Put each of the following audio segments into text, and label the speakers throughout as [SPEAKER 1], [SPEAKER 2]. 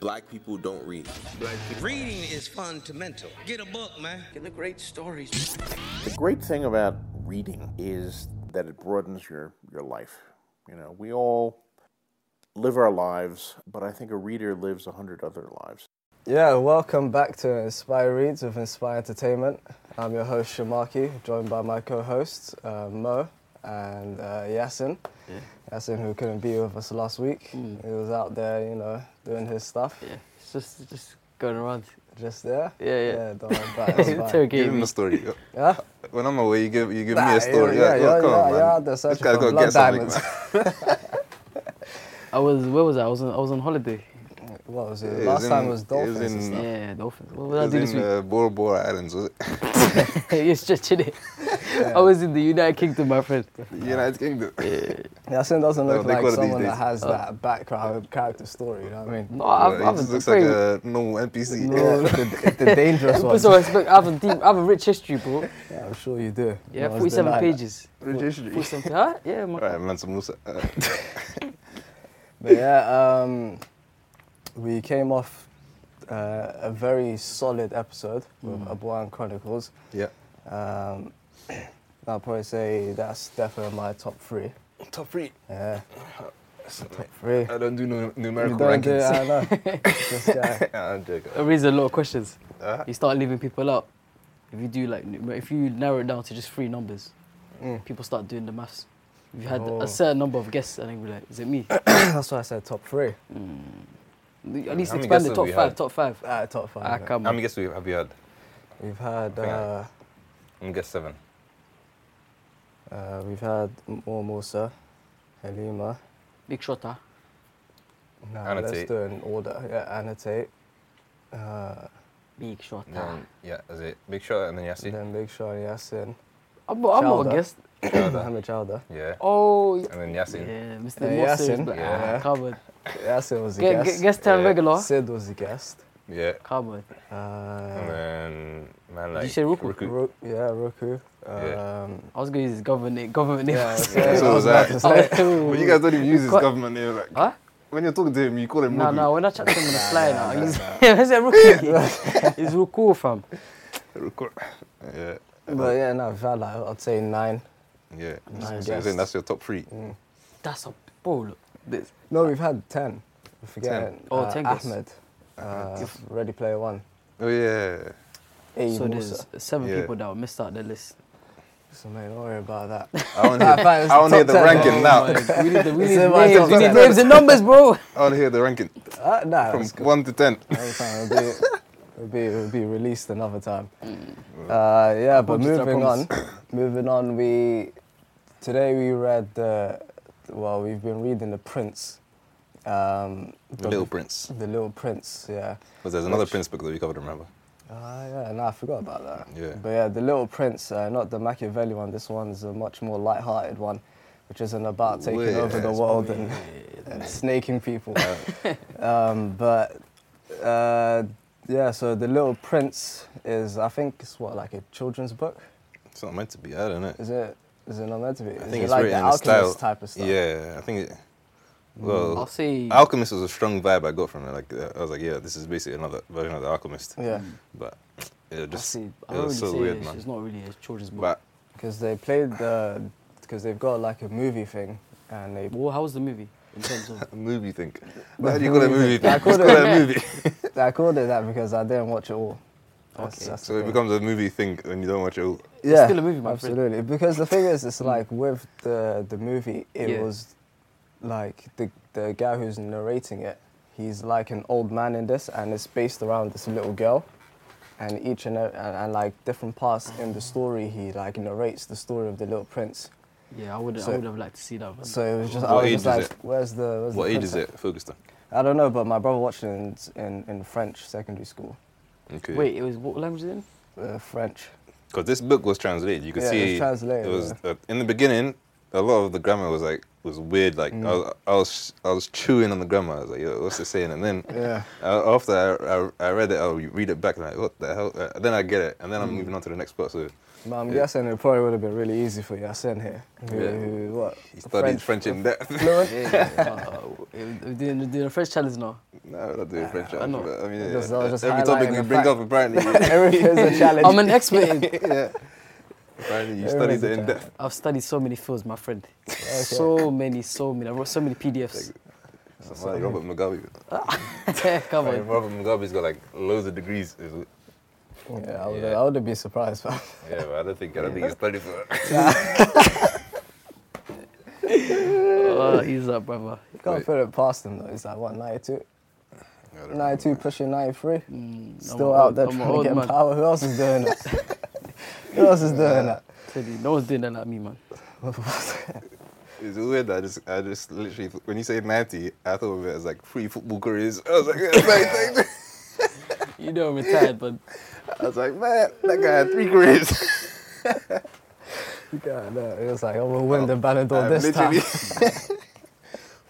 [SPEAKER 1] Black people don't read.
[SPEAKER 2] Reading is fundamental. Get a book, man.
[SPEAKER 3] Get the great stories.
[SPEAKER 4] The great thing about reading is that it broadens your, your life. You know, we all live our lives, but I think a reader lives a hundred other lives.
[SPEAKER 5] Yeah, welcome back to Inspire Reads with Inspire Entertainment. I'm your host Shamaki, joined by my co-hosts uh, Mo and uh, Yasin. Yasin, who couldn't be with us last week,
[SPEAKER 6] Hmm.
[SPEAKER 5] he was out there, you know, doing his stuff.
[SPEAKER 3] Yeah, it's just just going around.
[SPEAKER 5] Just there.
[SPEAKER 3] Yeah, yeah.
[SPEAKER 5] don't worry about it. It's fine.
[SPEAKER 6] Give him
[SPEAKER 3] Interrogating.
[SPEAKER 6] a story. yo.
[SPEAKER 5] Yeah?
[SPEAKER 6] When I'm away, you give you give
[SPEAKER 5] Nah,
[SPEAKER 6] me a story.
[SPEAKER 5] Yeah, yeah,
[SPEAKER 6] Yeah, yo,
[SPEAKER 5] yeah,
[SPEAKER 6] come on,
[SPEAKER 5] yeah, yeah,
[SPEAKER 6] man.
[SPEAKER 5] they're
[SPEAKER 6] This
[SPEAKER 5] searching
[SPEAKER 6] guy's
[SPEAKER 5] for
[SPEAKER 6] gonna
[SPEAKER 5] blood
[SPEAKER 6] get something,
[SPEAKER 5] diamonds.
[SPEAKER 6] man.
[SPEAKER 3] I was where was I? I was on I was on holiday.
[SPEAKER 5] What was
[SPEAKER 6] Yeah,
[SPEAKER 5] it?
[SPEAKER 6] it
[SPEAKER 5] Last
[SPEAKER 6] was
[SPEAKER 5] time
[SPEAKER 6] in-
[SPEAKER 5] was
[SPEAKER 6] it was
[SPEAKER 5] dolphins. and
[SPEAKER 6] in-
[SPEAKER 5] stuff.
[SPEAKER 3] Yeah, dolphins. What
[SPEAKER 6] It
[SPEAKER 3] was I
[SPEAKER 6] was
[SPEAKER 3] doing this
[SPEAKER 6] in
[SPEAKER 3] week?
[SPEAKER 6] uh, Bora Bora Islands, was it?
[SPEAKER 3] You're stretching it. I was in the United Kingdom, my friend.
[SPEAKER 6] United Kingdom.
[SPEAKER 5] Yasin doesn't look
[SPEAKER 6] they
[SPEAKER 5] like
[SPEAKER 6] call it these
[SPEAKER 5] someone that
[SPEAKER 6] days. Oh.
[SPEAKER 5] has that background character story. You know what I mean?
[SPEAKER 3] No, I've,
[SPEAKER 6] Yeah, he
[SPEAKER 3] I've
[SPEAKER 6] just
[SPEAKER 3] been
[SPEAKER 6] looks like
[SPEAKER 3] afraid.
[SPEAKER 6] a normal NPC.
[SPEAKER 5] No, the, the dangerous one.
[SPEAKER 3] Put some respect. I have a deep, I have a rich history, bro.
[SPEAKER 5] Yeah, I'm sure you do.
[SPEAKER 3] Yeah,
[SPEAKER 5] No one's
[SPEAKER 3] 47
[SPEAKER 5] denying that.
[SPEAKER 3] pages. Some- huh? Yeah, man.
[SPEAKER 6] Alright, man, some Musa. Uh,
[SPEAKER 5] But yeah, um, we came off uh, a very solid episode with Abuan Chronicles.
[SPEAKER 6] yeah.
[SPEAKER 5] Um, I'll probably say that's definitely my top three.
[SPEAKER 6] Top three.
[SPEAKER 5] Yeah, it's the top three.
[SPEAKER 6] I don't do nu-
[SPEAKER 5] You
[SPEAKER 6] numerical
[SPEAKER 5] don't do uh, it,
[SPEAKER 6] rankings.
[SPEAKER 5] I know. This guy.
[SPEAKER 6] Yeah, I'm joking.
[SPEAKER 3] It raises a lot of questions.
[SPEAKER 6] Uh,
[SPEAKER 3] You start leaving people out. If you do like, n- if you narrow it down to just three numbers,
[SPEAKER 6] Mm.
[SPEAKER 3] people start doing the maths. If you had
[SPEAKER 5] Oh.
[SPEAKER 3] a certain number of guests, I think we're like, is it me?
[SPEAKER 5] That's why I said top three.
[SPEAKER 3] At least
[SPEAKER 6] How many
[SPEAKER 3] expand
[SPEAKER 6] guests
[SPEAKER 3] the
[SPEAKER 6] have
[SPEAKER 3] top
[SPEAKER 6] we
[SPEAKER 3] five.
[SPEAKER 6] had?
[SPEAKER 3] Top five.
[SPEAKER 5] Uh, top five.
[SPEAKER 3] Ah,
[SPEAKER 5] yeah.
[SPEAKER 3] come
[SPEAKER 6] how
[SPEAKER 3] on.
[SPEAKER 6] many guests have you- have you had?
[SPEAKER 5] We've had
[SPEAKER 6] think I-
[SPEAKER 5] uh,
[SPEAKER 6] I'm guess seven.
[SPEAKER 5] uh, we've had Moore Musa, Halima.
[SPEAKER 3] Big shot, huh?
[SPEAKER 5] No,
[SPEAKER 6] Annotate.
[SPEAKER 5] let's do an order. Yeah, annotate. Uh,
[SPEAKER 3] Big shot.
[SPEAKER 6] And
[SPEAKER 3] huh?
[SPEAKER 6] Then, yeah, that's it. Big shot and then Yassi.
[SPEAKER 5] then Big Sean Yassin.
[SPEAKER 3] I'm, not- I'm not a
[SPEAKER 5] Chowder.
[SPEAKER 3] guest.
[SPEAKER 5] Hamid Chowder.
[SPEAKER 6] Yeah.
[SPEAKER 3] Oh, yeah.
[SPEAKER 6] And then Yassin.
[SPEAKER 3] Yeah, Mr.
[SPEAKER 5] Yeah,
[SPEAKER 3] Moss is
[SPEAKER 5] Yasin.
[SPEAKER 3] black.
[SPEAKER 6] Yeah.
[SPEAKER 3] Ah, come on.
[SPEAKER 5] Yassin was the
[SPEAKER 3] Gu- gu-
[SPEAKER 5] guest.
[SPEAKER 3] Guest time
[SPEAKER 6] Yeah.
[SPEAKER 3] regular.
[SPEAKER 5] Sid was the guest.
[SPEAKER 6] Yeah.
[SPEAKER 3] Come on.
[SPEAKER 6] And
[SPEAKER 5] Uh,
[SPEAKER 6] then, man, like.
[SPEAKER 3] you say Ruku?
[SPEAKER 5] Ro- yeah, Roku.
[SPEAKER 6] Yeah.
[SPEAKER 5] Um,
[SPEAKER 3] I was gonna use his government government name.
[SPEAKER 5] yeah, so
[SPEAKER 6] That's
[SPEAKER 5] I
[SPEAKER 6] what
[SPEAKER 5] was
[SPEAKER 6] was
[SPEAKER 5] about
[SPEAKER 6] that.
[SPEAKER 5] to say.
[SPEAKER 3] Oh.
[SPEAKER 6] But you guys don't even use his
[SPEAKER 3] Quite-
[SPEAKER 6] government name. Like,
[SPEAKER 3] Huh?
[SPEAKER 6] when you're talking to him, you call him
[SPEAKER 3] No,
[SPEAKER 6] Ruku.
[SPEAKER 3] no, we're not chatting on the fly now. He's he's a rookie. He's Ruku fam.
[SPEAKER 6] Ruku. Yeah.
[SPEAKER 5] But Eh, yeah, no, Vala, I'd say nine.
[SPEAKER 6] Yeah.
[SPEAKER 5] Nice.
[SPEAKER 6] So you're saying that's your top three.
[SPEAKER 5] Mm.
[SPEAKER 3] That's a bro. Look, this
[SPEAKER 5] No, we've had ten. We forget.
[SPEAKER 6] Ten.
[SPEAKER 3] Oh,
[SPEAKER 5] uh,
[SPEAKER 3] 10 guests.
[SPEAKER 5] Ahmed. Uh, Ready Player One.
[SPEAKER 6] Oh, yeah.
[SPEAKER 5] Hey,
[SPEAKER 3] so
[SPEAKER 5] Musa.
[SPEAKER 3] there's seven
[SPEAKER 6] Yeah.
[SPEAKER 3] people that were missed out the list.
[SPEAKER 5] So, mate, don't worry about that.
[SPEAKER 6] I want
[SPEAKER 5] Nah,
[SPEAKER 6] to hear,
[SPEAKER 5] fine, it's
[SPEAKER 6] I want to hear
[SPEAKER 5] top
[SPEAKER 6] the
[SPEAKER 5] 10, bro.
[SPEAKER 6] ranking now.
[SPEAKER 3] Oh We need, the, we
[SPEAKER 5] It's
[SPEAKER 3] need
[SPEAKER 5] in my
[SPEAKER 3] names.
[SPEAKER 5] top
[SPEAKER 3] We need
[SPEAKER 5] ten.
[SPEAKER 3] names and numbers, bro.
[SPEAKER 6] I want to hear the ranking
[SPEAKER 5] Uh, nah,
[SPEAKER 6] from
[SPEAKER 5] that's good.
[SPEAKER 6] one to ten.
[SPEAKER 5] Another time it'll be, it'll be, it'll be released another time. Uh, yeah, but
[SPEAKER 3] promise, I
[SPEAKER 5] moving on,
[SPEAKER 3] promise.
[SPEAKER 5] moving on. We today we read the well, we've been reading the Prince, um, the
[SPEAKER 6] Little Prince.
[SPEAKER 5] the Little Prince. Yeah,
[SPEAKER 6] Because there's another Prince book that we covered, remember?
[SPEAKER 5] Ah, yeah. No, I forgot about that.
[SPEAKER 6] Yeah.
[SPEAKER 5] But yeah, the Little Prince, uh, not the Machiavelli one. This one's a much more light-hearted one, which isn't about taking
[SPEAKER 6] Weird.
[SPEAKER 5] over the world and, and snaking people. um, but uh, yeah, so the Little Prince is, I think, it's what like a children's book.
[SPEAKER 6] It's not meant to be, I don't know.
[SPEAKER 5] Is it? Is it not meant to be?
[SPEAKER 6] I
[SPEAKER 5] Is
[SPEAKER 6] think
[SPEAKER 5] it
[SPEAKER 6] it's
[SPEAKER 5] like
[SPEAKER 6] written
[SPEAKER 5] the
[SPEAKER 6] in a style.
[SPEAKER 5] Alchemist type of stuff. Mm,
[SPEAKER 6] Yeah, I think it. Well,
[SPEAKER 3] I'll say
[SPEAKER 6] Alchemist was a strong vibe I got from it. Like uh, I was like, yeah, this is basically another version of the Alchemist.
[SPEAKER 5] Yeah,
[SPEAKER 6] But it was
[SPEAKER 3] I'll
[SPEAKER 6] just
[SPEAKER 3] say
[SPEAKER 6] it
[SPEAKER 3] I don't really
[SPEAKER 6] was so
[SPEAKER 3] say
[SPEAKER 6] weird,
[SPEAKER 3] it's,
[SPEAKER 6] man.
[SPEAKER 3] it's not really a children's book.
[SPEAKER 6] But
[SPEAKER 5] because they played the, because they've got like a movie thing, and they
[SPEAKER 3] well, how was the movie in terms of?
[SPEAKER 6] a movie thing. Why do you call it a movie thing?
[SPEAKER 5] I
[SPEAKER 6] Just call
[SPEAKER 5] called
[SPEAKER 6] it
[SPEAKER 5] it-
[SPEAKER 6] a movie.
[SPEAKER 5] I called it that because I didn't watch it all. That's,
[SPEAKER 3] Okay.
[SPEAKER 5] that's the
[SPEAKER 6] so it
[SPEAKER 5] thing.
[SPEAKER 6] becomes a movie thing when you don't watch it all.
[SPEAKER 5] yeah,
[SPEAKER 3] still a movie, my friend. Mm.
[SPEAKER 5] absolutely. Because the thing is, it's like with the the movie, it
[SPEAKER 3] Yeah.
[SPEAKER 5] was like the the guy who's narrating it. He's like an old man in this, and it's based around this little girl, and each and, e- and, and like different parts in the story, he like narrates the story of the little prince.
[SPEAKER 3] Yeah, I would
[SPEAKER 5] So-
[SPEAKER 3] I would have liked to see that. Man.
[SPEAKER 5] So it was just, I
[SPEAKER 6] What
[SPEAKER 5] was
[SPEAKER 6] age
[SPEAKER 5] just
[SPEAKER 6] is
[SPEAKER 5] like,
[SPEAKER 6] it?
[SPEAKER 5] where's the where's
[SPEAKER 6] What
[SPEAKER 5] the
[SPEAKER 6] age is
[SPEAKER 5] prince
[SPEAKER 6] it? Focused on.
[SPEAKER 5] at? I don't know, but my brother watched it in in, in French secondary school,
[SPEAKER 6] Okay.
[SPEAKER 3] Wait, it was what language is it in?
[SPEAKER 5] uh, French.
[SPEAKER 6] Because this book was translated. You could
[SPEAKER 5] Yeah, it
[SPEAKER 6] see
[SPEAKER 5] was translated,
[SPEAKER 6] it was, uh, in the beginning. A lot of the grammar was like was weird. Like
[SPEAKER 5] Mm.
[SPEAKER 6] I, was, I was I was chewing on the grammar. I was like, Yo, what's this saying? And then
[SPEAKER 5] Yeah.
[SPEAKER 6] uh,
[SPEAKER 5] Mm.
[SPEAKER 6] after I, I, I read it, I'll read it back. Like what the hell? Uh, then I get it, and then I'm moving on to the next part. So
[SPEAKER 5] But I'm guessing it probably would have been really easy for Yasin here. Who,
[SPEAKER 6] Yeah.
[SPEAKER 5] who what?
[SPEAKER 6] He studied French, in depth.
[SPEAKER 5] Fluent?
[SPEAKER 3] Uh, we did we did a French challenge now.
[SPEAKER 6] no, we're not doing French.
[SPEAKER 3] I know.
[SPEAKER 6] but I mean,
[SPEAKER 5] Just-
[SPEAKER 6] yeah,
[SPEAKER 5] I was just
[SPEAKER 6] every topic
[SPEAKER 5] highlighting
[SPEAKER 6] we
[SPEAKER 5] the
[SPEAKER 6] bring
[SPEAKER 5] fact-
[SPEAKER 6] up, apparently,
[SPEAKER 5] Everything's a challenge.
[SPEAKER 3] I'm an expert. in-
[SPEAKER 6] yeah. Apparently, you studied it in depth.
[SPEAKER 3] I've studied so many fields, my friend. So many, so many. I wrote so many PDFs.
[SPEAKER 6] Somebody, Robert Mugabe.
[SPEAKER 3] Come
[SPEAKER 6] Like,
[SPEAKER 3] on.
[SPEAKER 6] Robert Mugabe's got like loads of degrees. is it?
[SPEAKER 5] yeah, I would,
[SPEAKER 6] Yeah.
[SPEAKER 5] I would have been surprised, fam.
[SPEAKER 6] Yeah, but I don't think I don't think he studied for that.
[SPEAKER 3] Oh, he's up, brother.
[SPEAKER 5] You can't
[SPEAKER 6] Wait.
[SPEAKER 5] put it past him though. He's like what, 92,
[SPEAKER 6] I don't know.
[SPEAKER 5] 92 pushing 93.
[SPEAKER 3] Mm,
[SPEAKER 5] Still
[SPEAKER 3] I'm-
[SPEAKER 5] out there
[SPEAKER 3] I'm an
[SPEAKER 5] trying to
[SPEAKER 3] old
[SPEAKER 5] get
[SPEAKER 3] man.
[SPEAKER 5] power. Who else is doing that? Who else is doing that?
[SPEAKER 3] Tell you, no one's doing that like me, man.
[SPEAKER 6] It's weird. that I just, I just literally, when you say ninety, I thought of it as like three football careers. I was like, it's like, like-
[SPEAKER 3] You know I'm retired, but
[SPEAKER 6] I was like, man, that guy had three careers.
[SPEAKER 5] Yeah, no, it was like, oh, we'll win the Ballon d'Or
[SPEAKER 6] I'm
[SPEAKER 5] this time.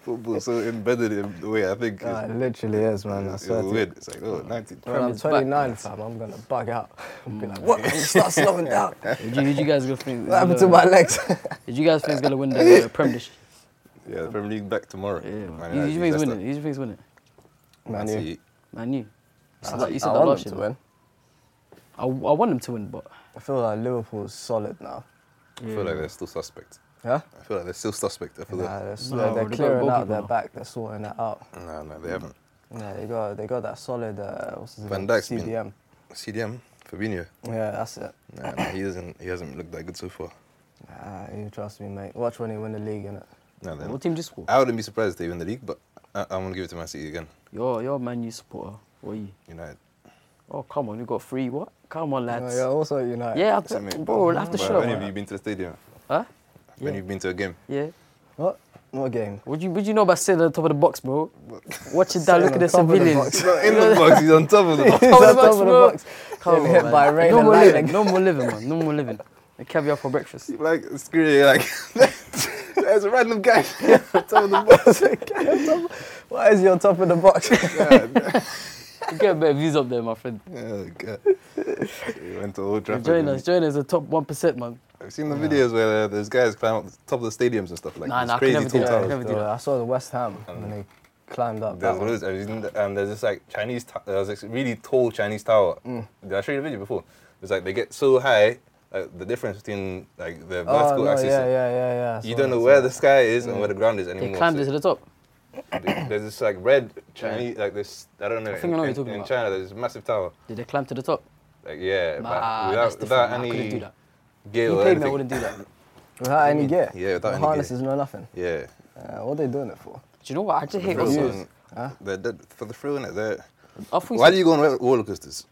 [SPEAKER 6] football so embedded in the way I think.
[SPEAKER 5] Nah, it
[SPEAKER 6] It's,
[SPEAKER 5] literally is, man. I
[SPEAKER 6] it's
[SPEAKER 5] swear to you.
[SPEAKER 6] weird. It's like, oh, 90.
[SPEAKER 5] When I'm
[SPEAKER 3] Premier's back, Mm.
[SPEAKER 5] 29,
[SPEAKER 3] man.
[SPEAKER 5] fam, I'm gonna bug out. Be like, what? I'm gonna start slowing down. What
[SPEAKER 3] did you, did you guys go think? is gonna-
[SPEAKER 5] happened to my legs?
[SPEAKER 3] Did you guys think he's gonna win the uh, Prem this?
[SPEAKER 6] Yeah, the Premier League back tomorrow.
[SPEAKER 3] Yeah, man.
[SPEAKER 6] Man
[SPEAKER 3] You- you
[SPEAKER 6] United,
[SPEAKER 3] think he's
[SPEAKER 6] that's
[SPEAKER 3] winning? You think he's winning?
[SPEAKER 5] Man,
[SPEAKER 6] the-
[SPEAKER 5] you,
[SPEAKER 6] See,
[SPEAKER 3] I knew. You said
[SPEAKER 5] I,
[SPEAKER 3] that, you said
[SPEAKER 5] I
[SPEAKER 3] that
[SPEAKER 5] want
[SPEAKER 3] last
[SPEAKER 5] them
[SPEAKER 3] year.
[SPEAKER 5] to win.
[SPEAKER 3] I, I want him to win, but
[SPEAKER 5] I feel like Liverpool's solid now.
[SPEAKER 6] I feel like they're still suspect.
[SPEAKER 5] Yeah?
[SPEAKER 6] I feel like they're still suspect. I feel
[SPEAKER 5] Nah,
[SPEAKER 6] like,
[SPEAKER 3] No,
[SPEAKER 5] they're, they're
[SPEAKER 3] they got a
[SPEAKER 5] clearing out
[SPEAKER 3] goalkeeper
[SPEAKER 5] their
[SPEAKER 3] now.
[SPEAKER 5] back. They're sorting that out.
[SPEAKER 6] no, no, they haven't.
[SPEAKER 5] Yeah, they got they got that solid. Uh, what's his
[SPEAKER 6] Van
[SPEAKER 5] name?
[SPEAKER 6] Dijk's been-
[SPEAKER 5] CDM.
[SPEAKER 6] CDM, Fabinho.
[SPEAKER 5] Yeah, that's it.
[SPEAKER 6] Nah, nah, he doesn't. He hasn't looked that good so far.
[SPEAKER 5] Ah, you trust me, mate. Watch when he win the league, innit?
[SPEAKER 6] No, they're
[SPEAKER 3] what
[SPEAKER 6] not.
[SPEAKER 3] team just scored?
[SPEAKER 6] I wouldn't be surprised if they win the league, but I, I'm gonna give it to Man City again.
[SPEAKER 3] You're you're a Man U supporter. What are you?
[SPEAKER 6] United.
[SPEAKER 3] Oh come on, you got three. What? Come on,
[SPEAKER 5] No,
[SPEAKER 3] lads.
[SPEAKER 5] you're Oh, also United.
[SPEAKER 3] yeah, I
[SPEAKER 6] That's it, mate.
[SPEAKER 3] bet, bro. I'll have to
[SPEAKER 6] Bro,
[SPEAKER 3] show
[SPEAKER 6] When have
[SPEAKER 3] up.
[SPEAKER 6] you been to the stadium?
[SPEAKER 3] Huh?
[SPEAKER 6] When
[SPEAKER 3] Yeah.
[SPEAKER 6] you've been to a game?
[SPEAKER 3] Yeah.
[SPEAKER 5] What? What game?
[SPEAKER 3] Would you would you know about sitting at the top of the box, bro? Watch it down.
[SPEAKER 5] Sitting
[SPEAKER 3] Look
[SPEAKER 5] on
[SPEAKER 3] at the
[SPEAKER 5] top of the
[SPEAKER 3] civilians.
[SPEAKER 5] box.
[SPEAKER 6] in the box. He's on top of the box.
[SPEAKER 3] Top
[SPEAKER 5] He's
[SPEAKER 3] of
[SPEAKER 5] on
[SPEAKER 3] the box,
[SPEAKER 5] top of the
[SPEAKER 3] bro.
[SPEAKER 5] box.
[SPEAKER 3] Come
[SPEAKER 5] Getting
[SPEAKER 3] on,
[SPEAKER 5] hit
[SPEAKER 3] man.
[SPEAKER 5] by rain
[SPEAKER 3] no
[SPEAKER 5] and
[SPEAKER 3] more
[SPEAKER 5] lightning.
[SPEAKER 3] living. No more living, man. No more living. A caviar for breakfast.
[SPEAKER 6] like screaming like. There's a random guy on top of the box.
[SPEAKER 5] Why is he on top of the box?
[SPEAKER 3] You get better views up there, my friend.
[SPEAKER 6] Oh god. He went to Old Trafford.
[SPEAKER 3] Join
[SPEAKER 6] and-
[SPEAKER 3] us. Join us. The top one percent, man.
[SPEAKER 6] I've seen the videos where uh, those guys climb up the top of the stadiums and stuff like
[SPEAKER 3] Nah,
[SPEAKER 6] these
[SPEAKER 3] nah, I could
[SPEAKER 6] crazy
[SPEAKER 3] never do
[SPEAKER 6] tall
[SPEAKER 3] that, I could
[SPEAKER 6] towers.
[SPEAKER 3] never do
[SPEAKER 5] Bro,
[SPEAKER 3] that.
[SPEAKER 5] I saw the West Ham when they climbed up.
[SPEAKER 6] There's
[SPEAKER 5] That one.
[SPEAKER 6] loads, I've seen the- and there's this like Chinese, t- there's this really tall Chinese tower.
[SPEAKER 5] Mm.
[SPEAKER 6] Did I show you the video before? It's like they get so high, like the difference between like the
[SPEAKER 5] Oh,
[SPEAKER 6] vertical
[SPEAKER 5] no, yeah,
[SPEAKER 6] axis.
[SPEAKER 5] yeah, yeah, yeah. Mm. I
[SPEAKER 6] You
[SPEAKER 5] saw
[SPEAKER 6] don't
[SPEAKER 5] that,
[SPEAKER 6] know
[SPEAKER 5] I
[SPEAKER 6] where
[SPEAKER 5] saw
[SPEAKER 6] the
[SPEAKER 5] that.
[SPEAKER 6] sky is and where the ground is
[SPEAKER 3] They
[SPEAKER 6] anymore.
[SPEAKER 3] climbed it to
[SPEAKER 6] so
[SPEAKER 3] the top.
[SPEAKER 6] th- there's this like red Chinese, like this. I don't know.
[SPEAKER 3] think I
[SPEAKER 6] in,
[SPEAKER 3] know what you're
[SPEAKER 6] in-
[SPEAKER 3] talking
[SPEAKER 6] in
[SPEAKER 3] about.
[SPEAKER 6] China, there's this massive tower.
[SPEAKER 3] Did they climb to the top?
[SPEAKER 6] Like yeah,
[SPEAKER 3] Nah,
[SPEAKER 6] but
[SPEAKER 3] that's different.
[SPEAKER 6] without, without
[SPEAKER 3] Nah, I couldn't
[SPEAKER 6] any
[SPEAKER 3] do that.
[SPEAKER 6] gear
[SPEAKER 3] You
[SPEAKER 6] or
[SPEAKER 3] paid me, I
[SPEAKER 6] anything.
[SPEAKER 3] wouldn't do that.
[SPEAKER 5] Without any
[SPEAKER 6] mean?
[SPEAKER 5] gear.
[SPEAKER 6] Yeah, without
[SPEAKER 5] no
[SPEAKER 6] any gear.
[SPEAKER 5] harnesses, no nothing.
[SPEAKER 6] Yeah.
[SPEAKER 5] Uh, what are they doing it for?
[SPEAKER 3] Do you know what? I just hate
[SPEAKER 6] Thrill,
[SPEAKER 3] also.
[SPEAKER 6] son. They're dead for the thrill, innit? They're-
[SPEAKER 3] I thought you
[SPEAKER 6] Why
[SPEAKER 3] said
[SPEAKER 6] do you go on ro- roller coasters?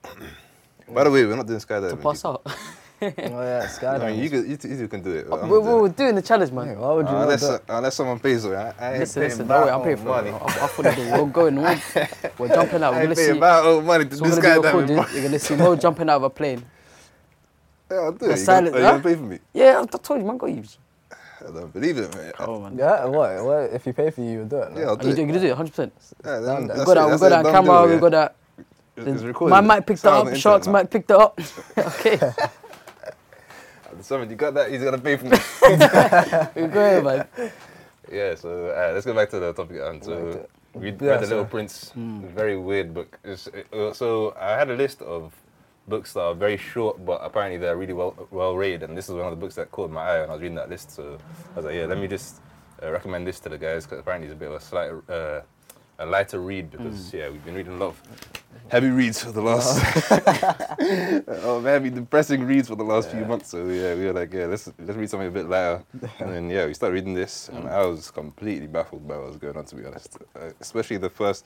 [SPEAKER 6] By the way, we're not doing skydiving.
[SPEAKER 3] to pass
[SPEAKER 6] people.
[SPEAKER 3] out.
[SPEAKER 5] oh yeah,
[SPEAKER 6] I
[SPEAKER 5] skydiving.
[SPEAKER 6] mean, you, could, Ah, you, two, you two can do it. but I'm
[SPEAKER 3] We're,
[SPEAKER 6] not doing
[SPEAKER 3] we're
[SPEAKER 6] it.
[SPEAKER 3] doing the challenge, man.
[SPEAKER 5] Why would you not
[SPEAKER 6] unless,
[SPEAKER 5] do it?
[SPEAKER 6] unless someone pays for it, I, I ain't
[SPEAKER 3] Listen,
[SPEAKER 6] paying
[SPEAKER 3] listen,
[SPEAKER 6] back
[SPEAKER 3] don't worry, I'm
[SPEAKER 6] all
[SPEAKER 3] paying for
[SPEAKER 6] money.
[SPEAKER 3] it. I, I fully do. We're going, we're, we're jumping out. We're
[SPEAKER 6] I ain't
[SPEAKER 3] gonna
[SPEAKER 6] paying
[SPEAKER 3] see.
[SPEAKER 6] back all money to do
[SPEAKER 3] So we're gonna be
[SPEAKER 6] skydiving.
[SPEAKER 3] recorded.
[SPEAKER 6] bro.
[SPEAKER 3] You're gonna see Mo jumping out of a plane.
[SPEAKER 6] Yeah, I'll do
[SPEAKER 3] We're
[SPEAKER 6] it. You
[SPEAKER 3] silent,
[SPEAKER 6] gonna- Are you
[SPEAKER 3] huh?
[SPEAKER 6] gonna pay for me?
[SPEAKER 3] Yeah, I I told you, man. Got you.
[SPEAKER 6] I don't believe it, man.
[SPEAKER 3] Oh man.
[SPEAKER 5] Yeah, what? What? If you pay for you, you do it. No?
[SPEAKER 6] Yeah, I'll
[SPEAKER 3] Are you
[SPEAKER 6] do
[SPEAKER 3] doing?
[SPEAKER 6] it.
[SPEAKER 3] You do it 100. percent
[SPEAKER 6] Yeah, then
[SPEAKER 5] Done that.
[SPEAKER 6] that's
[SPEAKER 3] We got
[SPEAKER 6] it,
[SPEAKER 3] that. We
[SPEAKER 6] that's
[SPEAKER 3] got
[SPEAKER 6] it,
[SPEAKER 3] that
[SPEAKER 6] dumb
[SPEAKER 3] camera.
[SPEAKER 6] deal,
[SPEAKER 3] we
[SPEAKER 6] yeah.
[SPEAKER 3] got that.
[SPEAKER 6] It's- It's recorded.
[SPEAKER 3] My mic picked
[SPEAKER 6] It's
[SPEAKER 3] that
[SPEAKER 6] on the
[SPEAKER 3] up.
[SPEAKER 6] internet
[SPEAKER 3] Sharks
[SPEAKER 6] now.
[SPEAKER 3] mic picked it up. okay.
[SPEAKER 6] Someone, you got that? He's gonna pay for me.
[SPEAKER 3] We're going, man.
[SPEAKER 6] Yeah, so uh, let's go back to the topic. And so Hmm. we read
[SPEAKER 5] Yeah,
[SPEAKER 6] the Little
[SPEAKER 5] sorry.
[SPEAKER 6] Prince, very weird book. It's, it- uh, so I had a list of books that are very short, but apparently they're really well well read. And this is one of the books that caught my eye when I was reading that list. So I was like, yeah, let me just uh, recommend this to the guys because apparently it's a bit of a slight. Uh, a lighter read because yeah we've been reading a lot of heavy reads for the last oh heavy depressing reads for the last few months so yeah we were like yeah let's let's read something a bit lighter and then yeah we started reading this
[SPEAKER 3] Mm.
[SPEAKER 6] and I was completely baffled by what was going on to be honest uh, especially the first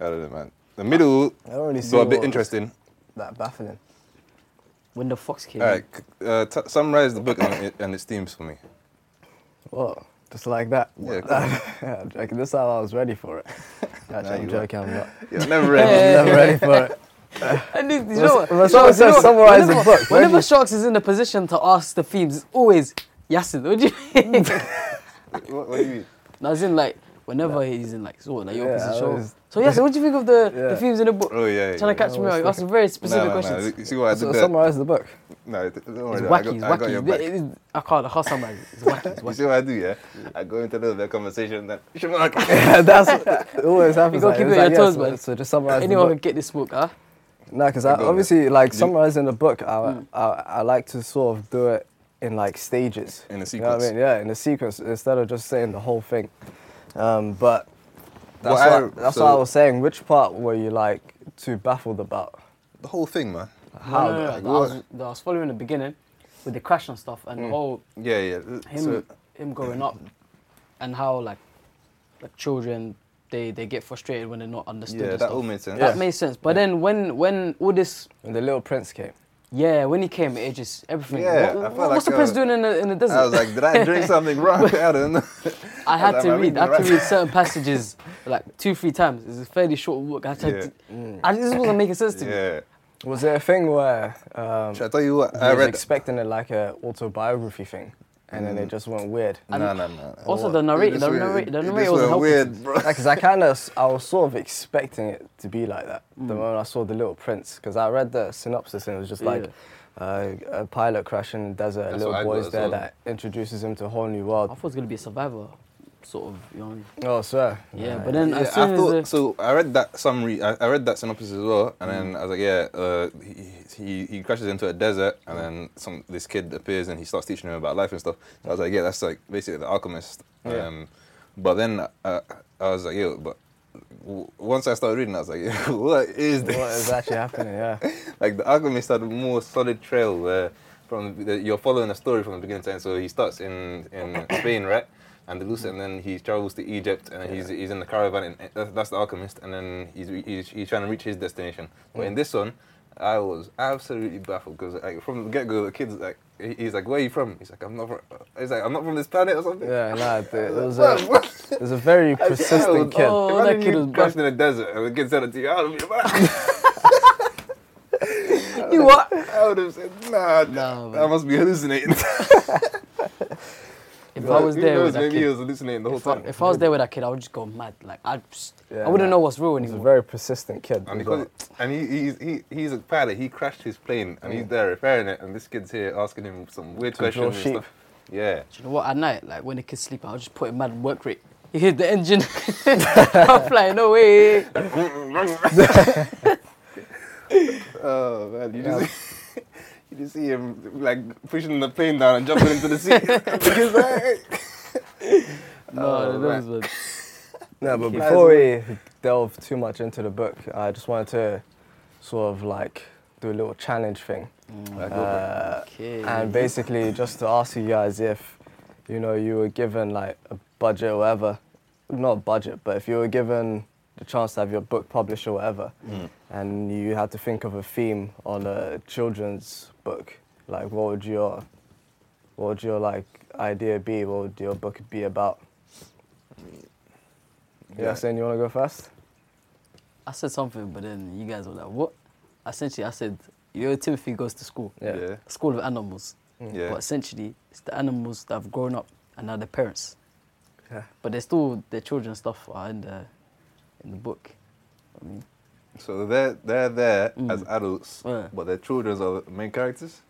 [SPEAKER 6] I don't know man the middle
[SPEAKER 5] I don't really see
[SPEAKER 6] got a bit
[SPEAKER 5] what-
[SPEAKER 6] interesting
[SPEAKER 3] Mm.
[SPEAKER 5] That baffling.
[SPEAKER 3] When the fox came.
[SPEAKER 6] all right c- uh, t- summarize the book and, it- and its themes for me
[SPEAKER 5] What? Just like that.
[SPEAKER 6] Yeah,
[SPEAKER 5] yeah I'm joking. This time I was ready for it. Actually, I'm
[SPEAKER 6] you were.
[SPEAKER 5] joking. I'm not.
[SPEAKER 6] yeah never read it.
[SPEAKER 5] I'm ready for it.
[SPEAKER 3] And this, you
[SPEAKER 5] Let's-
[SPEAKER 3] know what?
[SPEAKER 5] let's
[SPEAKER 3] You know
[SPEAKER 5] always
[SPEAKER 3] what- you know what?
[SPEAKER 5] summarize the
[SPEAKER 3] whenever,
[SPEAKER 5] book. Where do
[SPEAKER 3] Whenever
[SPEAKER 5] you-
[SPEAKER 3] Sharks is in a position to ask the themes, it's always Yasin. What do you mean?
[SPEAKER 6] What, what do you mean
[SPEAKER 3] No, as in like Whenever he's in like sort like your
[SPEAKER 5] Yeah,
[SPEAKER 3] piece
[SPEAKER 5] I
[SPEAKER 3] of show.
[SPEAKER 5] always-
[SPEAKER 3] So yes, what do you think of the, the
[SPEAKER 5] Yeah.
[SPEAKER 3] themes in the book?
[SPEAKER 6] Oh, yeah,
[SPEAKER 3] Trying to
[SPEAKER 6] yeah.
[SPEAKER 3] catch me out. You asked very specific
[SPEAKER 6] no, no,
[SPEAKER 3] questions.
[SPEAKER 6] no. You see what I
[SPEAKER 5] So
[SPEAKER 6] did there?
[SPEAKER 5] summarize the book.
[SPEAKER 6] No, it- don't worry.
[SPEAKER 3] It's
[SPEAKER 6] I got-
[SPEAKER 3] wacky, it's
[SPEAKER 6] I got your
[SPEAKER 3] wacky.
[SPEAKER 6] back.
[SPEAKER 3] It- it is- I can't, I can't summarize it. It's wacky, it's
[SPEAKER 6] You
[SPEAKER 3] wacky.
[SPEAKER 6] see what I do, yeah? I go into a little bit of conversation then Shamark.
[SPEAKER 5] That's it always happens.
[SPEAKER 3] gotta
[SPEAKER 5] like,
[SPEAKER 3] keep
[SPEAKER 5] it's
[SPEAKER 3] it on
[SPEAKER 5] like,
[SPEAKER 3] your toes,
[SPEAKER 5] so-
[SPEAKER 3] man.
[SPEAKER 5] So just summarize the
[SPEAKER 3] Anyone
[SPEAKER 5] book.
[SPEAKER 3] can get this book, huh?
[SPEAKER 5] No, because I
[SPEAKER 6] Go on, Mm.
[SPEAKER 5] obviously like
[SPEAKER 6] Do-
[SPEAKER 5] summarizing the book. I, I I like to sort of do it in like stages.
[SPEAKER 6] In a
[SPEAKER 5] You know what I
[SPEAKER 6] sequence.
[SPEAKER 5] mean? Yeah, in a sequence instead of just saying the whole thing. Um, but that's
[SPEAKER 6] What I-
[SPEAKER 5] what, that's
[SPEAKER 6] so-
[SPEAKER 5] what I was saying. Which part were you like too baffled about?
[SPEAKER 6] The whole thing, man.
[SPEAKER 5] How
[SPEAKER 3] no, no, no,
[SPEAKER 5] the-
[SPEAKER 3] no, I, was, I was following the beginning with the crash and stuff and
[SPEAKER 6] Mm.
[SPEAKER 3] all
[SPEAKER 6] Yeah, yeah.
[SPEAKER 3] him him growing up and how like like children they they get frustrated when they're not understood.
[SPEAKER 6] Yeah,
[SPEAKER 3] and
[SPEAKER 6] that
[SPEAKER 3] stuff.
[SPEAKER 6] all made sense.
[SPEAKER 3] That
[SPEAKER 6] Yeah.
[SPEAKER 3] made sense. But then when when all this
[SPEAKER 5] When the little prince came.
[SPEAKER 3] yeah when he came it just everything.
[SPEAKER 6] Yeah,
[SPEAKER 3] What-
[SPEAKER 6] I felt
[SPEAKER 3] what- what's
[SPEAKER 6] like,
[SPEAKER 3] the prince
[SPEAKER 6] uh,
[SPEAKER 3] doing in the in the desert?
[SPEAKER 6] I was like, did I drink something wrong? I don't know.
[SPEAKER 3] I
[SPEAKER 6] I
[SPEAKER 3] had
[SPEAKER 6] was
[SPEAKER 3] to
[SPEAKER 6] like, am I
[SPEAKER 3] read. I
[SPEAKER 6] reading
[SPEAKER 3] had
[SPEAKER 6] the
[SPEAKER 3] to read
[SPEAKER 6] right-
[SPEAKER 3] certain passages like two three times. It's a fairly short book. I had to.
[SPEAKER 6] Yeah. Mm.
[SPEAKER 3] I, this wasn't making sense to me.
[SPEAKER 6] Yeah.
[SPEAKER 5] Was there a thing where um,
[SPEAKER 6] Should I tell you what?
[SPEAKER 5] I
[SPEAKER 6] I
[SPEAKER 5] was
[SPEAKER 6] read.
[SPEAKER 5] expecting it like a autobiography thing, and then it
[SPEAKER 6] Mm.
[SPEAKER 5] just went weird?
[SPEAKER 6] no, no, no.
[SPEAKER 3] also
[SPEAKER 6] What?
[SPEAKER 3] the narrator-
[SPEAKER 6] It
[SPEAKER 3] the
[SPEAKER 6] just went-
[SPEAKER 3] narrator- the
[SPEAKER 6] it just
[SPEAKER 3] narrator wasn't
[SPEAKER 6] went
[SPEAKER 3] helping.
[SPEAKER 6] weird, bro.
[SPEAKER 5] because I kind of, I was sort of expecting it to be like that
[SPEAKER 6] Mm.
[SPEAKER 5] the moment I saw The Little Prince. Because I read the synopsis and it was just like uh, a pilot crashing in the desert, a
[SPEAKER 6] That's what
[SPEAKER 5] little
[SPEAKER 6] I
[SPEAKER 5] boy's
[SPEAKER 6] got as
[SPEAKER 5] there
[SPEAKER 6] well.
[SPEAKER 5] that introduces him to a whole new
[SPEAKER 3] I
[SPEAKER 5] world.
[SPEAKER 3] thought it was gonna be a survivor, sort of. You know.
[SPEAKER 5] Oh, sir.
[SPEAKER 3] Yeah, but then
[SPEAKER 6] Yeah,
[SPEAKER 3] as soon
[SPEAKER 6] I
[SPEAKER 3] as
[SPEAKER 6] thought,
[SPEAKER 3] the-
[SPEAKER 6] so I read that summary. I, I read that synopsis as well, and then
[SPEAKER 3] Mm.
[SPEAKER 6] I was like, yeah, uh, he, he he crashes into a desert, and then some this kid appears and he starts teaching him about life and stuff. So I was like, yeah, that's like basically the alchemist.
[SPEAKER 5] Yeah.
[SPEAKER 6] Um, but then uh, I was like, yo, but w- once I started reading, I was like, what is this?
[SPEAKER 5] What is actually happening? Yeah.
[SPEAKER 6] like the alchemist had a more solid trail where from the, you're following a story from the beginning to end. So he starts in in Spain, right? Andalusia, and then he travels to Egypt, and he's he's in the caravan, and that's, that's the alchemist, and then he's, he's he's trying to reach his destination. But in this one, I was absolutely baffled because like from the get go, the kid's like. he- He's like, where are you from? He's like, I'm not from. He's like, I'm not from this planet or something.
[SPEAKER 5] Yeah, nah, dude, it was
[SPEAKER 6] What?
[SPEAKER 5] a,
[SPEAKER 6] What?
[SPEAKER 5] it was a very persistent kid.
[SPEAKER 3] Oh, that
[SPEAKER 6] Imagine
[SPEAKER 3] kid
[SPEAKER 6] you
[SPEAKER 3] was
[SPEAKER 6] crashed in the desert and the kid said it to you. I would have
[SPEAKER 3] You what?
[SPEAKER 6] I would have said, nah,
[SPEAKER 3] Nah,
[SPEAKER 6] nah I must be hallucinating.
[SPEAKER 3] If I was
[SPEAKER 6] Who
[SPEAKER 3] there
[SPEAKER 6] knows,
[SPEAKER 3] with that
[SPEAKER 6] maybe he
[SPEAKER 3] kid,
[SPEAKER 6] was hallucinating the whole
[SPEAKER 3] if I,
[SPEAKER 6] time.
[SPEAKER 3] if I was there with that kid, I would just go mad. Like I'd, just,
[SPEAKER 5] Yeah,
[SPEAKER 3] I wouldn't
[SPEAKER 5] nah.
[SPEAKER 3] know what's real
[SPEAKER 5] It was a
[SPEAKER 3] anymore.
[SPEAKER 5] very persistent kid.
[SPEAKER 6] and
[SPEAKER 5] as
[SPEAKER 6] because,
[SPEAKER 5] well.
[SPEAKER 6] and he, he's, he, he's a pilot, he crashed his plane and he's there repairing it, and this kid's here asking him some weird
[SPEAKER 5] To draw
[SPEAKER 6] questions. And
[SPEAKER 5] sheep.
[SPEAKER 6] stuff. Yeah.
[SPEAKER 3] Do you know what? At night, like when the kid's sleeping, I'll just put him mad work rate. He hit the engine. I'm flying away.
[SPEAKER 6] Oh, man. You just, you just see him like pushing the plane down and jumping into the sea. because, like,
[SPEAKER 3] No,
[SPEAKER 6] Oh,
[SPEAKER 3] that
[SPEAKER 6] right.
[SPEAKER 3] was bad.
[SPEAKER 5] No, but
[SPEAKER 6] Okay.
[SPEAKER 5] before we delve too much into the book, I just wanted to sort of like do a little challenge thing. Uh,
[SPEAKER 3] Okay.
[SPEAKER 5] And basically, just to ask you guys if, you know, you were given like a budget or whatever, not a budget, but if you were given the chance to have your book published or whatever, and you had to think of a theme on a children's book, like what would your, what would your like idea be? What would your book be about? Yeah,
[SPEAKER 6] Yeah.
[SPEAKER 5] Yasin, you want to go first?
[SPEAKER 3] I said something, but then you guys were like, "What?" Essentially, I said, "Your Timothy goes to school,
[SPEAKER 5] Yeah.
[SPEAKER 6] yeah.
[SPEAKER 3] school of animals."
[SPEAKER 6] Yeah.
[SPEAKER 3] But essentially, it's the animals that have grown up and are their parents.
[SPEAKER 5] Yeah.
[SPEAKER 3] But they're still their children stuff are in the in the book. I mean,
[SPEAKER 6] So they're, they're there as adults,
[SPEAKER 3] Mm. Yeah.
[SPEAKER 6] but their children are the main characters?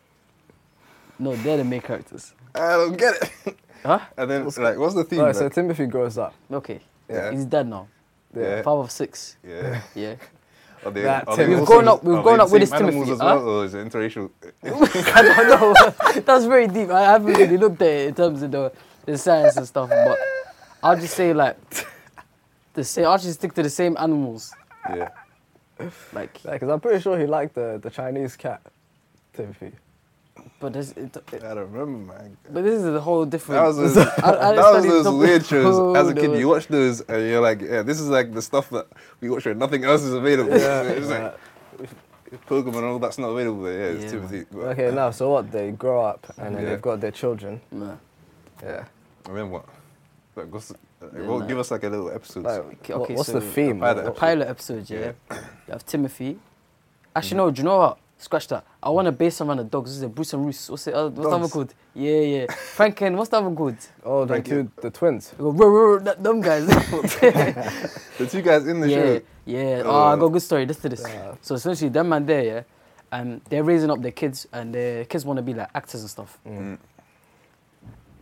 [SPEAKER 3] no, they're the main characters.
[SPEAKER 6] I don't get it.
[SPEAKER 3] Huh?
[SPEAKER 6] and then, like, what's the theme?
[SPEAKER 5] Alright, so
[SPEAKER 6] like?
[SPEAKER 5] Timothy grows up.
[SPEAKER 3] Okay.
[SPEAKER 6] Yeah.
[SPEAKER 3] He's dead now.
[SPEAKER 6] Yeah.
[SPEAKER 3] Father of six.
[SPEAKER 6] yeah.
[SPEAKER 3] Yeah.
[SPEAKER 6] Are they,
[SPEAKER 5] That
[SPEAKER 6] are they
[SPEAKER 5] Tim- We've
[SPEAKER 6] also-
[SPEAKER 3] grown up- we've
[SPEAKER 6] are they
[SPEAKER 3] grown
[SPEAKER 6] the
[SPEAKER 3] up with
[SPEAKER 6] same
[SPEAKER 3] this Timothy,
[SPEAKER 6] animals as
[SPEAKER 3] huh?
[SPEAKER 6] well, or is it interracial?
[SPEAKER 3] I don't know. That's very deep. I haven't really looked at it in terms of the, the science and stuff, but I'll just say like the same. I'll just stick to the same animals.
[SPEAKER 6] yeah.
[SPEAKER 3] Like,
[SPEAKER 5] Because I'm pretty sure he liked the, the Chinese cat, Timothy.
[SPEAKER 3] but this, it, it-
[SPEAKER 6] I don't remember, man.
[SPEAKER 3] but this is a whole different.
[SPEAKER 6] That was those,
[SPEAKER 3] I- I
[SPEAKER 6] that was
[SPEAKER 3] studied
[SPEAKER 6] those
[SPEAKER 3] the-
[SPEAKER 6] weird shows. As a kid,
[SPEAKER 3] the-
[SPEAKER 6] you watch those and you're like, yeah, this is like the stuff that we watch when nothing else is available. it's like Pokemon and all that's not available. Yeah, it's
[SPEAKER 3] Yeah,
[SPEAKER 6] Timothy. But
[SPEAKER 5] Okay, now, so what? They grow up and then
[SPEAKER 6] Yeah.
[SPEAKER 5] they've got their children.
[SPEAKER 3] Nah.
[SPEAKER 5] Yeah.
[SPEAKER 6] And then what? Like, what's, like,
[SPEAKER 3] Then,
[SPEAKER 6] well,
[SPEAKER 3] like-
[SPEAKER 6] give us like a little episode.
[SPEAKER 5] Like,
[SPEAKER 3] Okay,
[SPEAKER 5] what-
[SPEAKER 3] okay,
[SPEAKER 5] what's
[SPEAKER 3] so
[SPEAKER 5] the theme?
[SPEAKER 6] the pilot
[SPEAKER 3] The pilot episode, yeah.
[SPEAKER 6] Yeah.
[SPEAKER 3] You have Timothy. Actually, no. Do you know what? Scratch that. I want to base around the dogs. This is a Bruce and Roos. What's the other? What's the other
[SPEAKER 5] Dogs.
[SPEAKER 3] called? Yeah, yeah. Franken. What's the other called?
[SPEAKER 5] Oh, the two, the twins.
[SPEAKER 3] We go, "Roar, roar, roar," that- Them guys.
[SPEAKER 6] The two guys in the
[SPEAKER 3] yeah,
[SPEAKER 6] show.
[SPEAKER 3] yeah. Oh, I got a good story. Listen to this. So essentially, them man there, yeah, um, they're raising up their kids, and their kids want to be like actors and stuff.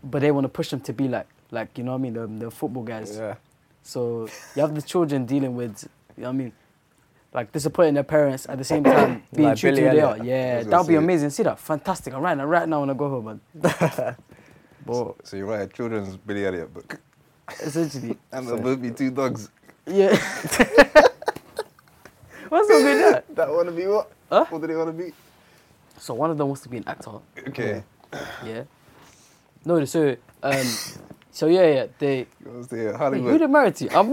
[SPEAKER 3] But they want to push them to be like, like you know what I mean, the, the football guys.
[SPEAKER 5] Yeah.
[SPEAKER 3] So you have the children dealing with, you know what I mean, like disappointing their parents at the same time being
[SPEAKER 5] Like
[SPEAKER 3] true to
[SPEAKER 5] Billy
[SPEAKER 3] who they are.
[SPEAKER 5] Elliot.
[SPEAKER 3] Yeah,
[SPEAKER 6] was gonna
[SPEAKER 3] that would be
[SPEAKER 6] say.
[SPEAKER 3] amazing. See that? Fantastic. I'm right now, right now when I go home, man. but
[SPEAKER 6] So you write a children's Billy Elliot book,
[SPEAKER 3] essentially,
[SPEAKER 6] and they'll both be two dogs.
[SPEAKER 3] yeah. What's up with that?
[SPEAKER 6] That want to be what?
[SPEAKER 3] Huh?
[SPEAKER 6] What do they want to be?
[SPEAKER 3] So one of them wants to be an actor.
[SPEAKER 6] Okay.
[SPEAKER 3] Yeah. No, so um, so yeah, yeah. They
[SPEAKER 6] You want to stay in
[SPEAKER 3] wait, who
[SPEAKER 6] Hollywood?
[SPEAKER 3] they married to? I'm,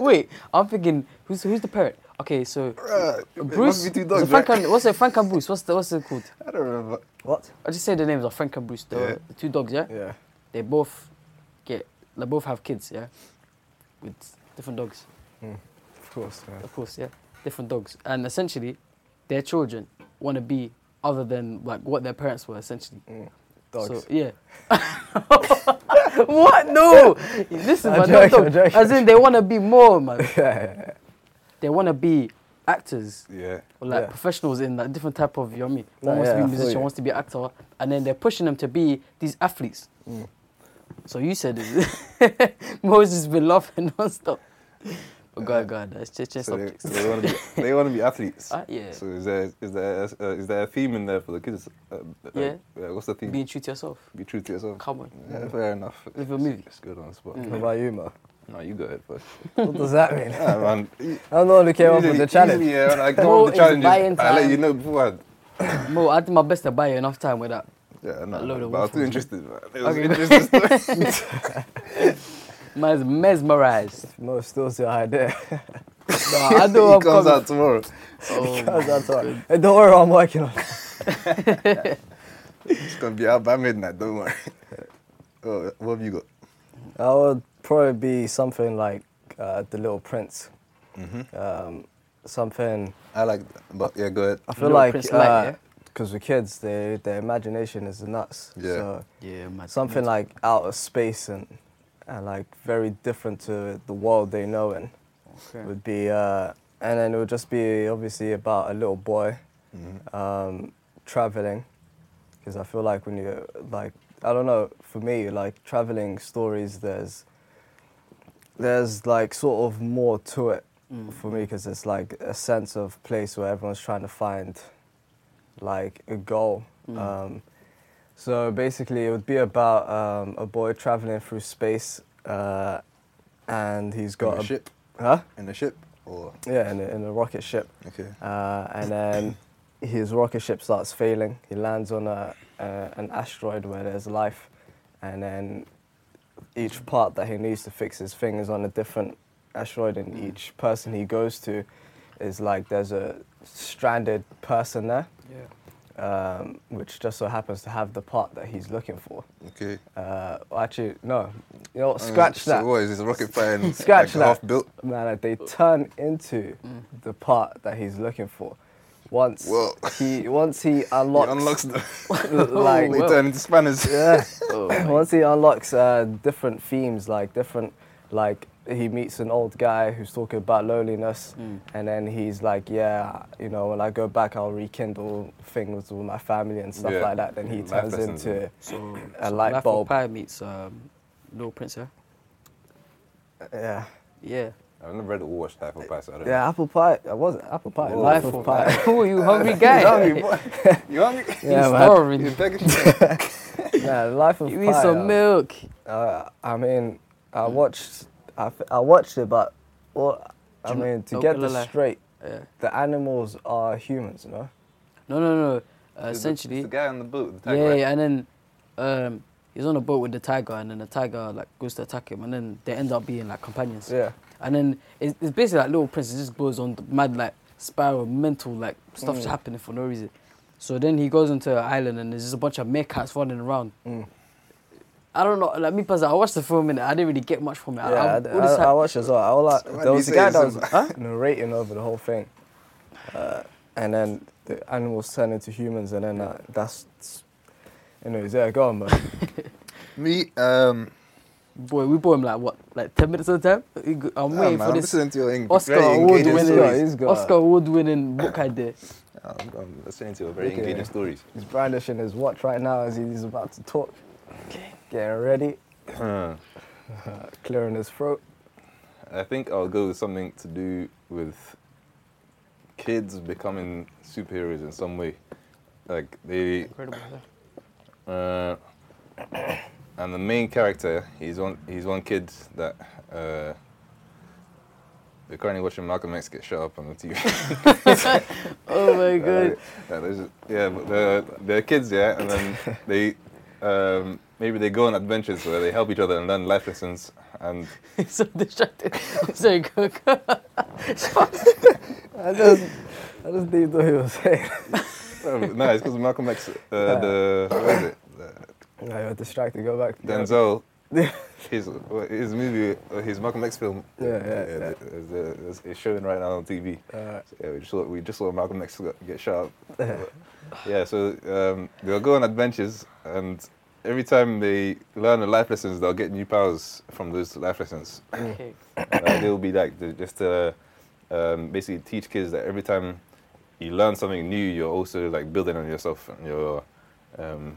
[SPEAKER 3] wait, I'm thinking who's who's the parent? Okay, so
[SPEAKER 6] Bruh, it must
[SPEAKER 3] Bruce.
[SPEAKER 6] be two
[SPEAKER 3] is it
[SPEAKER 6] dogs,
[SPEAKER 3] Frank
[SPEAKER 6] right?
[SPEAKER 3] and, what's it? Frank and Bruce. What's the what's it called?
[SPEAKER 6] I don't remember.
[SPEAKER 5] What?
[SPEAKER 3] I just say the names of Frank and Bruce. The,
[SPEAKER 6] Yeah.
[SPEAKER 3] the two dogs. Yeah?
[SPEAKER 5] Yeah.
[SPEAKER 3] They both get. They both have kids. Yeah. With different dogs,
[SPEAKER 5] Of course, man.
[SPEAKER 3] of course. Yeah. Different dogs, and essentially, their children want to be other than like what their parents were essentially.
[SPEAKER 5] Dogs.
[SPEAKER 3] So, yeah. what? No. Listen,
[SPEAKER 5] I'm
[SPEAKER 3] man. no,
[SPEAKER 5] joking,
[SPEAKER 3] no.
[SPEAKER 5] I'm joking.
[SPEAKER 3] As in, they want to be more, man.
[SPEAKER 5] yeah.
[SPEAKER 3] They want to be actors
[SPEAKER 6] Yeah.
[SPEAKER 3] or like
[SPEAKER 5] Yeah.
[SPEAKER 3] professionals in that different type of, you know what I mean?
[SPEAKER 5] No,
[SPEAKER 3] One wants
[SPEAKER 5] yeah,
[SPEAKER 3] to
[SPEAKER 5] I
[SPEAKER 3] be a
[SPEAKER 5] feel
[SPEAKER 3] musician,
[SPEAKER 5] you.
[SPEAKER 3] wants to be an actor, and then they're pushing them to be these athletes.
[SPEAKER 5] Mm.
[SPEAKER 3] So you said it. Moses has been laughing non-stop. Oh, God, God, that's just, just
[SPEAKER 6] So they,
[SPEAKER 3] subjects.
[SPEAKER 6] so they want to be they want to be athletes.
[SPEAKER 3] Ah, yeah.
[SPEAKER 6] So is there is there uh, is there a theme in there for the kids? Uh, uh,
[SPEAKER 3] Yeah.
[SPEAKER 6] uh, what's the theme?
[SPEAKER 3] Being true to yourself.
[SPEAKER 6] Be true to yourself.
[SPEAKER 3] Come on.
[SPEAKER 6] Yeah, fair enough.
[SPEAKER 3] Live your movie. Mm-hmm.
[SPEAKER 6] It's good on the spot.
[SPEAKER 5] What about you, Mo?
[SPEAKER 6] No, you go ahead first.
[SPEAKER 5] What does that mean?
[SPEAKER 6] yeah, man. You-
[SPEAKER 5] I'm the one who came up with
[SPEAKER 6] usually-
[SPEAKER 5] the challenge.
[SPEAKER 6] usually, yeah, when I come
[SPEAKER 3] Mo
[SPEAKER 6] up with
[SPEAKER 3] is
[SPEAKER 6] the challenges.
[SPEAKER 3] buying
[SPEAKER 6] I let you
[SPEAKER 3] time.
[SPEAKER 6] know beforehand.
[SPEAKER 3] Mo, I did my best to buy you enough time with that. A
[SPEAKER 6] Yeah,
[SPEAKER 3] load
[SPEAKER 6] no,
[SPEAKER 3] of
[SPEAKER 6] but I was too
[SPEAKER 3] waffles.
[SPEAKER 6] interested, man. It was
[SPEAKER 3] Okay.
[SPEAKER 6] interesting story.
[SPEAKER 3] Man's mesmerized.
[SPEAKER 5] Mo still your idea.
[SPEAKER 3] No, I know
[SPEAKER 6] He
[SPEAKER 3] I'm
[SPEAKER 6] comes
[SPEAKER 3] coming.
[SPEAKER 6] out tomorrow.
[SPEAKER 3] Oh,
[SPEAKER 5] That's that's all. Hey, don't worry, I'm working on it.
[SPEAKER 6] It's gonna be out by midnight. Don't worry. Oh, what have you got?
[SPEAKER 5] I would probably be something like uh, The Little Prince. Um, something.
[SPEAKER 6] I like that. But yeah, go ahead.
[SPEAKER 5] I feel
[SPEAKER 3] Little
[SPEAKER 5] like
[SPEAKER 3] Prince
[SPEAKER 5] because
[SPEAKER 3] light, yeah?
[SPEAKER 5] with kids, they, their imagination is nuts.
[SPEAKER 6] Yeah.
[SPEAKER 5] So
[SPEAKER 3] yeah, man.
[SPEAKER 5] something like out of space and and like very different to the world they know in
[SPEAKER 3] Okay.
[SPEAKER 5] would be uh, and then it would just be obviously about a little boy um, traveling because I feel like when you like I don't know for me like traveling stories there's there's like sort of more to it for me because it's like a sense of place where everyone's trying to find like a goal. Um, so basically, it would be about um, a boy traveling through space, uh, and he's got
[SPEAKER 6] In a ship?
[SPEAKER 5] huh?
[SPEAKER 6] In a ship? Or
[SPEAKER 5] Yeah, in a, in a rocket ship.
[SPEAKER 6] okay.
[SPEAKER 5] Uh, and then his rocket ship starts failing. He lands on a, a an asteroid where there's life, and then each part that he needs to fix his thing is on a different asteroid, and
[SPEAKER 6] Mm.
[SPEAKER 5] each person he goes to is like there's a stranded person there, um, which just so happens to have the part that he's looking for.
[SPEAKER 6] Okay.
[SPEAKER 5] Uh, well, actually, no, you know, what, scratch
[SPEAKER 6] Uh, So
[SPEAKER 5] that.
[SPEAKER 6] What is this rocket fire? and
[SPEAKER 5] Scratch
[SPEAKER 6] like
[SPEAKER 5] that.
[SPEAKER 6] Half built.
[SPEAKER 5] Man, like,
[SPEAKER 3] Uh,
[SPEAKER 5] they turn into
[SPEAKER 3] mm.
[SPEAKER 5] the part that he's looking for. Once
[SPEAKER 6] Whoa.
[SPEAKER 5] he once he unlocks,
[SPEAKER 6] It unlocks them.
[SPEAKER 5] like
[SPEAKER 6] they turn into spanners.
[SPEAKER 5] yeah.
[SPEAKER 3] Oh, my
[SPEAKER 5] once he unlocks uh, different themes, like different, like he meets an old guy who's talking about loneliness,
[SPEAKER 3] Mm.
[SPEAKER 5] and then he's like, yeah, you know, when I go back, I'll rekindle things with my family and stuff
[SPEAKER 6] Yeah.
[SPEAKER 5] like that. Then he
[SPEAKER 6] Life
[SPEAKER 5] turns
[SPEAKER 6] lessons,
[SPEAKER 5] into
[SPEAKER 6] yeah.
[SPEAKER 3] So,
[SPEAKER 5] a
[SPEAKER 3] so
[SPEAKER 5] light
[SPEAKER 3] Life of
[SPEAKER 5] bulb.
[SPEAKER 3] Pi meets um, Little Prince, yeah?
[SPEAKER 5] yeah.
[SPEAKER 3] Yeah.
[SPEAKER 6] I've never read or watched Half of Pie, so I don't
[SPEAKER 5] Yeah, apple pie. I wasn't apple pie.
[SPEAKER 6] Whoa.
[SPEAKER 5] Life
[SPEAKER 3] Life
[SPEAKER 5] of
[SPEAKER 3] of
[SPEAKER 5] pie.
[SPEAKER 3] Pi. Oh, you hungry guy.
[SPEAKER 6] know. You hungry?
[SPEAKER 5] Yeah,
[SPEAKER 3] He's
[SPEAKER 5] man.
[SPEAKER 3] starving.
[SPEAKER 6] You hungry?
[SPEAKER 5] Yeah, life of
[SPEAKER 3] You
[SPEAKER 5] pi.
[SPEAKER 3] need some
[SPEAKER 5] um,
[SPEAKER 3] milk.
[SPEAKER 5] Uh, I mean, I watched, I, f- I watched it, but well, I
[SPEAKER 3] Do you
[SPEAKER 5] mean,
[SPEAKER 3] kn-
[SPEAKER 5] to
[SPEAKER 3] no
[SPEAKER 5] get
[SPEAKER 3] color
[SPEAKER 5] this
[SPEAKER 3] lie.
[SPEAKER 5] straight,
[SPEAKER 3] Yeah.
[SPEAKER 5] the animals are humans, you know.
[SPEAKER 3] No, no, no. Uh,
[SPEAKER 6] It's the-
[SPEAKER 3] essentially.
[SPEAKER 6] it's the guy on the boat. The
[SPEAKER 3] yeah,
[SPEAKER 6] tiger, right?
[SPEAKER 3] yeah, and then um, he's on a boat with the tiger, and then the tiger like goes to attack him, and then they end up being like companions.
[SPEAKER 5] Yeah.
[SPEAKER 3] And then it's, it's basically like Little Prince just goes on the mad like spiral, mental like stuff's happening for no reason. So then he goes into an island, and there's just a bunch of meerkats running around. I don't know. Like me personally, I watched the film and I didn't really get much from it.
[SPEAKER 5] yeah, I,
[SPEAKER 3] all this
[SPEAKER 5] I, I
[SPEAKER 3] hap-
[SPEAKER 5] watched as well. I, all I,
[SPEAKER 6] Why do
[SPEAKER 5] there
[SPEAKER 6] you
[SPEAKER 5] was a
[SPEAKER 6] say
[SPEAKER 5] guy
[SPEAKER 6] it's
[SPEAKER 5] that was
[SPEAKER 6] simple?
[SPEAKER 5] narrating over the whole thing. Uh, and then the animals turn into humans, and then that, that's. Anyways, yeah, go on, man.
[SPEAKER 1] Me, um,
[SPEAKER 3] Boy, we bought him like what, like ten minutes at a time. He go- I'm
[SPEAKER 6] oh,
[SPEAKER 1] ah, man,
[SPEAKER 3] waiting for
[SPEAKER 1] I'm
[SPEAKER 3] this
[SPEAKER 1] listening to your eng-
[SPEAKER 3] Oscar
[SPEAKER 1] very
[SPEAKER 3] award
[SPEAKER 1] engaging
[SPEAKER 5] award-winning-
[SPEAKER 1] stories.
[SPEAKER 5] he's
[SPEAKER 3] winning,
[SPEAKER 5] got-
[SPEAKER 3] Oscar award winning book idea.
[SPEAKER 6] I'm, I'm listening to your very
[SPEAKER 5] Okay.
[SPEAKER 6] engaging stories.
[SPEAKER 5] He's brandishing his watch right now as he's about to talk. Getting ready,
[SPEAKER 6] Huh.
[SPEAKER 5] clearing his throat.
[SPEAKER 6] I think I'll go with something to do with kids becoming superheroes in some way. Like they
[SPEAKER 3] Incredible.
[SPEAKER 6] Uh, and the main character, he's one, he's one kid that uh, we're currently watching Malcolm X get shot up on the TV.
[SPEAKER 3] Oh my god.
[SPEAKER 6] yeah, there's- yeah, but they're, they're kids, yeah, and then they um, maybe they go on adventures where they help each other and learn life lessons. And
[SPEAKER 3] He's so distracted. I'm sorry, go, go.
[SPEAKER 5] I just, I just need what he was saying.
[SPEAKER 6] um, no, it's because Malcolm X, uh, the what is it?
[SPEAKER 5] No, you're distracted. Go back. to the-
[SPEAKER 6] Denzel. His, his movie, his Malcolm X film,
[SPEAKER 5] Yeah, yeah, yeah.
[SPEAKER 6] is, is- is showing right now on TV.
[SPEAKER 5] Alright.
[SPEAKER 6] Yeah, we just saw, we just saw Malcolm X got- get shot up. yeah, so um, they'll go on adventures, and every time they learn the life lessons, they'll get new powers from those life lessons.
[SPEAKER 3] Okay.
[SPEAKER 6] uh, they'll be like the, just to um, basically teach kids that every time you learn something new, you're also like building on yourself, and you're um,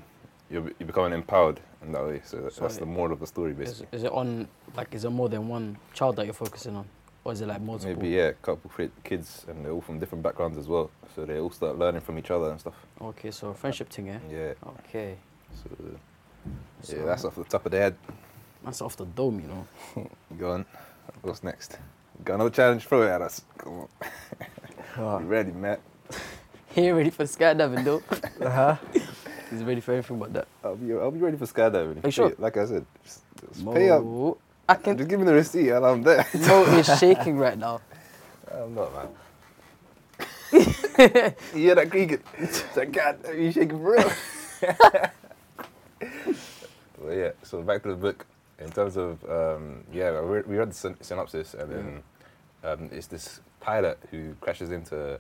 [SPEAKER 6] you're, be- you're becoming empowered in that way. So that- that's
[SPEAKER 3] So
[SPEAKER 6] the moral of the story,
[SPEAKER 3] Is,
[SPEAKER 6] basically.
[SPEAKER 3] is it on like is it more than one child that you're focusing on, or is it like multiple?
[SPEAKER 6] Maybe yeah, a couple of kids, and they're all from different backgrounds as well, so they all start learning from each other and stuff.
[SPEAKER 3] Okay, so friendship thing, yeah.
[SPEAKER 6] Yeah.
[SPEAKER 3] Okay.
[SPEAKER 6] So, yeah,
[SPEAKER 3] So-
[SPEAKER 6] that's off the top of the head.
[SPEAKER 3] That's off the dome, you know.
[SPEAKER 6] Go on. What's next? Got another challenge throw it at us. Come on.
[SPEAKER 5] Oh,
[SPEAKER 6] You ready, Matt?
[SPEAKER 3] He ain't ready for skydiving though.
[SPEAKER 5] uh-huh.
[SPEAKER 3] He's ready for everything but that.
[SPEAKER 6] I'll be, I'll be ready for skydiving.
[SPEAKER 3] Are you sure?
[SPEAKER 6] Like I said, just, just pay up.
[SPEAKER 3] Mo- I can.
[SPEAKER 6] Just give me the receipt and I'm there.
[SPEAKER 3] Mo is shaking right now.
[SPEAKER 6] I'm not, man. you hear that creaking? It's like, God, are you shaking for real? well, yeah, so back to the book. In terms of, um, yeah, we we read the syn- synopsis and then um, it's this pilot who crashes into,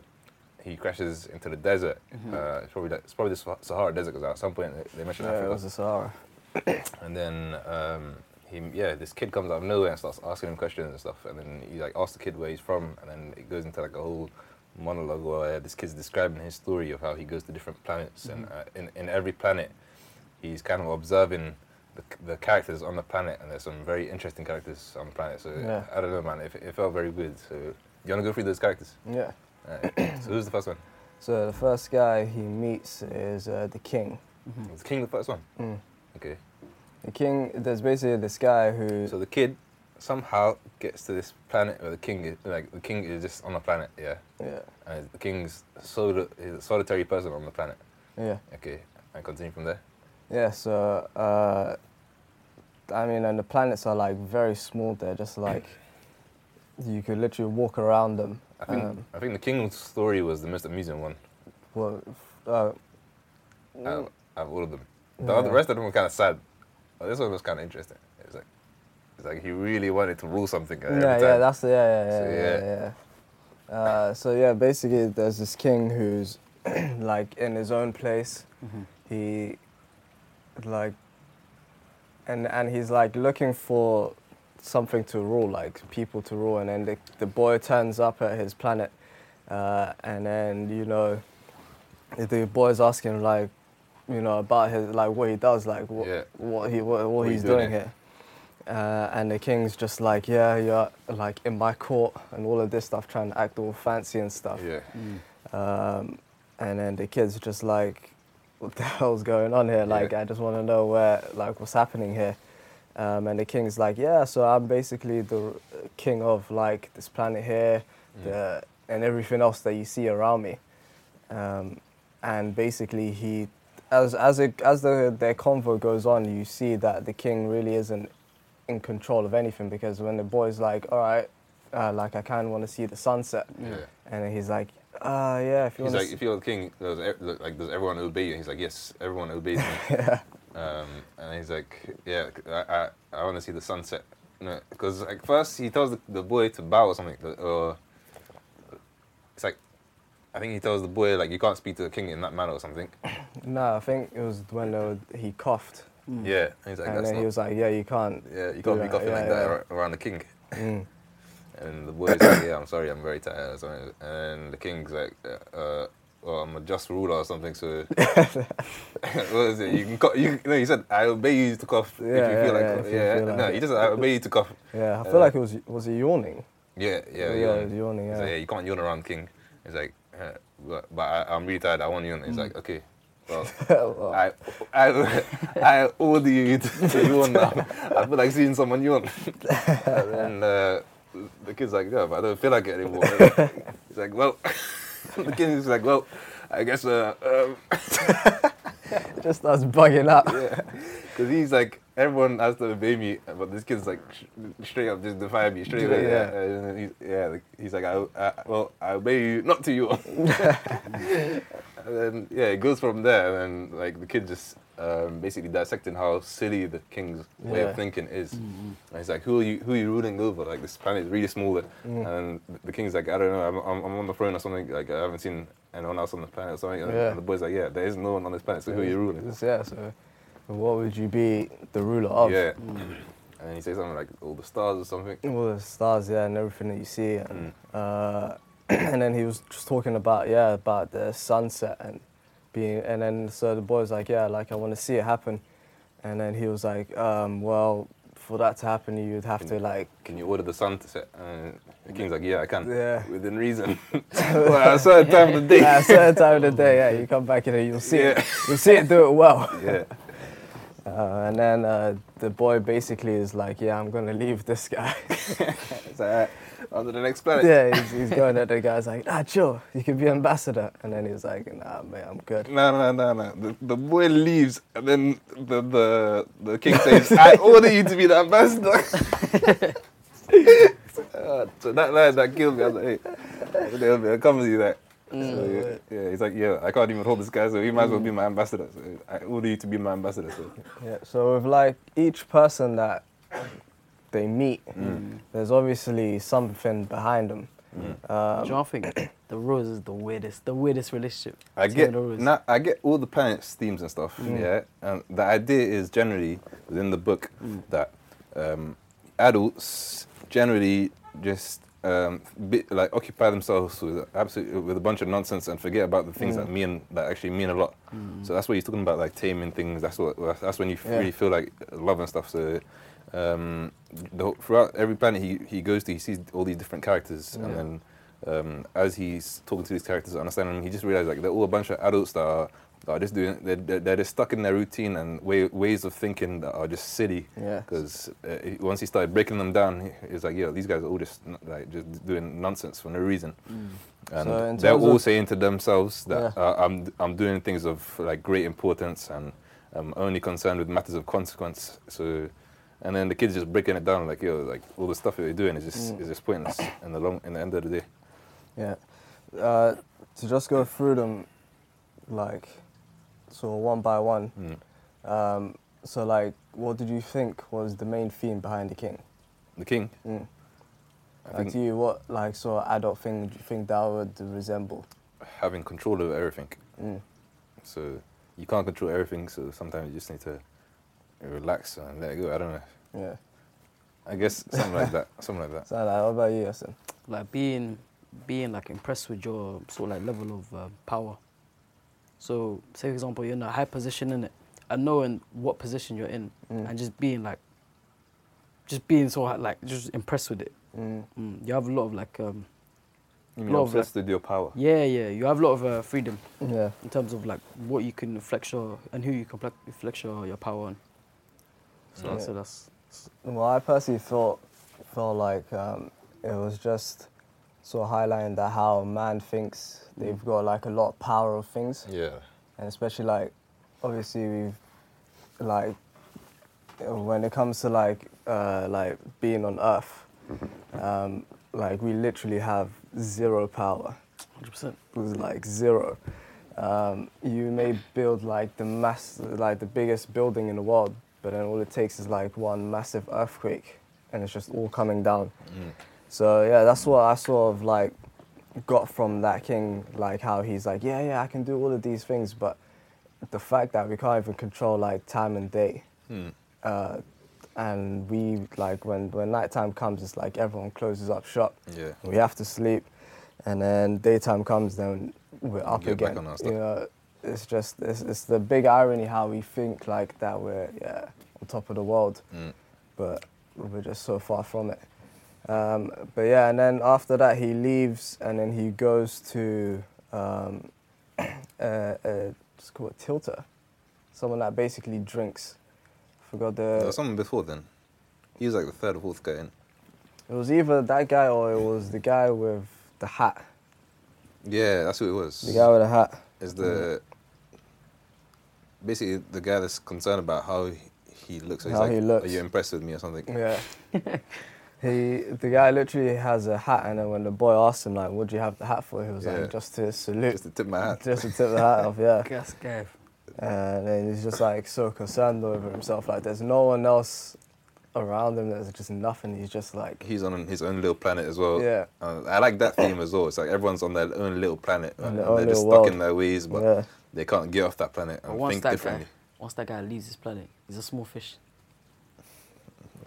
[SPEAKER 6] he crashes into the desert. Uh, it's, probably that, it's probably the Sah- Sahara Desert because at some point they, they mentioned
[SPEAKER 5] yeah, it
[SPEAKER 6] Africa.
[SPEAKER 5] was the Sahara.
[SPEAKER 6] And then um, he, yeah, this kid comes out of nowhere and starts asking him questions and stuff. And then he like asks the kid where he's from, and then it goes into like a whole monologue where this kid's describing his story of how he goes to different planets,
[SPEAKER 5] Mm-hmm.
[SPEAKER 6] and uh, in in every planet, he's kind of observing. The, c- the characters on the planet, and there's some very interesting characters on the planet. So
[SPEAKER 5] Yeah.
[SPEAKER 6] I don't know, man. It, it felt very good. So you wanna go through those characters?
[SPEAKER 5] Yeah.
[SPEAKER 6] Alright. so who's the first one?
[SPEAKER 5] So the first guy he meets is uh, the king.
[SPEAKER 6] Is King the first one?
[SPEAKER 5] Mm-hmm. Mm.
[SPEAKER 6] Okay.
[SPEAKER 5] The king, there's basically this guy who.
[SPEAKER 6] So the kid somehow gets to this planet where the king is like the king is just on the planet, yeah.
[SPEAKER 5] yeah,
[SPEAKER 6] And the king's solo, he's a solitary person on the planet.
[SPEAKER 5] yeah,
[SPEAKER 6] Okay, and continue from there.
[SPEAKER 5] yeah. So, uh, I mean, and the planets are like very small. They're just like you could literally walk around them.
[SPEAKER 6] I think
[SPEAKER 5] Um,
[SPEAKER 6] I think the king's story was the most amusing one
[SPEAKER 5] well, f- uh,
[SPEAKER 6] out of, out of all of them. The, other,
[SPEAKER 5] Yeah.
[SPEAKER 6] rest of them were kind of sad, but this one was kind of interesting. It was like it's like he really wanted to rule something. uh, Every
[SPEAKER 5] yeah,
[SPEAKER 6] time.
[SPEAKER 5] yeah, that's the, yeah, yeah,
[SPEAKER 6] So,
[SPEAKER 5] yeah,
[SPEAKER 6] yeah.
[SPEAKER 5] yeah. yeah, yeah. Uh, so yeah, basically, there's this king who's like in his own place. He like, and and he's like looking for something to rule, like people to rule, and then the, the boy turns up at his planet, uh, and then you know, the boy's asking like, you know, about his like what he does, like what
[SPEAKER 6] Yeah.
[SPEAKER 5] what he what, what,
[SPEAKER 6] are you
[SPEAKER 5] he's
[SPEAKER 6] doing
[SPEAKER 5] doing
[SPEAKER 6] here?
[SPEAKER 5] here. Uh, and the king's just like, yeah, you're like in my court and all of this stuff, trying to act all fancy and stuff.
[SPEAKER 6] yeah.
[SPEAKER 5] Um, and then the kid's just like, what the hell's going on here? Like,
[SPEAKER 6] Yeah.
[SPEAKER 5] I just want to know where, like, what's happening here. Um, and the king's like, yeah, so I'm basically the r- king of like this planet here,
[SPEAKER 6] Mm.
[SPEAKER 5] the, and everything else that you see around me. Um, and basically, he, as as it, as the their convo goes on, you see that the king really isn't in control of anything because when the boy's like, all right, uh, like I kind of want to see the sunset,
[SPEAKER 6] Yeah.
[SPEAKER 5] and then he's like, uh, yeah, if you
[SPEAKER 6] He's
[SPEAKER 5] want
[SPEAKER 6] like,
[SPEAKER 5] to.
[SPEAKER 6] if you're the king, does ev- like does everyone obey you? And he's like, yes, everyone obeys me. um, and he's like, yeah, I, I, I want to see the sunset. Because like first he tells the, the boy to bow or something, or it's like I think he tells the boy like you can't speak to the king in that manner or something.
[SPEAKER 5] No, I think it was when they were, he coughed,
[SPEAKER 6] Yeah, and he's like
[SPEAKER 5] Mm. and
[SPEAKER 6] that's
[SPEAKER 5] then
[SPEAKER 6] not.
[SPEAKER 5] he was like, "Yeah, you can't."
[SPEAKER 6] yeah, you
[SPEAKER 5] do
[SPEAKER 6] can't be
[SPEAKER 5] that."
[SPEAKER 6] coughing
[SPEAKER 5] Yeah,
[SPEAKER 6] like
[SPEAKER 5] yeah. Mm.
[SPEAKER 6] that ar- around the king. and the boy's like, yeah, I'm sorry, I'm very tired. Or something. And the king's like, uh, uh, well, I'm a just ruler or something. So what is it? You can cough. You, no, he said I obey you to cough if you
[SPEAKER 5] Yeah,
[SPEAKER 6] feel
[SPEAKER 5] yeah,
[SPEAKER 6] like.
[SPEAKER 5] yeah,
[SPEAKER 6] cough."
[SPEAKER 5] if you
[SPEAKER 6] yeah,
[SPEAKER 5] feel
[SPEAKER 6] no,
[SPEAKER 5] like
[SPEAKER 6] he
[SPEAKER 5] it.
[SPEAKER 6] just I obey you to cough.
[SPEAKER 5] Yeah, I feel
[SPEAKER 6] Uh,
[SPEAKER 5] like it was was he yawning?
[SPEAKER 6] Yeah,
[SPEAKER 5] Yeah,
[SPEAKER 6] yeah, yawn.
[SPEAKER 5] yawning,
[SPEAKER 6] He's like,
[SPEAKER 5] yeah.
[SPEAKER 6] yeah, you can't yawn around king. He's like, uh, but, but I, I'm really tired. I want to yawn. He's like, okay. Well,
[SPEAKER 5] Hmm. Well.
[SPEAKER 6] I, I, I order you to, to yawn now. I feel like seeing someone yawn. and then uh, the kid's like, yeah, but I don't feel like it anymore. He's like, well, the kid's like, well, I guess, uh, um,
[SPEAKER 5] Just starts bugging up.
[SPEAKER 6] Because he's like, everyone has to obey me, but this kid's like, sh- straight up, just defy me, straight up.
[SPEAKER 5] Yeah.
[SPEAKER 6] Yeah. And he's, yeah like, he's like, I, I, well, I obey you, not to you. and then, yeah, it goes from there. And then, like, the kid just um, basically dissecting how silly the king's
[SPEAKER 5] Yeah.
[SPEAKER 6] way
[SPEAKER 5] Mm-hmm.
[SPEAKER 6] of thinking is. And he's like, who are you, who are you ruling over? Like, this planet is really small.
[SPEAKER 5] Mm.
[SPEAKER 6] And the king's like, I don't know, I'm, I'm, I'm on the throne or something. Like, I haven't seen anyone else on this planet or something. And
[SPEAKER 5] Yeah.
[SPEAKER 6] the boy's like, yeah, there is no one on this planet, so who are you ruling?
[SPEAKER 5] Yeah, so what would you be the ruler of?
[SPEAKER 6] Yeah. And he says something like all the stars or something.
[SPEAKER 5] all the stars, yeah, and everything that you see.
[SPEAKER 6] Mm.
[SPEAKER 5] And, uh, and then he was just talking about, yeah, about the sunset and being, and then so the boy was like, yeah, like I want to see it happen. And then he was like, um, well, for that to happen, you'd have to like,
[SPEAKER 6] Can you order the sun to set? And the king's like, yeah, I can.
[SPEAKER 5] Yeah.
[SPEAKER 6] Within reason. well, at a certain time of the day.
[SPEAKER 5] at a certain time of the day, yeah, you come back and you'll see
[SPEAKER 6] Yeah.
[SPEAKER 5] it, you'll see it do it well.
[SPEAKER 6] yeah.
[SPEAKER 5] Uh, and then uh, the boy basically is like, yeah, I'm gonna leave this guy.
[SPEAKER 6] It's like, "Alright, on to the next planet.
[SPEAKER 5] yeah, he's, he's going at the guy's like, ah, chill, you can be ambassador. And then he's like, nah, mate, I'm good.
[SPEAKER 6] No, no, no, no. The, the boy leaves, and then the, the, the king says, I order you to be the ambassador. Uh, so that line that killed me. I was like, hey, there'll be a comedy that. So, yeah, yeah, he's like, yeah, I can't even hold this guy, so he might as well be my ambassador. So I order you to be my ambassador. So
[SPEAKER 5] Yeah, so with like each person that they meet, there's obviously something behind them. Uh,
[SPEAKER 6] Um,
[SPEAKER 3] Do you know, I think the Rose is the weirdest, the weirdest relationship.
[SPEAKER 6] I
[SPEAKER 3] Tim
[SPEAKER 6] get
[SPEAKER 3] and the Rose.
[SPEAKER 6] now, I get all the planets themes and stuff. Yeah, and the idea is generally within the book that um, adults generally just um, be, like occupy themselves with absolute with a bunch of nonsense and forget about the things that mean that actually mean a lot. So that's what he's talking about, like taming things. That's what that's- that's when you
[SPEAKER 5] Yeah.
[SPEAKER 6] really feel like love and stuff. So. Um, the, whole- throughout every planet he, he goes to, he sees all these different characters, and then um, as he's talking to these characters, understanding them, he just realized like they're all a bunch of adults that are, that are just doing, they're, they're, they're just stuck in their routine and way, ways of thinking that are just silly.
[SPEAKER 5] Yeah.
[SPEAKER 6] Because uh, he- once he started breaking them down, he- he was like, yo, these guys are all just n- like just doing nonsense for no reason. And
[SPEAKER 5] Mm. So in
[SPEAKER 6] they're
[SPEAKER 5] terms
[SPEAKER 6] all
[SPEAKER 5] of-
[SPEAKER 6] saying to themselves that
[SPEAKER 5] Yeah.
[SPEAKER 6] uh, I'm, I'm doing things of like great importance and I'm only concerned with matters of consequence. So, and then the kids just breaking it down like, yo, like all the stuff that they're doing is just, is just pointless in the long, in the end of the day.
[SPEAKER 5] Yeah. Uh, to just go through them, like, sort of one by one. Um, so, like, what did you think was the main theme behind the king? Mm.
[SPEAKER 6] The king. I
[SPEAKER 5] Like,
[SPEAKER 6] think-
[SPEAKER 5] to you, what like sort of adult thing do you think that would resemble?
[SPEAKER 6] having control over everything. So you can't control everything. So sometimes you just need to relax and let it go. I don't know.
[SPEAKER 5] Yeah.
[SPEAKER 6] I guess something like that. Something like
[SPEAKER 5] So,
[SPEAKER 6] that.
[SPEAKER 5] like, what about you, Yasin?
[SPEAKER 3] like being being like impressed with your sort of like level of uh, power. So say for example you're in a high position in it, and knowing what position you're in,
[SPEAKER 6] Mm.
[SPEAKER 3] and just being like, just being so hi- like just impressed with it. Mm, you have a lot of like, um,
[SPEAKER 6] You
[SPEAKER 3] mean Love obsessed
[SPEAKER 6] obsessed with your power.
[SPEAKER 3] yeah, yeah. You have a lot of uh, freedom
[SPEAKER 5] Yeah.
[SPEAKER 3] in terms of like what you can flex your and who you can flex- flex your, your power on. So,
[SPEAKER 5] Yeah.
[SPEAKER 3] so that's
[SPEAKER 5] Well, I personally thought felt like um, it was just sort of highlighting that how man thinks they've got like a lot of power of things,
[SPEAKER 6] Yeah.
[SPEAKER 5] and especially like obviously we've like uh, when it comes to like uh, like being on Earth,
[SPEAKER 3] Mm-hmm.
[SPEAKER 5] um, like we literally have zero power
[SPEAKER 3] hundred percent.
[SPEAKER 5] was like zero. Um, you may build like the mass, like the biggest building in the world, but then all it takes is like one massive earthquake, and it's just all coming down. So yeah, that's what I sort of like got from that king, like how he's like, yeah, yeah, I can do all of these things, but the fact that we can't even control like time and day, uh, and we like when when nighttime comes, it's like everyone closes up shop.
[SPEAKER 6] Yeah.
[SPEAKER 5] We have to sleep, and then daytime comes, then we're up
[SPEAKER 6] Get back
[SPEAKER 5] again.
[SPEAKER 6] on our stuff.
[SPEAKER 5] you know, it's just it's, it's the big irony how we think like that we're yeah on top of the world,
[SPEAKER 6] Mm.
[SPEAKER 5] but we're just so far from it. Um, but yeah, and then after that he leaves, and then he goes to um, uh, uh, it's called a tilter, someone that basically drinks. Forgot
[SPEAKER 6] There
[SPEAKER 5] the.
[SPEAKER 6] was someone before then. He was like the third or fourth guy in.
[SPEAKER 5] It was either that guy or it was the guy with the hat.
[SPEAKER 6] Yeah, that's who it was.
[SPEAKER 5] The guy with the hat.
[SPEAKER 6] is the basically the guy that's concerned about how he- he looks. So he's
[SPEAKER 5] Mm. How
[SPEAKER 6] like,
[SPEAKER 5] he looks.
[SPEAKER 6] Are you impressed with me or something?
[SPEAKER 5] Yeah. he the guy literally has a hat, and then when the boy asked him like, "What do you have the hat for?" He was
[SPEAKER 6] Yeah.
[SPEAKER 5] like, "Just to salute."
[SPEAKER 6] Just to tip my hat.
[SPEAKER 5] Just to tip the hat off, yeah.
[SPEAKER 3] Gas guy.
[SPEAKER 5] And then he's just like so concerned over himself. Like there's no one else around him. There's just nothing. He's just like
[SPEAKER 6] He's on his own little planet as well.
[SPEAKER 5] Yeah.
[SPEAKER 6] Uh, I like that theme as well. It's like everyone's on their own little planet.
[SPEAKER 5] On
[SPEAKER 6] and
[SPEAKER 5] their own
[SPEAKER 6] they're just
[SPEAKER 5] little
[SPEAKER 6] stuck in
[SPEAKER 5] world.
[SPEAKER 6] their ways, but
[SPEAKER 5] Yeah.
[SPEAKER 6] they can't get off that planet
[SPEAKER 3] But
[SPEAKER 6] and
[SPEAKER 3] once
[SPEAKER 6] think
[SPEAKER 3] that guy,
[SPEAKER 6] differently.
[SPEAKER 3] once that guy leaves this planet, he's a small fish.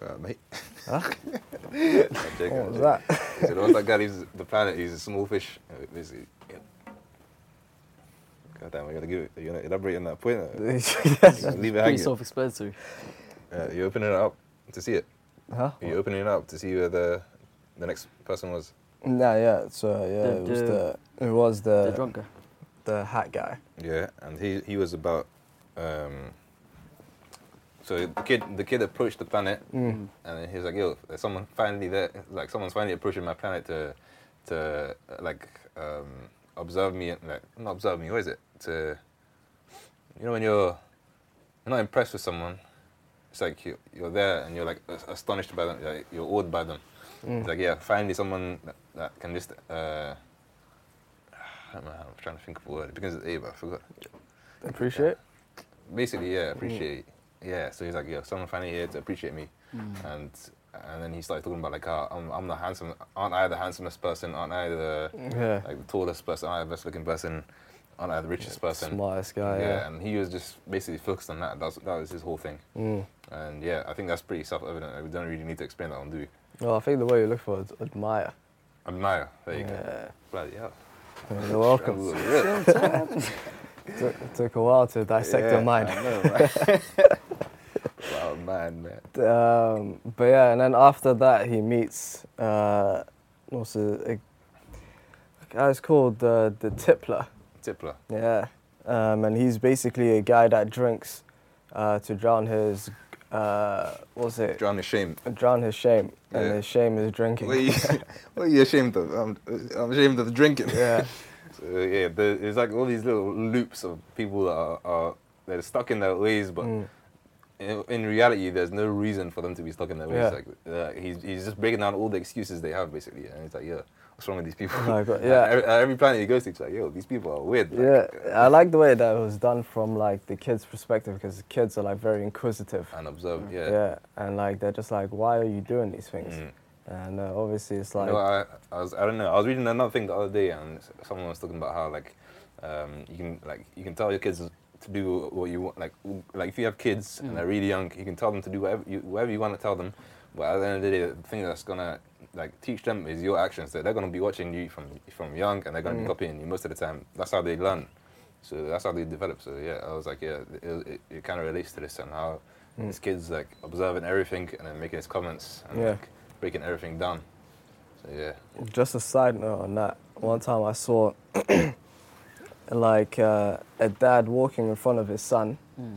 [SPEAKER 6] Uh, mate.
[SPEAKER 5] Huh?
[SPEAKER 6] I'm joking,
[SPEAKER 5] what
[SPEAKER 6] I'm
[SPEAKER 5] was
[SPEAKER 6] joking.
[SPEAKER 5] that?
[SPEAKER 6] He said, once that guy leaves the planet, he's a small fish. Uh, Basically. Yeah. God damn, we're gonna give it. You're gonna elaborate on that point. Uh,
[SPEAKER 5] yes.
[SPEAKER 6] leave it
[SPEAKER 3] Pretty
[SPEAKER 6] hanging.
[SPEAKER 3] self-explanatory.
[SPEAKER 6] Uh, you're opening it up to see it.
[SPEAKER 5] Huh?
[SPEAKER 6] Are you opening it up to see where the the next person was?
[SPEAKER 5] Nah, yeah. So yeah,
[SPEAKER 3] The-
[SPEAKER 5] it was
[SPEAKER 3] the-
[SPEAKER 5] the it was the
[SPEAKER 6] Uh,
[SPEAKER 3] the drunk guy.
[SPEAKER 5] the hat guy.
[SPEAKER 6] Yeah, and he he was about. Um, so the kid the kid approached the planet, and then he was like, "Yo, there's someone finally there. Like someone's finally approaching my planet to to uh, like um, observe me and like not observe me. What is it? To you know when you're you're not impressed with someone, it's like you, you're there and you're like as- astonished by them, like you're awed by them. It's like yeah, finally someone that, that can just. Uh, I don't know, I'm trying to think of a word. It begins with A, but I forgot.
[SPEAKER 5] Appreciate.
[SPEAKER 6] Basically, yeah, appreciate. Yeah, so he's like, yo, someone finally here to appreciate me,
[SPEAKER 5] Mm.
[SPEAKER 6] and and then he started talking about like, oh, I'm, I'm the handsome, aren't I the handsomest person? Aren't I the
[SPEAKER 5] Yeah.
[SPEAKER 6] like the tallest person? Aren't I the best looking person? Aren't I the richest person?
[SPEAKER 5] Smartest guy. Yeah.
[SPEAKER 6] and he was just basically focused on that. That's, that was his whole thing.
[SPEAKER 5] Mm.
[SPEAKER 6] And yeah, I think that's pretty self-evident. Like, we don't really need to explain that one, do we?
[SPEAKER 5] Well, I think the way you look for it is admire.
[SPEAKER 6] Admire. There you go.
[SPEAKER 5] Yeah.
[SPEAKER 6] Bloody hell.
[SPEAKER 5] You're welcome.
[SPEAKER 6] Struggle with it.
[SPEAKER 5] took, took a while to dissect
[SPEAKER 6] Yeah,
[SPEAKER 5] your mind.
[SPEAKER 6] I know, right? wow, man, man.
[SPEAKER 5] um, but yeah, and then after that, he meets uh, what's the a guy's called uh, the the Tippler.
[SPEAKER 6] Tipler.
[SPEAKER 5] Yeah, um, and he's basically a guy that drinks uh, to drown his uh, what's it?
[SPEAKER 6] Drown in shame.
[SPEAKER 5] Drown his shame, and
[SPEAKER 6] Yeah.
[SPEAKER 5] his shame is drinking.
[SPEAKER 6] What are, you, what are you ashamed of? I'm, I'm ashamed of drinking.
[SPEAKER 5] yeah,
[SPEAKER 6] So, Uh, yeah, there- there's like all these little loops of people that are, are they're stuck in their ways, but in, in reality, there's no reason for them to be stuck in their ways.
[SPEAKER 5] Yeah.
[SPEAKER 6] Like uh, he's, he's just breaking down all the excuses they have basically, and it's like, yeah, what's wrong with these people?
[SPEAKER 5] Oh, God,
[SPEAKER 6] At
[SPEAKER 5] yeah.
[SPEAKER 6] every, at every planet he goes to, it's like, yo, these people are weird. like, uh,
[SPEAKER 5] yeah. I like the way that it was done from like the kids' perspective because the kids are like very inquisitive.
[SPEAKER 6] And observed, yeah. Mm.
[SPEAKER 5] Yeah, and like they're just like, why are you doing these things? And uh, obviously, it's like
[SPEAKER 6] You know, I, I was I don't know. I was reading another thing the other day, and s- someone was talking about how like um, you can like you can tell your kids to do what you want. Like w- like if you have kids
[SPEAKER 5] Mm.
[SPEAKER 6] and they're really young, you can tell them to do whatever you whatever you want to tell them. But at the end of the day, the thing that's gonna like teach them is your actions. So they're gonna be watching you from from young, and they're
[SPEAKER 5] Mm.
[SPEAKER 6] gonna be copying you most of the time. That's how they learn. So that's how they develop. So yeah, I was like, yeah, it, it, it kind of relates to this and how
[SPEAKER 5] Mm.
[SPEAKER 6] these kids like observing everything and then making his comments and
[SPEAKER 5] Yeah.
[SPEAKER 6] like breaking everything down. So yeah,
[SPEAKER 5] Just a side note on that. One time I saw like uh, a dad walking in front of his son,
[SPEAKER 3] Hmm.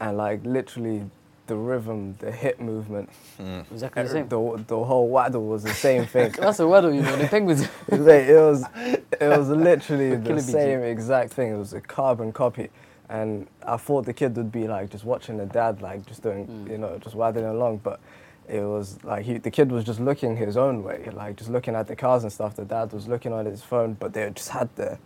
[SPEAKER 5] and like literally the rhythm, the hip movement,
[SPEAKER 3] Exactly the
[SPEAKER 5] the,
[SPEAKER 3] same.
[SPEAKER 5] the whole waddle was the same thing.
[SPEAKER 3] That's a word, you know. The penguins.
[SPEAKER 5] Mate, it was it was literally
[SPEAKER 3] Killer
[SPEAKER 5] the
[SPEAKER 3] bee,
[SPEAKER 5] same exact thing. It was a carbon copy. And I thought the kid would be like just watching the dad, like just doing,
[SPEAKER 3] Hmm.
[SPEAKER 5] you know, just waddling along. But it was like he, the kid was just looking his own way, like just looking at the cars and stuff. The dad was looking on his phone, but they just had the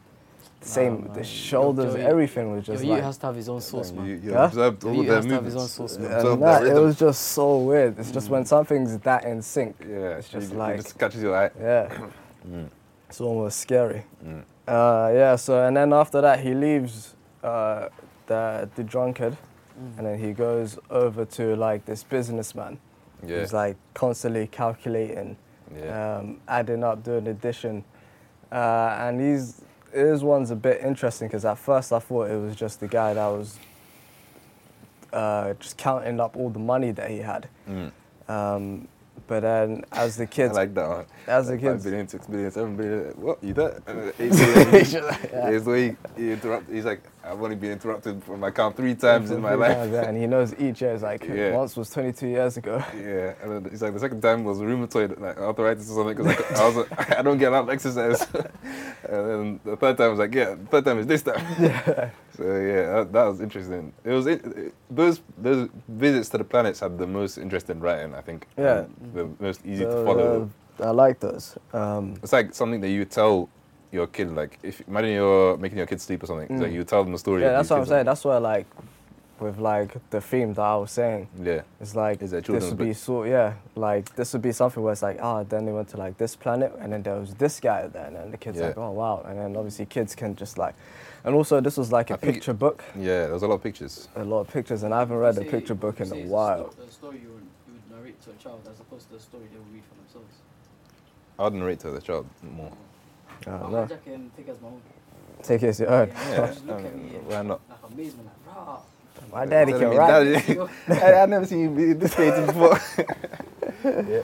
[SPEAKER 5] same,
[SPEAKER 3] man.
[SPEAKER 5] the shoulders,
[SPEAKER 3] Oh, Yo, yo,
[SPEAKER 5] everything was
[SPEAKER 3] Yo,
[SPEAKER 5] just
[SPEAKER 3] you
[SPEAKER 5] like.
[SPEAKER 3] has to have his own source, man.
[SPEAKER 6] you
[SPEAKER 5] Huh?
[SPEAKER 6] observed
[SPEAKER 3] all
[SPEAKER 6] all
[SPEAKER 3] He their
[SPEAKER 6] their
[SPEAKER 3] has to have his
[SPEAKER 6] movements.
[SPEAKER 3] own movements, source, you man.
[SPEAKER 5] and that, it was just so
[SPEAKER 3] Hmm.
[SPEAKER 5] weird. It's just when something is that in sync,
[SPEAKER 6] yeah,
[SPEAKER 5] it's just like,
[SPEAKER 6] catches your eye.
[SPEAKER 5] yeah. It's almost scary.
[SPEAKER 6] Mm.
[SPEAKER 5] Uh, yeah, so and then after that, he leaves uh, the, the drunkard and then he goes over to like this businessman
[SPEAKER 6] Yeah.
[SPEAKER 5] who's like constantly calculating,
[SPEAKER 6] Yeah.
[SPEAKER 5] um, adding up, doing addition. Uh, and he's, his one's a bit interesting because at first I thought it was just the guy that was uh, just counting up all the money that he had. Um, but then as the
[SPEAKER 6] I
[SPEAKER 5] kids
[SPEAKER 6] Mm. like that one.
[SPEAKER 5] As a
[SPEAKER 6] like
[SPEAKER 5] kid.
[SPEAKER 6] Five billion, six billion, seven billion. What? You that? Uh, Eight billion. It's the way he interrupt. He's like, I've only been interrupted from my count three times in my
[SPEAKER 5] Something
[SPEAKER 6] life.
[SPEAKER 5] like that, and he knows each year. It's like
[SPEAKER 6] Yeah.
[SPEAKER 5] once was 22 years ago.
[SPEAKER 6] Yeah, and then he's like the second time was rheumatoid, like arthritis or something, because like, I was like, I don't get enough exercise. and then the third time was like, yeah, the third time is this time. Yeah. So yeah, that, that was interesting. It was it, it- those those visits to the planets had the most interesting writing, I think.
[SPEAKER 5] Yeah.
[SPEAKER 6] and the most easy to
[SPEAKER 5] So,
[SPEAKER 6] follow.
[SPEAKER 5] uh, I like those. Um,
[SPEAKER 6] It's like something that you tell your kid, like if imagine you're making your kid sleep or something, it's like you tell them a story.
[SPEAKER 5] Mm. yeah,
[SPEAKER 6] of
[SPEAKER 5] that's
[SPEAKER 6] your
[SPEAKER 5] what I'm
[SPEAKER 6] kids.
[SPEAKER 5] saying. That's why like with like the theme that I was saying.
[SPEAKER 6] Yeah.
[SPEAKER 5] It's like this
[SPEAKER 6] Is that children's
[SPEAKER 5] would be
[SPEAKER 6] book?
[SPEAKER 5] sort yeah, like this would be something where it's like ah then they went to like this planet and then there was this guy there and then the kids
[SPEAKER 6] Yeah.
[SPEAKER 5] like oh wow and then obviously kids can just like, and also this was like a
[SPEAKER 6] I think it-
[SPEAKER 5] picture book,
[SPEAKER 6] Yeah, there was a lot of pictures.
[SPEAKER 5] a lot of pictures and I haven't read a picture book in a while.
[SPEAKER 7] The story you would, you would narrate to a child as opposed to the story they would read for themselves.
[SPEAKER 6] I'd narrate to the child more.
[SPEAKER 5] I
[SPEAKER 7] I'll
[SPEAKER 5] don't know.
[SPEAKER 7] hijack it and take it as my own.
[SPEAKER 5] Take it as your own.
[SPEAKER 7] Yeah,
[SPEAKER 6] Yeah,
[SPEAKER 7] just look at me
[SPEAKER 6] why not?
[SPEAKER 7] like amazement, like, rah.
[SPEAKER 5] My daddy
[SPEAKER 6] Tell
[SPEAKER 5] can
[SPEAKER 6] me,
[SPEAKER 5] write.
[SPEAKER 6] Daddy- I, I've never seen you be this creative before.
[SPEAKER 5] Yeah.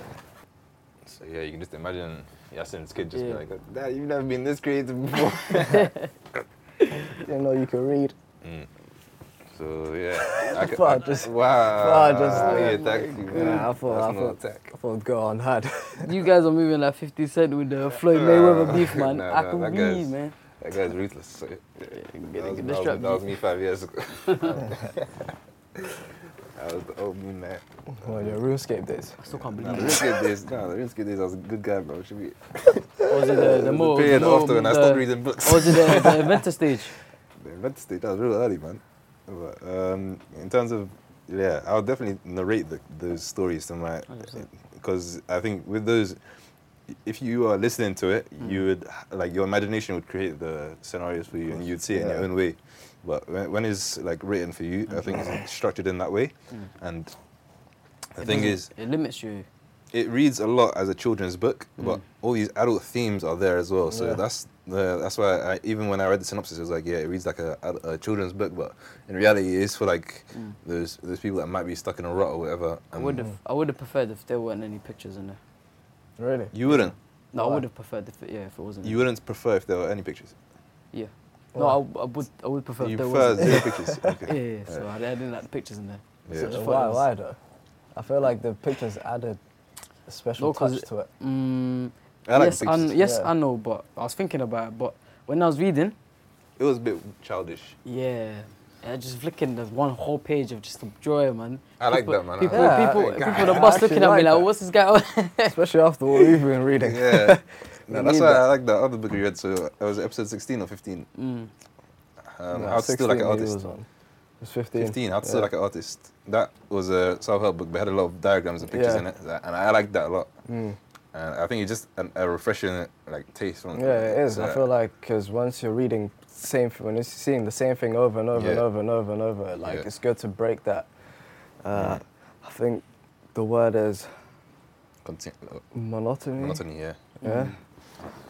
[SPEAKER 6] So yeah, you can just imagine Yasin's kid just
[SPEAKER 3] Yeah.
[SPEAKER 6] be like, Dad, you've never been this creative before.
[SPEAKER 5] Didn't know you could read.
[SPEAKER 6] so yeah, I could,
[SPEAKER 5] Fuck,
[SPEAKER 6] I,
[SPEAKER 5] just-
[SPEAKER 6] wow,
[SPEAKER 5] fuck, just-
[SPEAKER 6] yeah,
[SPEAKER 5] yeah,
[SPEAKER 6] attack you, man.
[SPEAKER 5] Nah, I thought,
[SPEAKER 6] That's
[SPEAKER 5] I
[SPEAKER 6] not
[SPEAKER 5] thought,
[SPEAKER 6] attack.
[SPEAKER 5] I thought go on hard.
[SPEAKER 3] You guys are moving like 50 Cent with the Floyd Mayweather beef, man.
[SPEAKER 6] Nah,
[SPEAKER 3] I
[SPEAKER 6] nah,
[SPEAKER 3] can
[SPEAKER 6] that
[SPEAKER 3] read,
[SPEAKER 6] guy's-
[SPEAKER 3] man.
[SPEAKER 6] That guy's ruthless. So, yeah,
[SPEAKER 3] get-
[SPEAKER 6] that,
[SPEAKER 3] get
[SPEAKER 6] was, that, was,
[SPEAKER 3] distracted.
[SPEAKER 6] that was me five years ago. that was the old me, man.
[SPEAKER 5] well, your RuneScape days.
[SPEAKER 3] I still can't
[SPEAKER 6] Nah, the
[SPEAKER 3] believe it.
[SPEAKER 6] Rinscape days, nah, the Rinscape days, I was a good guy, bro. Should be.
[SPEAKER 3] Or was it the, the
[SPEAKER 6] There's a
[SPEAKER 3] more.
[SPEAKER 6] period
[SPEAKER 3] more-
[SPEAKER 6] after when I
[SPEAKER 3] the-
[SPEAKER 6] stopped reading books.
[SPEAKER 3] Or was it the, the inventor stage?
[SPEAKER 6] The event stage, that was real early, man. But um, in terms of, yeah, I'll definitely narrate the, those stories to my, because I think with those, if you are listening to it,
[SPEAKER 3] Mm.
[SPEAKER 6] you would like your imagination would create the scenarios for you, and you'd see it in your
[SPEAKER 5] Yeah.
[SPEAKER 6] own way. But when, when it's like written for you, I think it's structured in that way, and the
[SPEAKER 3] Mm. It
[SPEAKER 6] thing
[SPEAKER 3] doesn't-
[SPEAKER 6] is,
[SPEAKER 3] it limits you.
[SPEAKER 6] it reads a lot as a children's book,
[SPEAKER 3] Mm.
[SPEAKER 6] but all these adult themes are there as well. So
[SPEAKER 5] Yeah.
[SPEAKER 6] that's the, that's why I, even when I read the synopsis, it was like, yeah, it reads like a, ad- a children's book, but in reality, it's for like those those people that might be stuck in a rut or whatever.
[SPEAKER 3] Mm.
[SPEAKER 6] Um,
[SPEAKER 3] I
[SPEAKER 6] and
[SPEAKER 3] would have I would have preferred if there weren't any pictures in there.
[SPEAKER 5] Really?
[SPEAKER 6] You wouldn't.
[SPEAKER 3] No, I
[SPEAKER 5] Why?
[SPEAKER 3] would have preferred if it, yeah, if it wasn't.
[SPEAKER 6] You wouldn't prefer if there were any pictures.
[SPEAKER 3] Yeah. No, I, I would I would prefer
[SPEAKER 6] you
[SPEAKER 3] if there
[SPEAKER 6] prefer
[SPEAKER 3] wasn't.
[SPEAKER 6] zero pictures.
[SPEAKER 3] Yeah,
[SPEAKER 6] Okay.
[SPEAKER 3] yeah, so I, I didn't like the pictures in there.
[SPEAKER 6] Yeah.
[SPEAKER 3] So I just thought it
[SPEAKER 5] Why,
[SPEAKER 3] was-
[SPEAKER 5] why though? I feel like the pictures added a special
[SPEAKER 3] No, 'cause
[SPEAKER 5] touch
[SPEAKER 3] it-
[SPEAKER 5] to it.
[SPEAKER 3] Mm,
[SPEAKER 6] I like
[SPEAKER 3] yes,
[SPEAKER 6] the
[SPEAKER 3] I,
[SPEAKER 6] pictures.
[SPEAKER 3] kn- yes,
[SPEAKER 5] Yeah.
[SPEAKER 3] I know, but I was thinking about it. But when I was reading,
[SPEAKER 6] It was a bit childish.
[SPEAKER 3] yeah, I just flicking the one whole page of just the joy, man.
[SPEAKER 6] I like
[SPEAKER 3] people,
[SPEAKER 6] that, man. I
[SPEAKER 3] People,
[SPEAKER 5] like
[SPEAKER 3] people,
[SPEAKER 6] that.
[SPEAKER 3] people on
[SPEAKER 5] I
[SPEAKER 3] the bus
[SPEAKER 5] actually
[SPEAKER 3] looking at me
[SPEAKER 5] like
[SPEAKER 3] like,
[SPEAKER 5] that.
[SPEAKER 3] "What's this guy?" on?"
[SPEAKER 5] Especially after what we've been reading.
[SPEAKER 6] Yeah. no,
[SPEAKER 5] We
[SPEAKER 6] that's
[SPEAKER 5] need
[SPEAKER 6] why I
[SPEAKER 5] that.
[SPEAKER 6] like the other book we read. So it was episode sixteen or fifteen.
[SPEAKER 3] Mm.
[SPEAKER 6] Um,
[SPEAKER 5] No,
[SPEAKER 6] I was still like
[SPEAKER 5] 16
[SPEAKER 6] an
[SPEAKER 5] he
[SPEAKER 6] artist.
[SPEAKER 5] was on. It was 15.
[SPEAKER 6] 15, I'd still
[SPEAKER 5] yeah.
[SPEAKER 6] like an artist. That was a self-help book, but had a lot of diagrams and pictures
[SPEAKER 5] Yeah.
[SPEAKER 6] in it, tha- and I liked that a lot.
[SPEAKER 5] Mm.
[SPEAKER 6] And I think it's just an, a refreshing like taste. From uh,
[SPEAKER 5] Yeah, it is. I
[SPEAKER 6] so-
[SPEAKER 5] feel like because once you're reading same, th- when you're seeing the same thing over and over and
[SPEAKER 6] Yeah.
[SPEAKER 5] over and over and over, like
[SPEAKER 6] Yeah.
[SPEAKER 5] it's good to break that. Uh, I think the word is
[SPEAKER 6] Continu-
[SPEAKER 5] monotony.
[SPEAKER 6] monotony. Yeah,
[SPEAKER 5] Yeah.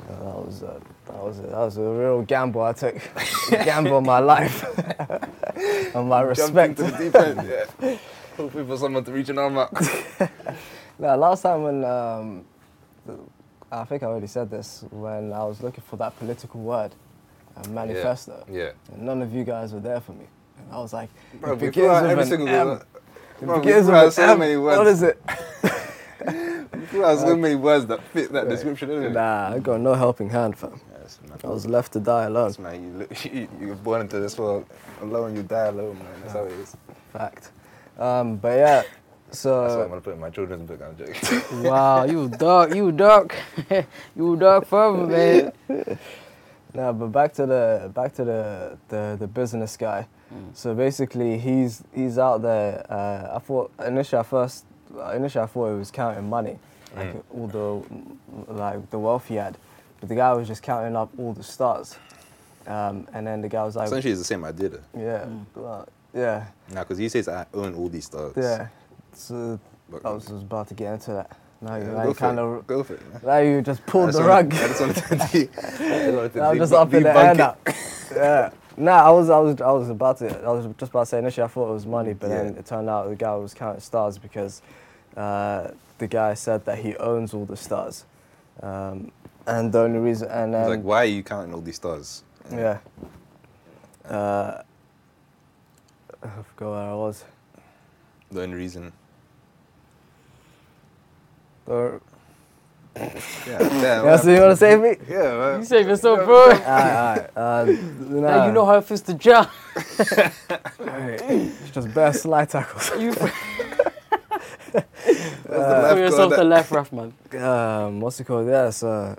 [SPEAKER 5] Uh, that was a, that was a, that was a real gamble I took. gamble on my life and my respect.
[SPEAKER 6] Jumped into the deep end. Yeah. Hoping for someone to reach an arm out.
[SPEAKER 5] Now, last time when um, th- I think I already said this when I was looking for that political word, a manifesto.
[SPEAKER 6] Yeah.
[SPEAKER 5] And none of you guys were there for me. And I was like,
[SPEAKER 6] Bro,
[SPEAKER 5] it
[SPEAKER 6] we
[SPEAKER 5] begins
[SPEAKER 6] threw out
[SPEAKER 5] with
[SPEAKER 6] every
[SPEAKER 5] an
[SPEAKER 6] single
[SPEAKER 5] M.
[SPEAKER 6] word.
[SPEAKER 5] It
[SPEAKER 6] Bro, we
[SPEAKER 5] begins
[SPEAKER 6] threw
[SPEAKER 5] with
[SPEAKER 6] out
[SPEAKER 5] an
[SPEAKER 6] so
[SPEAKER 5] M.
[SPEAKER 6] many
[SPEAKER 5] What
[SPEAKER 6] words.
[SPEAKER 5] is it?
[SPEAKER 6] There are so many words that fit that description. Anyway.
[SPEAKER 5] nah, I got no helping hand, fam.
[SPEAKER 6] Yes,
[SPEAKER 5] I
[SPEAKER 6] man.
[SPEAKER 5] was left to die alone.
[SPEAKER 6] Yes, man. You, look, you, you're born into this world alone. You die alone, man. That's how it is.
[SPEAKER 5] Fact. Um, but yeah,
[SPEAKER 6] That's what
[SPEAKER 5] so
[SPEAKER 6] I'm gonna put in my children's book. I'm joking.
[SPEAKER 3] wow, you dark, you dark, you dark forever, man.
[SPEAKER 5] No, but back to the back to the the, the business guy.
[SPEAKER 6] Mm.
[SPEAKER 5] So basically, he's he's out there. Uh, I thought initially, I first
[SPEAKER 6] Mm.
[SPEAKER 5] initially I thought he was counting money, like all the like the wealth he had. But the guy was just counting up all the starts. Um, and then the guy was like,
[SPEAKER 6] Essentially, Mm. it's the same idea. though.
[SPEAKER 5] yeah, well, yeah,
[SPEAKER 6] Nah, because he says I own all these stars.
[SPEAKER 5] yeah. So
[SPEAKER 6] But-
[SPEAKER 5] I was just about to get into that. Now, you-
[SPEAKER 6] Yeah,
[SPEAKER 5] now
[SPEAKER 6] go
[SPEAKER 5] you
[SPEAKER 6] for
[SPEAKER 5] kind
[SPEAKER 6] it.
[SPEAKER 5] of,
[SPEAKER 6] Go for it. man.
[SPEAKER 5] now you just pulled
[SPEAKER 6] I just
[SPEAKER 5] the
[SPEAKER 6] wanted-
[SPEAKER 5] rug.
[SPEAKER 6] I just wanted to. de- I just wanted to
[SPEAKER 5] I'm
[SPEAKER 6] debunk-
[SPEAKER 5] just up in the air
[SPEAKER 6] debunk
[SPEAKER 5] now.
[SPEAKER 6] it.
[SPEAKER 5] yeah. Nah, I was, I was, I was about to. I was just about to say initially I thought it was money, but then
[SPEAKER 6] Yeah.
[SPEAKER 5] it turned out the guy was counting stars because uh, the guy said that he owns all the stars, um, and the only reason and
[SPEAKER 6] He's
[SPEAKER 5] then
[SPEAKER 6] like, why are you counting all these stars?
[SPEAKER 5] yeah. Uh, I forgot where I was.
[SPEAKER 6] The only reason.
[SPEAKER 5] Or-
[SPEAKER 6] Yeah, yeah,
[SPEAKER 5] Yeah, so you want to save me?
[SPEAKER 6] yeah, man.
[SPEAKER 3] You save yourself, bro.
[SPEAKER 5] Alright, alright. Uh,
[SPEAKER 3] Now
[SPEAKER 5] nah.
[SPEAKER 3] you know how it feels to jump.
[SPEAKER 5] It's just best slide tackles.
[SPEAKER 3] You throw
[SPEAKER 6] left
[SPEAKER 3] yourself
[SPEAKER 6] corner.
[SPEAKER 3] to left, ref, man.
[SPEAKER 5] um, what's it called? Yeah, so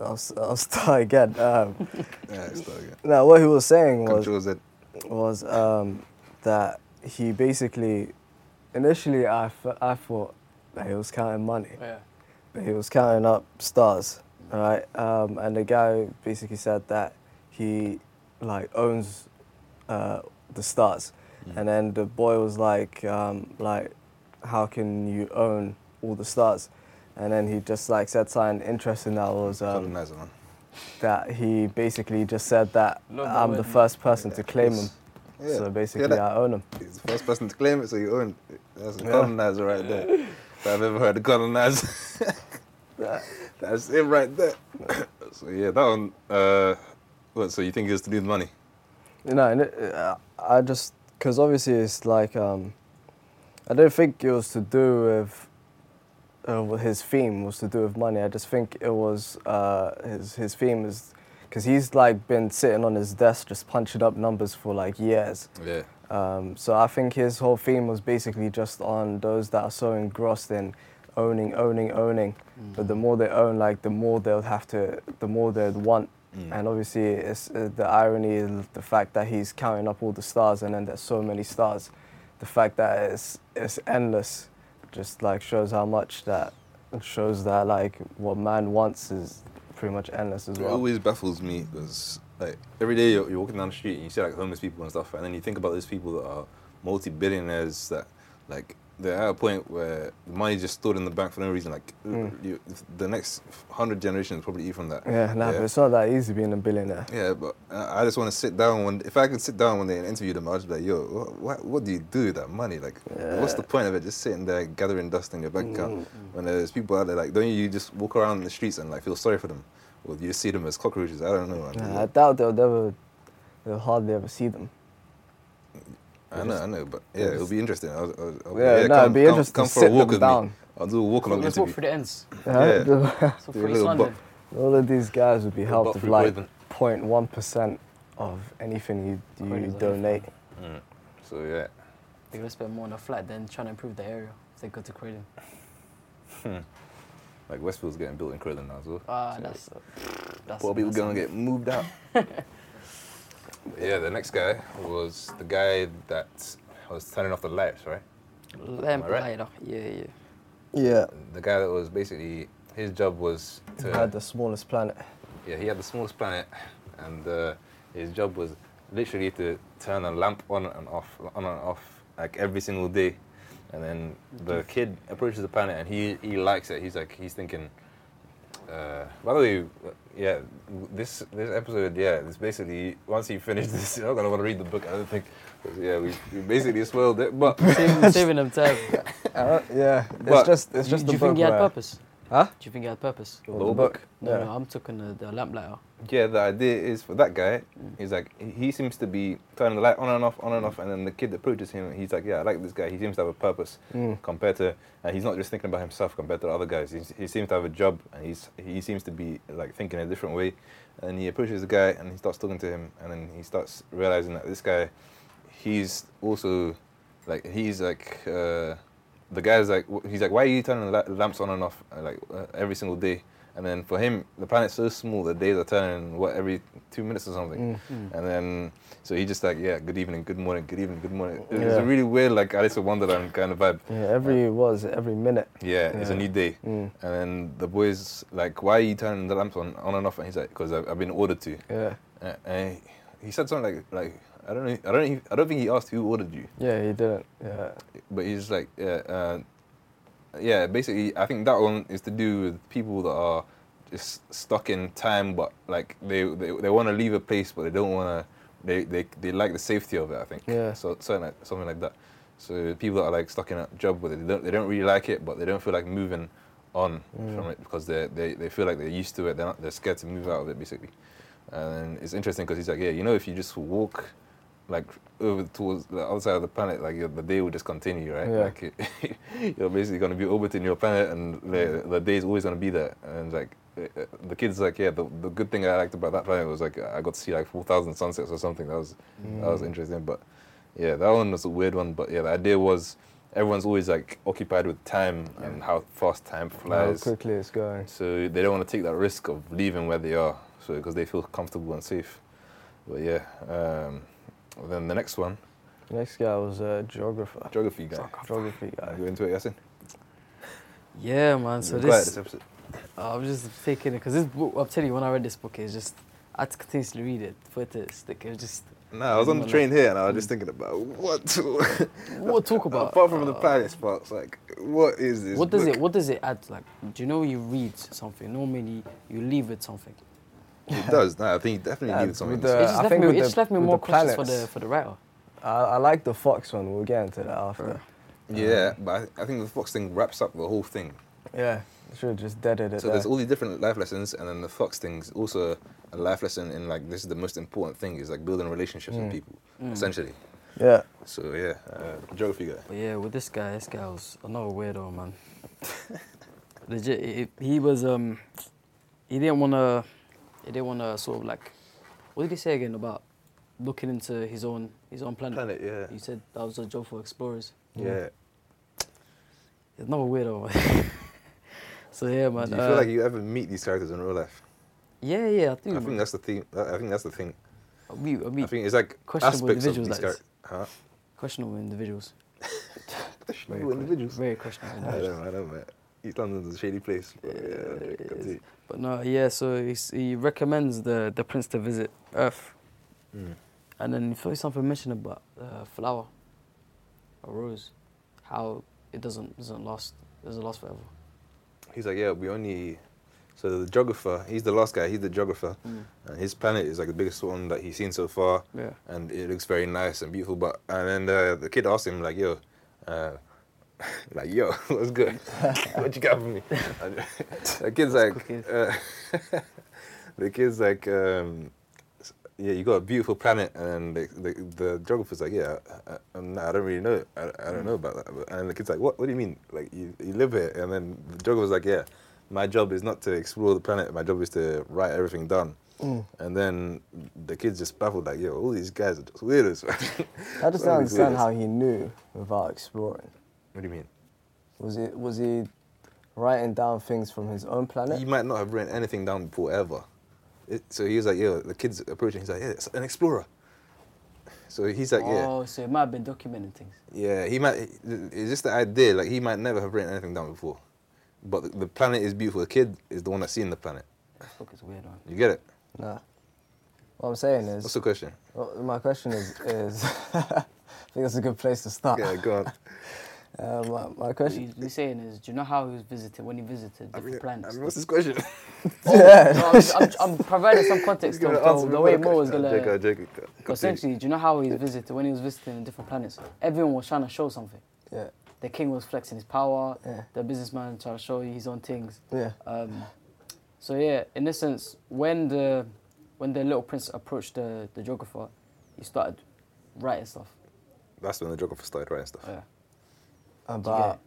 [SPEAKER 5] I'll, s- I'll start again. Um,
[SPEAKER 6] Yeah, it's not good.
[SPEAKER 5] now, what he was saying was
[SPEAKER 6] Control Z.
[SPEAKER 5] was um, that he basically initially I, f- I thought that he was counting money,
[SPEAKER 3] Yeah.
[SPEAKER 5] but he was counting up stars, right? Um, and the guy basically said that he like owns uh, the stars,
[SPEAKER 6] Mm.
[SPEAKER 5] and then the boy was like, um, like, how can you own all the stars? And then he just like said something interesting that was um,
[SPEAKER 6] Colonizer, man.
[SPEAKER 5] that he basically just said that
[SPEAKER 3] Love that
[SPEAKER 5] I'm the
[SPEAKER 3] word.
[SPEAKER 5] first person to claim
[SPEAKER 6] course.
[SPEAKER 5] him.
[SPEAKER 6] Yeah.
[SPEAKER 5] So
[SPEAKER 6] Yeah,
[SPEAKER 5] basically,
[SPEAKER 6] that-
[SPEAKER 5] I own him.
[SPEAKER 6] He's the first person to claim it, so you own it. That's a
[SPEAKER 5] Yeah.
[SPEAKER 6] colonizer right there. If I've ever heard of colonizer. That's it right there. so yeah, that one. Uh, what? So you think it's to do with money?
[SPEAKER 5] You know, and it, uh, I just because obviously it's like um, I don't think it was to do with uh, with his theme was to do with money. I just think it was uh, his his theme is because he's like been sitting on his desk just punching up numbers for like years.
[SPEAKER 6] Yeah.
[SPEAKER 5] Um, so I think his whole theme was basically just on those that are so engrossed in owning, owning, owning. But the more they own, like the more they'll have to, the more they'd want. And obviously, it's, uh, the irony is the fact that he's counting up all the stars, and then there's so many stars. The fact that it's it's endless, just like shows how much that shows that like what man wants is pretty much endless as
[SPEAKER 6] It
[SPEAKER 5] well.
[SPEAKER 6] always baffles me because like every day you're, you're walking down the street and you see like homeless people and stuff, and then you think about those people that are multi-billionaires that like they're at a point where the money's just stored in the bank for no reason. Like
[SPEAKER 5] Hmm.
[SPEAKER 6] you, the next hundred generations probably eat from that.
[SPEAKER 5] Yeah, nah, but it's not that easy being a billionaire.
[SPEAKER 6] Yeah, but I I just want to sit down when if I can sit down one day and interview them, I'll just be like, yo, what, what do you do with that money? Like, what's the point of it? Just sitting there gathering dust in your bank
[SPEAKER 5] Mm.
[SPEAKER 6] account when there's people out there like, don't you just walk around the streets and like feel sorry for them, or do you see them as cockroaches? I don't know. man.
[SPEAKER 5] Nah, I doubt they'll never, they'll hardly ever see them.
[SPEAKER 6] I know, I know, but yeah, it'll be interesting. I'll, I'll, I'll,
[SPEAKER 5] Yeah, no, it'd be interesting
[SPEAKER 6] Come
[SPEAKER 5] to
[SPEAKER 6] for
[SPEAKER 5] sit
[SPEAKER 6] a
[SPEAKER 5] them
[SPEAKER 6] walk with me.
[SPEAKER 5] down.
[SPEAKER 6] I'll do a walk along
[SPEAKER 3] Let's walk
[SPEAKER 6] interview.
[SPEAKER 3] through the ends.
[SPEAKER 5] Huh?
[SPEAKER 3] So
[SPEAKER 6] Do a
[SPEAKER 3] for East
[SPEAKER 6] little
[SPEAKER 3] London.
[SPEAKER 6] bop.
[SPEAKER 5] All of these guys would be helped
[SPEAKER 6] buff
[SPEAKER 5] with
[SPEAKER 6] free
[SPEAKER 5] like
[SPEAKER 6] poison.
[SPEAKER 5] 0.1% of anything you,
[SPEAKER 3] Crazy,
[SPEAKER 5] you
[SPEAKER 3] isn't it?
[SPEAKER 5] donate.
[SPEAKER 6] So yeah,
[SPEAKER 3] They're gonna spend more on a flat than trying to improve the area if they go to Croydon.
[SPEAKER 5] Ah,
[SPEAKER 6] like Westfield's getting built in Croydon now as well.
[SPEAKER 3] Ah,
[SPEAKER 6] So-
[SPEAKER 3] that's that's.
[SPEAKER 6] Poor people
[SPEAKER 3] that's-
[SPEAKER 6] gonna get moved out. yeah, the next guy was the guy that was turning off the lights, right?
[SPEAKER 3] Lamp
[SPEAKER 6] Am I right?
[SPEAKER 3] lighter. Yeah, yeah.
[SPEAKER 5] Yeah.
[SPEAKER 6] The guy that was basically his job was to
[SPEAKER 5] Had the smallest planet.
[SPEAKER 6] yeah he had the smallest planet, and uh, his job was literally to turn a lamp on and off, on and off, like every single day. And then the kid approaches the planet and he he likes it. He's like he's thinking. Uh, by the way, yeah, this this episode, yeah, it's basically once you finish this, you're not gonna want to read the book. I don't think, 'cause, yeah, we, we basically spoiled it. But
[SPEAKER 3] Saving, saving them time.
[SPEAKER 5] Uh, yeah.
[SPEAKER 6] But
[SPEAKER 5] it's just, it's
[SPEAKER 3] do, do
[SPEAKER 5] just the
[SPEAKER 3] you
[SPEAKER 5] book
[SPEAKER 3] think he had
[SPEAKER 5] where-
[SPEAKER 3] purpose?
[SPEAKER 5] Huh?
[SPEAKER 3] Do you think he had purpose?
[SPEAKER 5] Or
[SPEAKER 6] Little
[SPEAKER 5] the
[SPEAKER 6] book.
[SPEAKER 5] book.
[SPEAKER 3] No,
[SPEAKER 5] yeah.
[SPEAKER 3] no, I'm talking the, the lamp lighter.
[SPEAKER 6] Yeah, the idea is for that guy. He's like he- he seems to be turning the light on and off, on and off, and then the kid approaches him. and He's like, yeah, I like this guy. He seems to have a purpose compared to, and he's not just thinking about himself compared to the other guys. He's, he seems to have a job, and he's he seems to be like thinking a different way. And he approaches the guy, and he starts talking to him, and then he starts realizing that this guy, he's also, like he's like. Uh, the guy's like, w- he's like, why are you turning the la- lamps on and off uh, like uh, every single day? And then for him, the planet's so small the days are turning what every two minutes or something.
[SPEAKER 5] Mm-hmm.
[SPEAKER 6] And then so he just like yeah, good evening, good morning, good evening, good morning. It- It's a
[SPEAKER 5] Yeah.
[SPEAKER 6] really weird like Alice in Wonderland kind of vibe.
[SPEAKER 5] Yeah, every what is it? Every minute.
[SPEAKER 6] Yeah, it's a
[SPEAKER 5] Yeah. Mm.
[SPEAKER 6] new day. And then the boys like, why are you turning the lamps on, on and off? And he's like, because I've, I've been ordered to.
[SPEAKER 5] Yeah,
[SPEAKER 6] Uh, And he, he said something like, like I don't know, I don't, I don't think he asked who ordered you,
[SPEAKER 5] yeah, he didn't. Yeah,
[SPEAKER 6] but he's like, yeah, uh, yeah. Basically, I think that one is to do with people that are just stuck in time, but like they they, they want to leave a place, but they don't want to. They, they they like the safety of it. I think.
[SPEAKER 5] Yeah.
[SPEAKER 6] So something like, something like that. So people that are like stuck in a job where they don't they don't really like it, but they don't feel like moving on from it because they they they feel like they're used to it. They're not, they're scared to move out of it basically. And it's interesting because he's like, yeah, you know, if you just walk like over towards the other side of the planet, like your, the day will just continue, right?
[SPEAKER 5] Yeah.
[SPEAKER 6] Like it, you're basically going to be orbiting your planet, and the, the day is always going to be there. And like uh, uh, the kids, like yeah, the, the good thing I liked about that planet was like I got to see like four thousand sunsets or something. That was that was interesting, but yeah, that one was a weird one. But yeah, the idea was everyone's always like occupied with time and how fast time
[SPEAKER 5] how
[SPEAKER 6] flies.
[SPEAKER 5] quickly it's going.
[SPEAKER 6] So they don't want to take that risk of leaving where they are, so because they feel comfortable and safe. But yeah, um, then the next one,
[SPEAKER 5] Next guy was a geographer.
[SPEAKER 6] geography guy.
[SPEAKER 5] Geography guy.
[SPEAKER 6] Go into it, Yasin.
[SPEAKER 3] Yeah, man. So
[SPEAKER 6] You're glad
[SPEAKER 3] this, oh,
[SPEAKER 6] this episode-
[SPEAKER 3] I'm just taking it because this book. I'm telling you, when I read this book, it's just I had to continuously read it for it to stick. It was just
[SPEAKER 6] Nah, I was on the train here and I was just thinking about what to
[SPEAKER 3] Mm. what to talk about.
[SPEAKER 6] apart from the
[SPEAKER 3] Uh,
[SPEAKER 6] planets parts, like what is this?
[SPEAKER 3] What does
[SPEAKER 6] book?
[SPEAKER 3] it? What does it add? Like, do you know when you read something? Normally, you leave with something.
[SPEAKER 6] it does? Nah, I think you definitely
[SPEAKER 5] Yeah,
[SPEAKER 6] needed something.
[SPEAKER 5] with
[SPEAKER 3] it
[SPEAKER 5] Uh,
[SPEAKER 6] to
[SPEAKER 3] just
[SPEAKER 5] I
[SPEAKER 3] left
[SPEAKER 5] think
[SPEAKER 3] me.
[SPEAKER 5] with
[SPEAKER 3] It
[SPEAKER 5] the-
[SPEAKER 3] just left me
[SPEAKER 5] with
[SPEAKER 3] more
[SPEAKER 5] the
[SPEAKER 3] conscious for
[SPEAKER 5] planets-
[SPEAKER 3] the for the writer.
[SPEAKER 5] I, I like the fox one. We'll get into that after.
[SPEAKER 6] say. yeah, but I, I think the fox thing wraps up the whole thing.
[SPEAKER 5] Yeah, should have just deaded it.
[SPEAKER 6] So
[SPEAKER 5] there.
[SPEAKER 6] there's all these different life lessons, and then the fox thing's also a life lesson in like this is the most important thing is like building relationships
[SPEAKER 3] Mm.
[SPEAKER 6] with people, essentially.
[SPEAKER 5] yeah.
[SPEAKER 6] So yeah, uh, geography guy.
[SPEAKER 3] But yeah, with this guy, this guy was another weirdo, man. Legit, it, it- he was um, he didn't wanna, he didn't wanna sort of like, what did he say again about looking into his own his own planet?
[SPEAKER 6] Planet, yeah.
[SPEAKER 3] He said that was a job for explorers.
[SPEAKER 6] Yeah.
[SPEAKER 3] He's another weirdo. Man. so yeah, man.
[SPEAKER 6] Do you feel
[SPEAKER 3] uh,
[SPEAKER 6] like you ever meet these characters in real life?
[SPEAKER 3] yeah, yeah, I think,
[SPEAKER 6] I think that's the thing. I think that's the thing.
[SPEAKER 3] we, we
[SPEAKER 6] I think it's like
[SPEAKER 3] questionable
[SPEAKER 6] aspects of
[SPEAKER 3] individuals
[SPEAKER 6] these
[SPEAKER 3] that is.
[SPEAKER 6] characters. Huh?
[SPEAKER 3] questionable individuals.
[SPEAKER 6] Ooh, individuals.
[SPEAKER 3] Very questionable.
[SPEAKER 6] I
[SPEAKER 3] individuals.
[SPEAKER 6] don't know, I don't know. East London's a shady place. But yeah,
[SPEAKER 3] it
[SPEAKER 6] continue.
[SPEAKER 3] But no, yeah. So he's, he recommends the the prince to visit Earth,
[SPEAKER 6] Mm.
[SPEAKER 3] and then he thought something mentioned about uh, flower, a rose, how it doesn't doesn't last doesn't last forever.
[SPEAKER 6] He's like, yeah, we only. So the geographer, he's the last guy. He's the geographer, and his planet is like the biggest one that he's seen so far.
[SPEAKER 3] Yeah.
[SPEAKER 6] And it looks very nice and beautiful. But and then uh, the kid asked him like, yo, uh, like yo, what's good? what you got for me? And the kid's like,
[SPEAKER 3] cookies.
[SPEAKER 6] uh, the kid's like, um, s- yeah, you got a beautiful planet. And the, the, the geographer's like, yeah, I, I, nah, I don't really know. I, I don't
[SPEAKER 5] Mm.
[SPEAKER 6] know about that. And the kid's like, what, what do you mean? Like, you, you live here. And then the geographer's like, yeah, my job is not to explore the planet. My job is to write everything down.
[SPEAKER 5] Mm.
[SPEAKER 6] And then the kid's just baffled, like, yo, all these guys are just weirdos. man.
[SPEAKER 5] I just
[SPEAKER 6] All
[SPEAKER 5] don't
[SPEAKER 6] these
[SPEAKER 5] understand
[SPEAKER 6] weirdos.
[SPEAKER 5] how he knew without exploring.
[SPEAKER 6] What do you mean?
[SPEAKER 5] Was he was he writing down things from his own planet?
[SPEAKER 6] He might not have written anything down before ever. It, so he was like, yo, the kid's approaching. He's like, yeah, it's an explorer. So he's like, Uh, yeah.
[SPEAKER 3] Oh, so it might have been documenting things.
[SPEAKER 6] Yeah, he might. It's just the idea. Like he might never have written anything down before, but the, the planet is beautiful. The kid is the one that's seen the planet.
[SPEAKER 3] This book is weird, man.
[SPEAKER 6] You get it?
[SPEAKER 5] Nah. What I'm saying
[SPEAKER 6] What's
[SPEAKER 5] is,
[SPEAKER 6] the question?
[SPEAKER 5] well, my question is, is I think that's a good place to start.
[SPEAKER 6] Yeah, go on.
[SPEAKER 5] Uh, my, my
[SPEAKER 3] What
[SPEAKER 5] question.
[SPEAKER 3] he's, he's saying is, do you know how he was visited when he visited different planets?
[SPEAKER 6] what's this question?
[SPEAKER 3] No, I'm, I'm, I'm providing some context to to the way Mo was gonna.
[SPEAKER 6] Jacob, Jacob,
[SPEAKER 3] But essentially, do you know how he visited when he was visiting different planets? Everyone was trying to show something.
[SPEAKER 5] Yeah.
[SPEAKER 3] The king was flexing his power.
[SPEAKER 5] Yeah.
[SPEAKER 3] The businessman trying to show his own things.
[SPEAKER 5] Yeah.
[SPEAKER 3] Um, so yeah, in this sense, when the when the little prince approached the, the geographer, he started writing stuff.
[SPEAKER 6] That's when the geographer started writing stuff.
[SPEAKER 3] Yeah.
[SPEAKER 5] about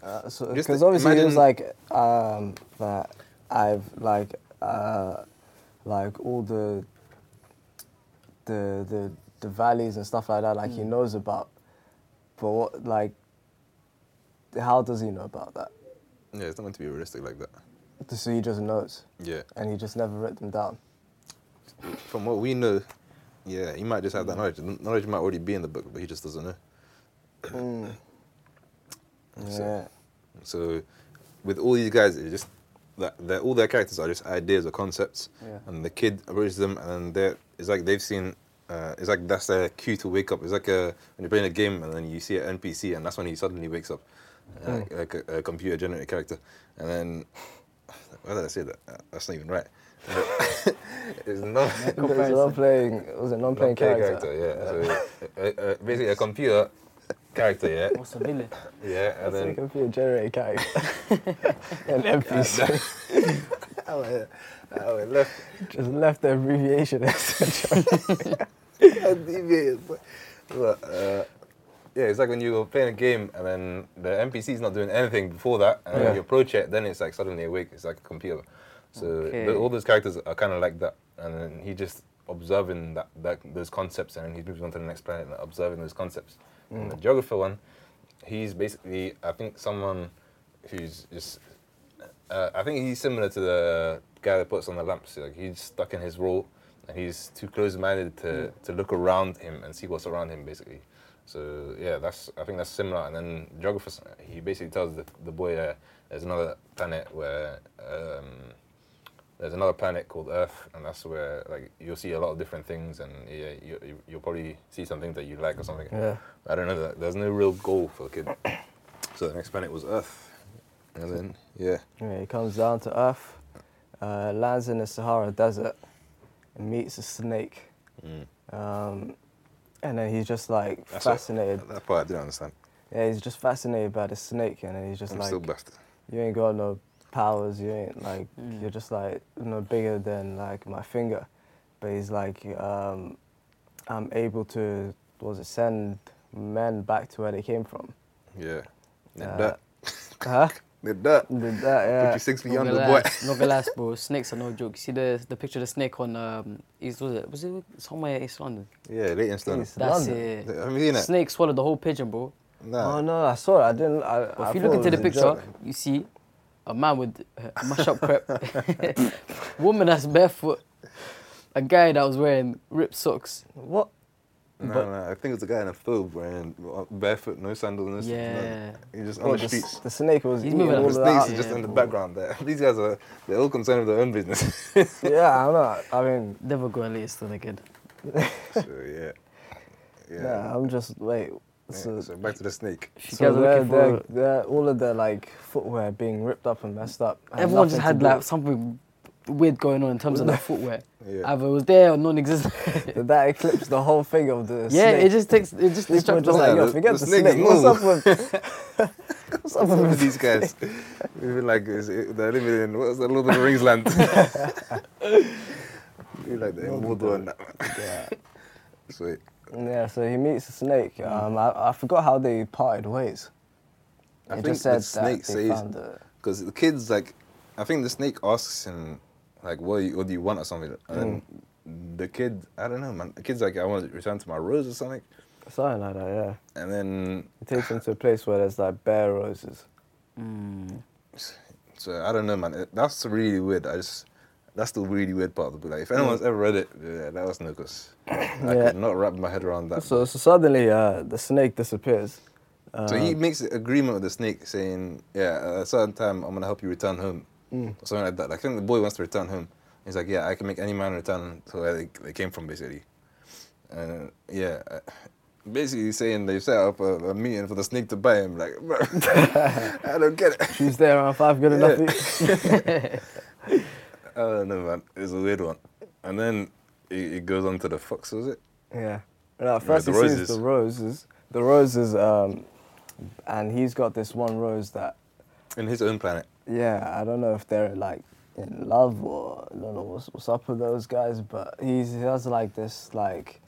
[SPEAKER 5] because
[SPEAKER 6] Just
[SPEAKER 5] obviously it was
[SPEAKER 6] imagine-
[SPEAKER 5] like um, that I've like uh, like all the the the the valleys and stuff like that like
[SPEAKER 6] Mm.
[SPEAKER 5] he knows about but what like how does he know about that
[SPEAKER 6] Yeah, it's not meant to be realistic like that.
[SPEAKER 5] the sutras and notes,
[SPEAKER 6] Yeah.
[SPEAKER 5] and he just never wrote them down.
[SPEAKER 6] From what we know, yeah, he might just have that knowledge. The knowledge might already be in the book, but he just doesn't know.
[SPEAKER 5] Mm. Yeah.
[SPEAKER 6] So, with all these guys, it's just that they're, all their characters are just ideas or concepts,
[SPEAKER 5] Yeah.
[SPEAKER 6] and the kid approaches them, and they're, it's like they've seen. Uh, it's like that's their cue to wake up. It's like a, when you're playing a game and then you see an NPC, and that's when he suddenly wakes up, uh,
[SPEAKER 5] Hmm.
[SPEAKER 6] like a, a computer generated character. And then, why did I say that? Uh, That's not even right. it's not.
[SPEAKER 5] There's a non-playing. It was a non-playing character.
[SPEAKER 6] yeah. So, uh, uh, basically, a computer character, yeah,
[SPEAKER 3] What's Oh, a villain?
[SPEAKER 6] yeah, and
[SPEAKER 5] So
[SPEAKER 6] then
[SPEAKER 5] it could be a generated character. An NPC.
[SPEAKER 6] Oh, yeah. Oh, it left.
[SPEAKER 5] just left the abbreviation.
[SPEAKER 6] Look, uh, yeah, it's like when you're playing a game and then the NPC's not doing anything before that, and
[SPEAKER 5] Yeah.
[SPEAKER 6] then you approach it, then it's like suddenly awake. It's like a computer. So
[SPEAKER 3] Okay.
[SPEAKER 6] th- all those characters are kind of like that, and then he just observing that, that those concepts, and then he's moving on to the next planet and observing those concepts. And the geographer one, he's basically I think someone who's just uh, I think he's similar to the guy that puts on the lamps. Like he's stuck in his role, and he's too close-minded to, to look around him and see what's around him, basically. So yeah, that's I think that's similar. And then geographer, he basically tells the, the boy uh, there's another planet where um, there's another planet called Earth, and that's where like you'll see a lot of different things, and yeah, you, you- you'll probably see some things that you like or something.
[SPEAKER 5] Yeah.
[SPEAKER 6] I don't know. There's no real goal for the kid. so the next planet was Earth, and then yeah.
[SPEAKER 5] Yeah, he comes down to Earth, uh, lands in the Sahara Desert, and meets a snake. Um, and then he's just like
[SPEAKER 6] Mm. That's it.
[SPEAKER 5] fascinated.
[SPEAKER 6] That part I didn't understand.
[SPEAKER 5] Yeah, he's just fascinated by the snake, and then he's just
[SPEAKER 6] I'm
[SPEAKER 5] like,
[SPEAKER 6] still busted.
[SPEAKER 5] "You ain't got no powers. You ain't like you're just like no bigger than like my finger." But he's like, um, "I'm able to, what was it send men back to where they came from?"
[SPEAKER 6] Yeah. Nip
[SPEAKER 5] Uh,
[SPEAKER 6] that.
[SPEAKER 5] Huh?
[SPEAKER 6] Nip that.
[SPEAKER 5] Did that?
[SPEAKER 6] Put
[SPEAKER 5] Yeah.
[SPEAKER 6] your six feet
[SPEAKER 3] Not
[SPEAKER 6] under
[SPEAKER 3] gonna
[SPEAKER 6] the boy.
[SPEAKER 3] lie, not gonna lie, bro. Snakes are no joke. You see the the picture of the snake on um, East was it was it somewhere in East London?
[SPEAKER 6] Yeah, late in Stone.
[SPEAKER 5] It's
[SPEAKER 3] That's
[SPEAKER 5] London.
[SPEAKER 3] it.
[SPEAKER 6] Have you seen it?
[SPEAKER 3] Snake swallowed the whole pigeon, bro.
[SPEAKER 5] Oh
[SPEAKER 6] Nah.
[SPEAKER 5] no, I saw it. I didn't. I,
[SPEAKER 3] But
[SPEAKER 5] I
[SPEAKER 3] if you
[SPEAKER 5] thought
[SPEAKER 3] look
[SPEAKER 5] it
[SPEAKER 3] into
[SPEAKER 5] was
[SPEAKER 3] the
[SPEAKER 5] a joke.
[SPEAKER 3] picture, you see a man with uh, mash-up crep, woman that's barefoot, a guy that was wearing ripped socks.
[SPEAKER 5] What?
[SPEAKER 6] No,
[SPEAKER 5] but-
[SPEAKER 6] no, I think it's a guy in a field wearing barefoot, no sandals, no
[SPEAKER 3] Yeah.
[SPEAKER 6] He's just
[SPEAKER 5] Well,
[SPEAKER 6] on
[SPEAKER 5] Oh, the,
[SPEAKER 6] Oh, the
[SPEAKER 5] s-
[SPEAKER 6] streets.
[SPEAKER 5] the snake was
[SPEAKER 3] He's
[SPEAKER 5] eating
[SPEAKER 3] moving
[SPEAKER 5] all
[SPEAKER 3] up
[SPEAKER 6] The
[SPEAKER 5] of
[SPEAKER 3] the
[SPEAKER 5] that.
[SPEAKER 6] snakes are
[SPEAKER 3] Yeah,
[SPEAKER 6] just in the
[SPEAKER 3] bro.
[SPEAKER 6] background there. These guys are, they're all concerned with their own business.
[SPEAKER 5] yeah, I'm not. I mean,
[SPEAKER 3] Never go and lay still again.
[SPEAKER 6] so, yeah. Yeah.
[SPEAKER 5] nah, I'm just wait. So,
[SPEAKER 6] So, so back to the snake.
[SPEAKER 3] If you
[SPEAKER 5] so
[SPEAKER 3] guys are
[SPEAKER 5] they're,
[SPEAKER 3] looking for,
[SPEAKER 5] they're, they're all of their like footwear being ripped up and messed up. had
[SPEAKER 3] everyone just
[SPEAKER 5] nothing
[SPEAKER 3] had
[SPEAKER 5] to do-
[SPEAKER 3] like something weird going on in terms of their footwear.
[SPEAKER 6] Yeah.
[SPEAKER 3] Either it was there or non-existent.
[SPEAKER 5] Did that eclipse the whole thing of the
[SPEAKER 3] yeah,
[SPEAKER 5] snake?
[SPEAKER 3] it just takes it just
[SPEAKER 5] People
[SPEAKER 3] distracts the
[SPEAKER 5] are
[SPEAKER 3] whole
[SPEAKER 5] just like,
[SPEAKER 6] Yeah,
[SPEAKER 5] yo,
[SPEAKER 6] the-
[SPEAKER 5] forget
[SPEAKER 6] the
[SPEAKER 5] the,
[SPEAKER 6] snake
[SPEAKER 5] snake.
[SPEAKER 6] is
[SPEAKER 5] What's up with? What's up
[SPEAKER 6] Some of
[SPEAKER 5] with
[SPEAKER 6] these guys, we feel like it's, it, they're living in what's that Lord of the Rings land? we feel like they're in Mordor and that.
[SPEAKER 5] Yeah.
[SPEAKER 6] So
[SPEAKER 5] yeah, so he meets the snake.
[SPEAKER 6] Mm.
[SPEAKER 5] Um, I, I forgot how they parted ways.
[SPEAKER 6] I
[SPEAKER 5] It
[SPEAKER 6] think
[SPEAKER 5] just said
[SPEAKER 6] the snake
[SPEAKER 5] that they
[SPEAKER 6] says-
[SPEAKER 5] found the
[SPEAKER 6] because the kids like, I think the snake asks him like, what, you, what do you want or something, and then the kid, I don't know, man. The kid's like, I want to return to my rose or something,
[SPEAKER 5] something like that. Yeah,
[SPEAKER 6] and then
[SPEAKER 5] it takes him to a place where there's like bare roses.
[SPEAKER 6] so I don't know, man. It, that's really weird. I just. That's the really weird part of the book. Like, if anyone's ever read it, yeah, that was no cause. I
[SPEAKER 5] Yeah.
[SPEAKER 6] could not wrap my head around that.
[SPEAKER 5] So, so suddenly uh, the snake disappears.
[SPEAKER 6] So he makes an agreement with the snake, saying, "Yeah, uh, at a certain time, I'm gonna help you return home," or something like that. Like, I think the boy wants to return home. He's like, "Yeah, I can make any man return to where they, they came from, basically." And yeah, uh, basically saying they set up a, a meeting for the snake to buy him. Like, bro, I don't get it.
[SPEAKER 5] She's there around five, good enough. for you?
[SPEAKER 6] I don't know, man. It's a weird one. And then it, it goes on to the fox, was it?
[SPEAKER 5] yeah. No, at first
[SPEAKER 6] the
[SPEAKER 5] he sees
[SPEAKER 6] roses.
[SPEAKER 5] the roses. The roses, um, and he's got this one rose that,
[SPEAKER 6] In his own planet.
[SPEAKER 5] yeah, I don't know if they're like in love or I don't know what's, what's up with those guys, but he's, he has like this like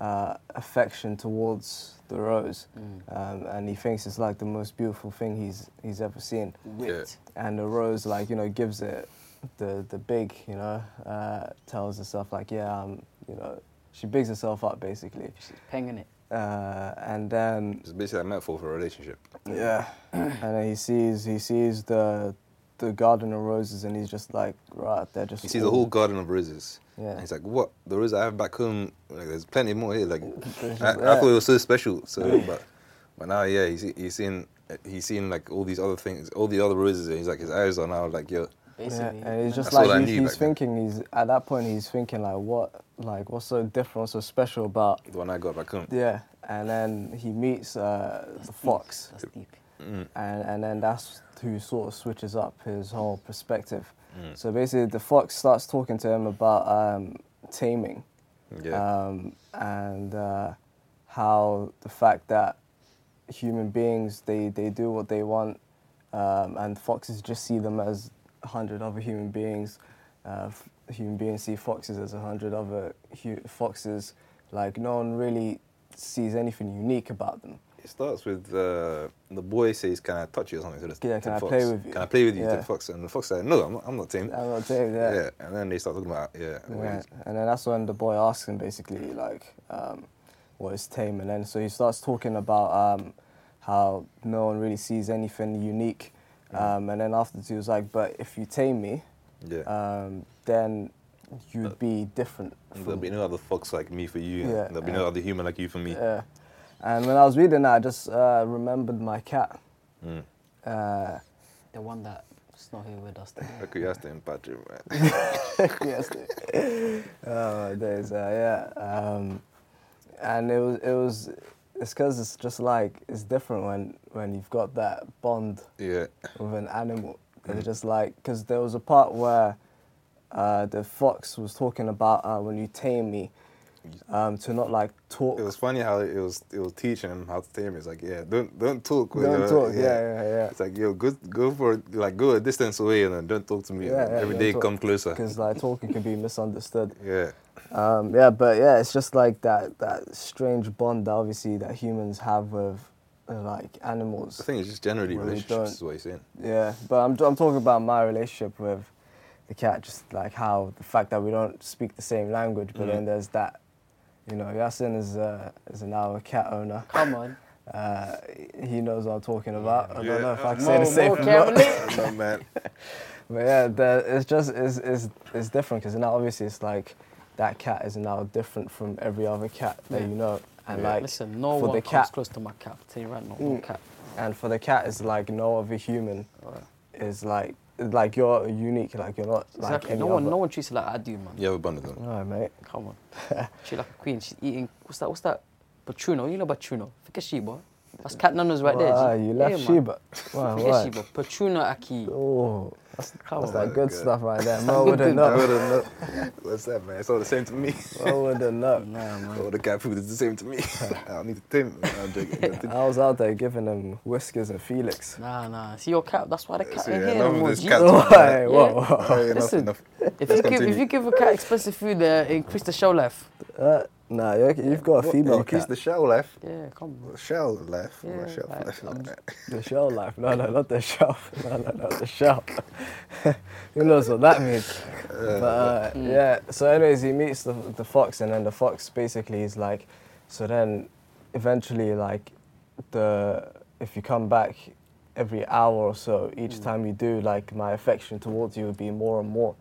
[SPEAKER 5] uh, affection towards the rose, um, and he thinks it's like the most beautiful thing he's he's ever seen.
[SPEAKER 6] Wit.
[SPEAKER 5] and the rose like you know gives it the the big you know uh, tells herself like yeah um you know she bigs herself up basically
[SPEAKER 3] Penging it.
[SPEAKER 5] uh, and then
[SPEAKER 6] It's basically a metaphor for a relationship.
[SPEAKER 5] yeah and then he sees he sees the the Garden of Roses, and he's just like, right, they're just.
[SPEAKER 6] He sees a whole garden of roses.
[SPEAKER 5] Yeah.
[SPEAKER 6] And he's like, what? The roses I have back home, like, there's plenty more here. Like,
[SPEAKER 5] There's
[SPEAKER 6] I, I
[SPEAKER 5] just
[SPEAKER 6] thought
[SPEAKER 5] that.
[SPEAKER 6] it was so special. So, but, but now, yeah, he's, he's seeing, he's seeing like all these other things, all the other roses, and he's like, his eyes are now like, yo,
[SPEAKER 5] Yeah,
[SPEAKER 3] Basically.
[SPEAKER 5] and he's just
[SPEAKER 6] That's all I
[SPEAKER 5] like
[SPEAKER 6] knew
[SPEAKER 5] he's, he's
[SPEAKER 6] back then.
[SPEAKER 5] thinking. He's at that point. He's thinking like, what, like, what's so different, what's so special about?
[SPEAKER 6] the one I got back home.
[SPEAKER 5] Yeah, and then he meets uh, the fox,
[SPEAKER 3] That's deep.
[SPEAKER 5] and and then that's who sort of switches up his whole perspective. So basically, the fox starts talking to him about um, taming.
[SPEAKER 6] Yeah.
[SPEAKER 5] um, and uh, how the fact that human beings they, they do what they want um, and foxes just see them as a hundred other human beings uh, f- human beings see foxes as a hundred other hu- foxes like no one really sees anything unique about them
[SPEAKER 6] It starts with uh, the boy says, "Can I touch you or something?" So the
[SPEAKER 5] Yeah,
[SPEAKER 6] to
[SPEAKER 5] can
[SPEAKER 6] the
[SPEAKER 5] I
[SPEAKER 6] fox.
[SPEAKER 5] play with you?
[SPEAKER 6] Can I play with you? to
[SPEAKER 5] Yeah.
[SPEAKER 6] the fox, and the fox said, "No, I'm not. I'm not tame."
[SPEAKER 5] i'm not saying that
[SPEAKER 6] Yeah, and then they start talking about yeah. what
[SPEAKER 5] Yeah,
[SPEAKER 6] is-
[SPEAKER 5] and then that's when the boy asks him basically like um, what is tame, and then so he starts talking about um, how no one really sees anything unique, um, and then afterwards he was like, but if you tame me,
[SPEAKER 6] yeah.
[SPEAKER 5] um, then you'd be different.
[SPEAKER 6] there'll be no other fox like me for you. and
[SPEAKER 5] Yeah,
[SPEAKER 6] there'll be no other human like you for me.
[SPEAKER 5] Yeah. And when I was reading that, I just uh, remembered my cat.
[SPEAKER 6] Mm.
[SPEAKER 5] Uh,
[SPEAKER 3] The one that's not here with us today.
[SPEAKER 6] Look who you asked him, Patrick. Man.
[SPEAKER 5] yes. Oh, days. Uh, yeah. Um, and it was. It was. It's because it's just like it's different when when you've got that bond
[SPEAKER 6] yeah.
[SPEAKER 5] with an animal. It's
[SPEAKER 6] Mm.
[SPEAKER 5] just like because there was a part where uh, the fox was talking about uh, when you tame me um, to not like talk.
[SPEAKER 6] It was funny how it was it was teaching him how to tame. It's like yeah, don't don't talk. when
[SPEAKER 5] Don't
[SPEAKER 6] you're-
[SPEAKER 5] talk. Yeah, yeah, yeah.
[SPEAKER 6] It's like yo, go go for like go a distance away and then don't talk to me.
[SPEAKER 5] Yeah, yeah,
[SPEAKER 6] Every
[SPEAKER 5] don't
[SPEAKER 6] day
[SPEAKER 5] talk.
[SPEAKER 6] come closer.
[SPEAKER 5] Because like talking can be misunderstood.
[SPEAKER 6] Yeah.
[SPEAKER 5] Um, yeah, but yeah, it's just like that that strange bond that obviously that humans have with uh, like animals.
[SPEAKER 6] I think it's just generally
[SPEAKER 5] Well, we
[SPEAKER 6] relationships is
[SPEAKER 5] don't-
[SPEAKER 6] what he's saying.
[SPEAKER 5] Yeah, but I'm, I'm talking about my relationship with the cat, just like how the fact that we don't speak the same language, but
[SPEAKER 3] Mm.
[SPEAKER 5] then there's that, you know, Yasin is, uh, is now a cat owner.
[SPEAKER 3] Come on.
[SPEAKER 5] Uh, he knows what I'm talking about. I
[SPEAKER 6] Yeah.
[SPEAKER 5] don't know if I can say
[SPEAKER 3] More,
[SPEAKER 5] the same
[SPEAKER 3] more
[SPEAKER 5] thing. But
[SPEAKER 3] carefully.
[SPEAKER 6] no man.
[SPEAKER 5] yeah, the, it's just, it's, it's, it's different because now obviously it's like that cat is now different from every other cat that
[SPEAKER 3] Yeah.
[SPEAKER 5] you know. And like,
[SPEAKER 3] Listen, no
[SPEAKER 5] for
[SPEAKER 3] one
[SPEAKER 5] the
[SPEAKER 3] comes
[SPEAKER 5] cat,
[SPEAKER 3] close to my cat. I'll tell you right now, no
[SPEAKER 5] Mm.
[SPEAKER 3] cat.
[SPEAKER 5] and for the cat, it's like no other human
[SPEAKER 3] Alright.
[SPEAKER 5] is like, like you're unique, like you're not like
[SPEAKER 3] Exactly.
[SPEAKER 5] any
[SPEAKER 3] no one,
[SPEAKER 5] other.
[SPEAKER 3] no one treats it like I do, man.
[SPEAKER 6] You have a bond with them.
[SPEAKER 5] No, mate.
[SPEAKER 3] Come on. She's like a queen. She's eating. What's that? What's that? Petruno. You know Petruno. Forget Sheba. That's Cat Nano's right there.
[SPEAKER 5] Wow,
[SPEAKER 3] G.
[SPEAKER 5] you left
[SPEAKER 3] Yeah, man.
[SPEAKER 5] Sheba. Wow,
[SPEAKER 3] Forget
[SPEAKER 5] wow.
[SPEAKER 3] Sheba. Petruno Aki.
[SPEAKER 5] Oh, that's,
[SPEAKER 3] Come
[SPEAKER 5] that's
[SPEAKER 3] on.
[SPEAKER 5] that good
[SPEAKER 6] Good.
[SPEAKER 5] stuff right there. Mo wouldn't
[SPEAKER 6] I
[SPEAKER 5] know.
[SPEAKER 6] wouldn't know. What's that, man? It's all the same to me.
[SPEAKER 5] Mo wouldn't know.
[SPEAKER 3] Nah, man.
[SPEAKER 6] All the cat food is the same to me. I need to tame. it. I'm joking. Continue.
[SPEAKER 5] I was out there giving them whiskers and Felix.
[SPEAKER 3] Nah, nah. See your cat. That's why the cat
[SPEAKER 6] See,
[SPEAKER 3] ain't
[SPEAKER 6] I
[SPEAKER 3] here no
[SPEAKER 6] love
[SPEAKER 3] more.
[SPEAKER 6] this
[SPEAKER 3] G.
[SPEAKER 6] cat.
[SPEAKER 5] Oh,
[SPEAKER 3] Yeah.
[SPEAKER 5] hey, whoa, whoa.
[SPEAKER 6] Alright, enough,
[SPEAKER 3] Listen,
[SPEAKER 6] enough.
[SPEAKER 3] If
[SPEAKER 6] Let's
[SPEAKER 3] you give if
[SPEAKER 6] continue.
[SPEAKER 3] you give a cat expensive food, uh, increase the show life.
[SPEAKER 5] Uh, nah, you're, you've got a
[SPEAKER 6] What,
[SPEAKER 5] female
[SPEAKER 6] increase
[SPEAKER 5] cat.
[SPEAKER 6] the shell life.
[SPEAKER 3] Yeah, come on.
[SPEAKER 6] Shell life.
[SPEAKER 3] Yeah,
[SPEAKER 6] Yeah, shelf
[SPEAKER 3] like,
[SPEAKER 6] life.
[SPEAKER 3] um,
[SPEAKER 5] The shelf life. No, no, not the shelf. No, no, not the shelf. Who knows what that means? But uh, yeah, so anyways, he meets the, the fox, and then the fox basically is like, so then eventually, like, the if you come back every hour or so, each time you do, like, my affection towards you would be more and more.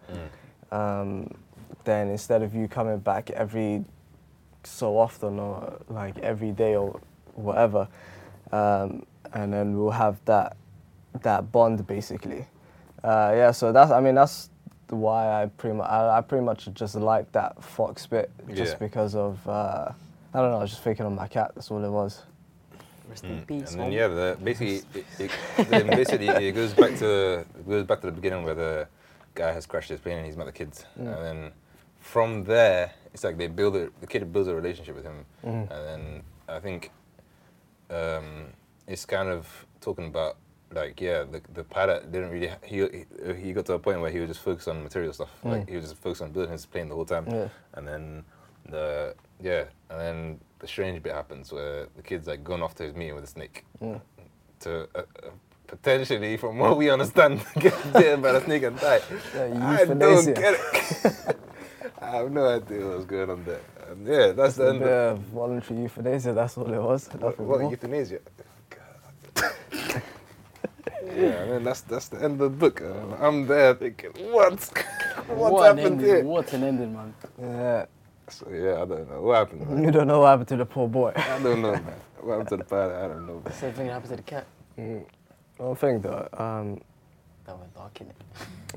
[SPEAKER 5] Um, then instead of you coming back every so often or like every day or whatever. Um, and then we'll have that that bond basically. Uh, yeah, so that's I mean that's why I pretty much I, I pretty much just like that fox bit just
[SPEAKER 6] Yeah.
[SPEAKER 5] because of uh, I don't know I was just thinking of my cat that's all it was.
[SPEAKER 3] Rest in peace.
[SPEAKER 6] Mm, And then
[SPEAKER 3] man.
[SPEAKER 6] yeah, the, basically, it, it, then basically it goes back to it goes back to the beginning where the guy has crashed his plane and he's met the kids, and then from there it's like they build a, the kid builds a relationship with him, and then I think um, it's kind of talking about like yeah, the, the pilot didn't really ha- he he- he got to a point where he was just focused on material stuff, like he was just focused on building his plane the whole time,
[SPEAKER 5] Mm. Yeah.
[SPEAKER 6] and then the yeah, and then the strange bit happens where the kid's like gone off to his meeting with a snake.
[SPEAKER 5] Mm.
[SPEAKER 6] To uh, uh, potentially, from what we understand, get bitten by the snake and die.
[SPEAKER 5] Yeah,
[SPEAKER 6] I don't
[SPEAKER 5] euthanasia.
[SPEAKER 6] get it. I have no idea what's going on there. And yeah, that's the
[SPEAKER 5] A
[SPEAKER 6] end.
[SPEAKER 5] bit
[SPEAKER 6] Of,
[SPEAKER 5] of voluntary euthanasia that's all it was.
[SPEAKER 6] what,
[SPEAKER 5] nothing
[SPEAKER 6] what
[SPEAKER 5] more.
[SPEAKER 6] euthanasia? Yeah, and then that's that's the end of the book. And I'm there thinking, what? What's
[SPEAKER 3] what an
[SPEAKER 6] happened
[SPEAKER 3] ending,
[SPEAKER 6] here?
[SPEAKER 3] What an ending, man.
[SPEAKER 5] Yeah.
[SPEAKER 6] So, yeah, I don't know. What happened? man?
[SPEAKER 5] You don't know what happened to the poor boy.
[SPEAKER 6] I don't know, man. What happened to the pilot? I don't know. man.
[SPEAKER 3] Same thing that happened to the cat.
[SPEAKER 5] One thing though, um,
[SPEAKER 3] That went dark in it.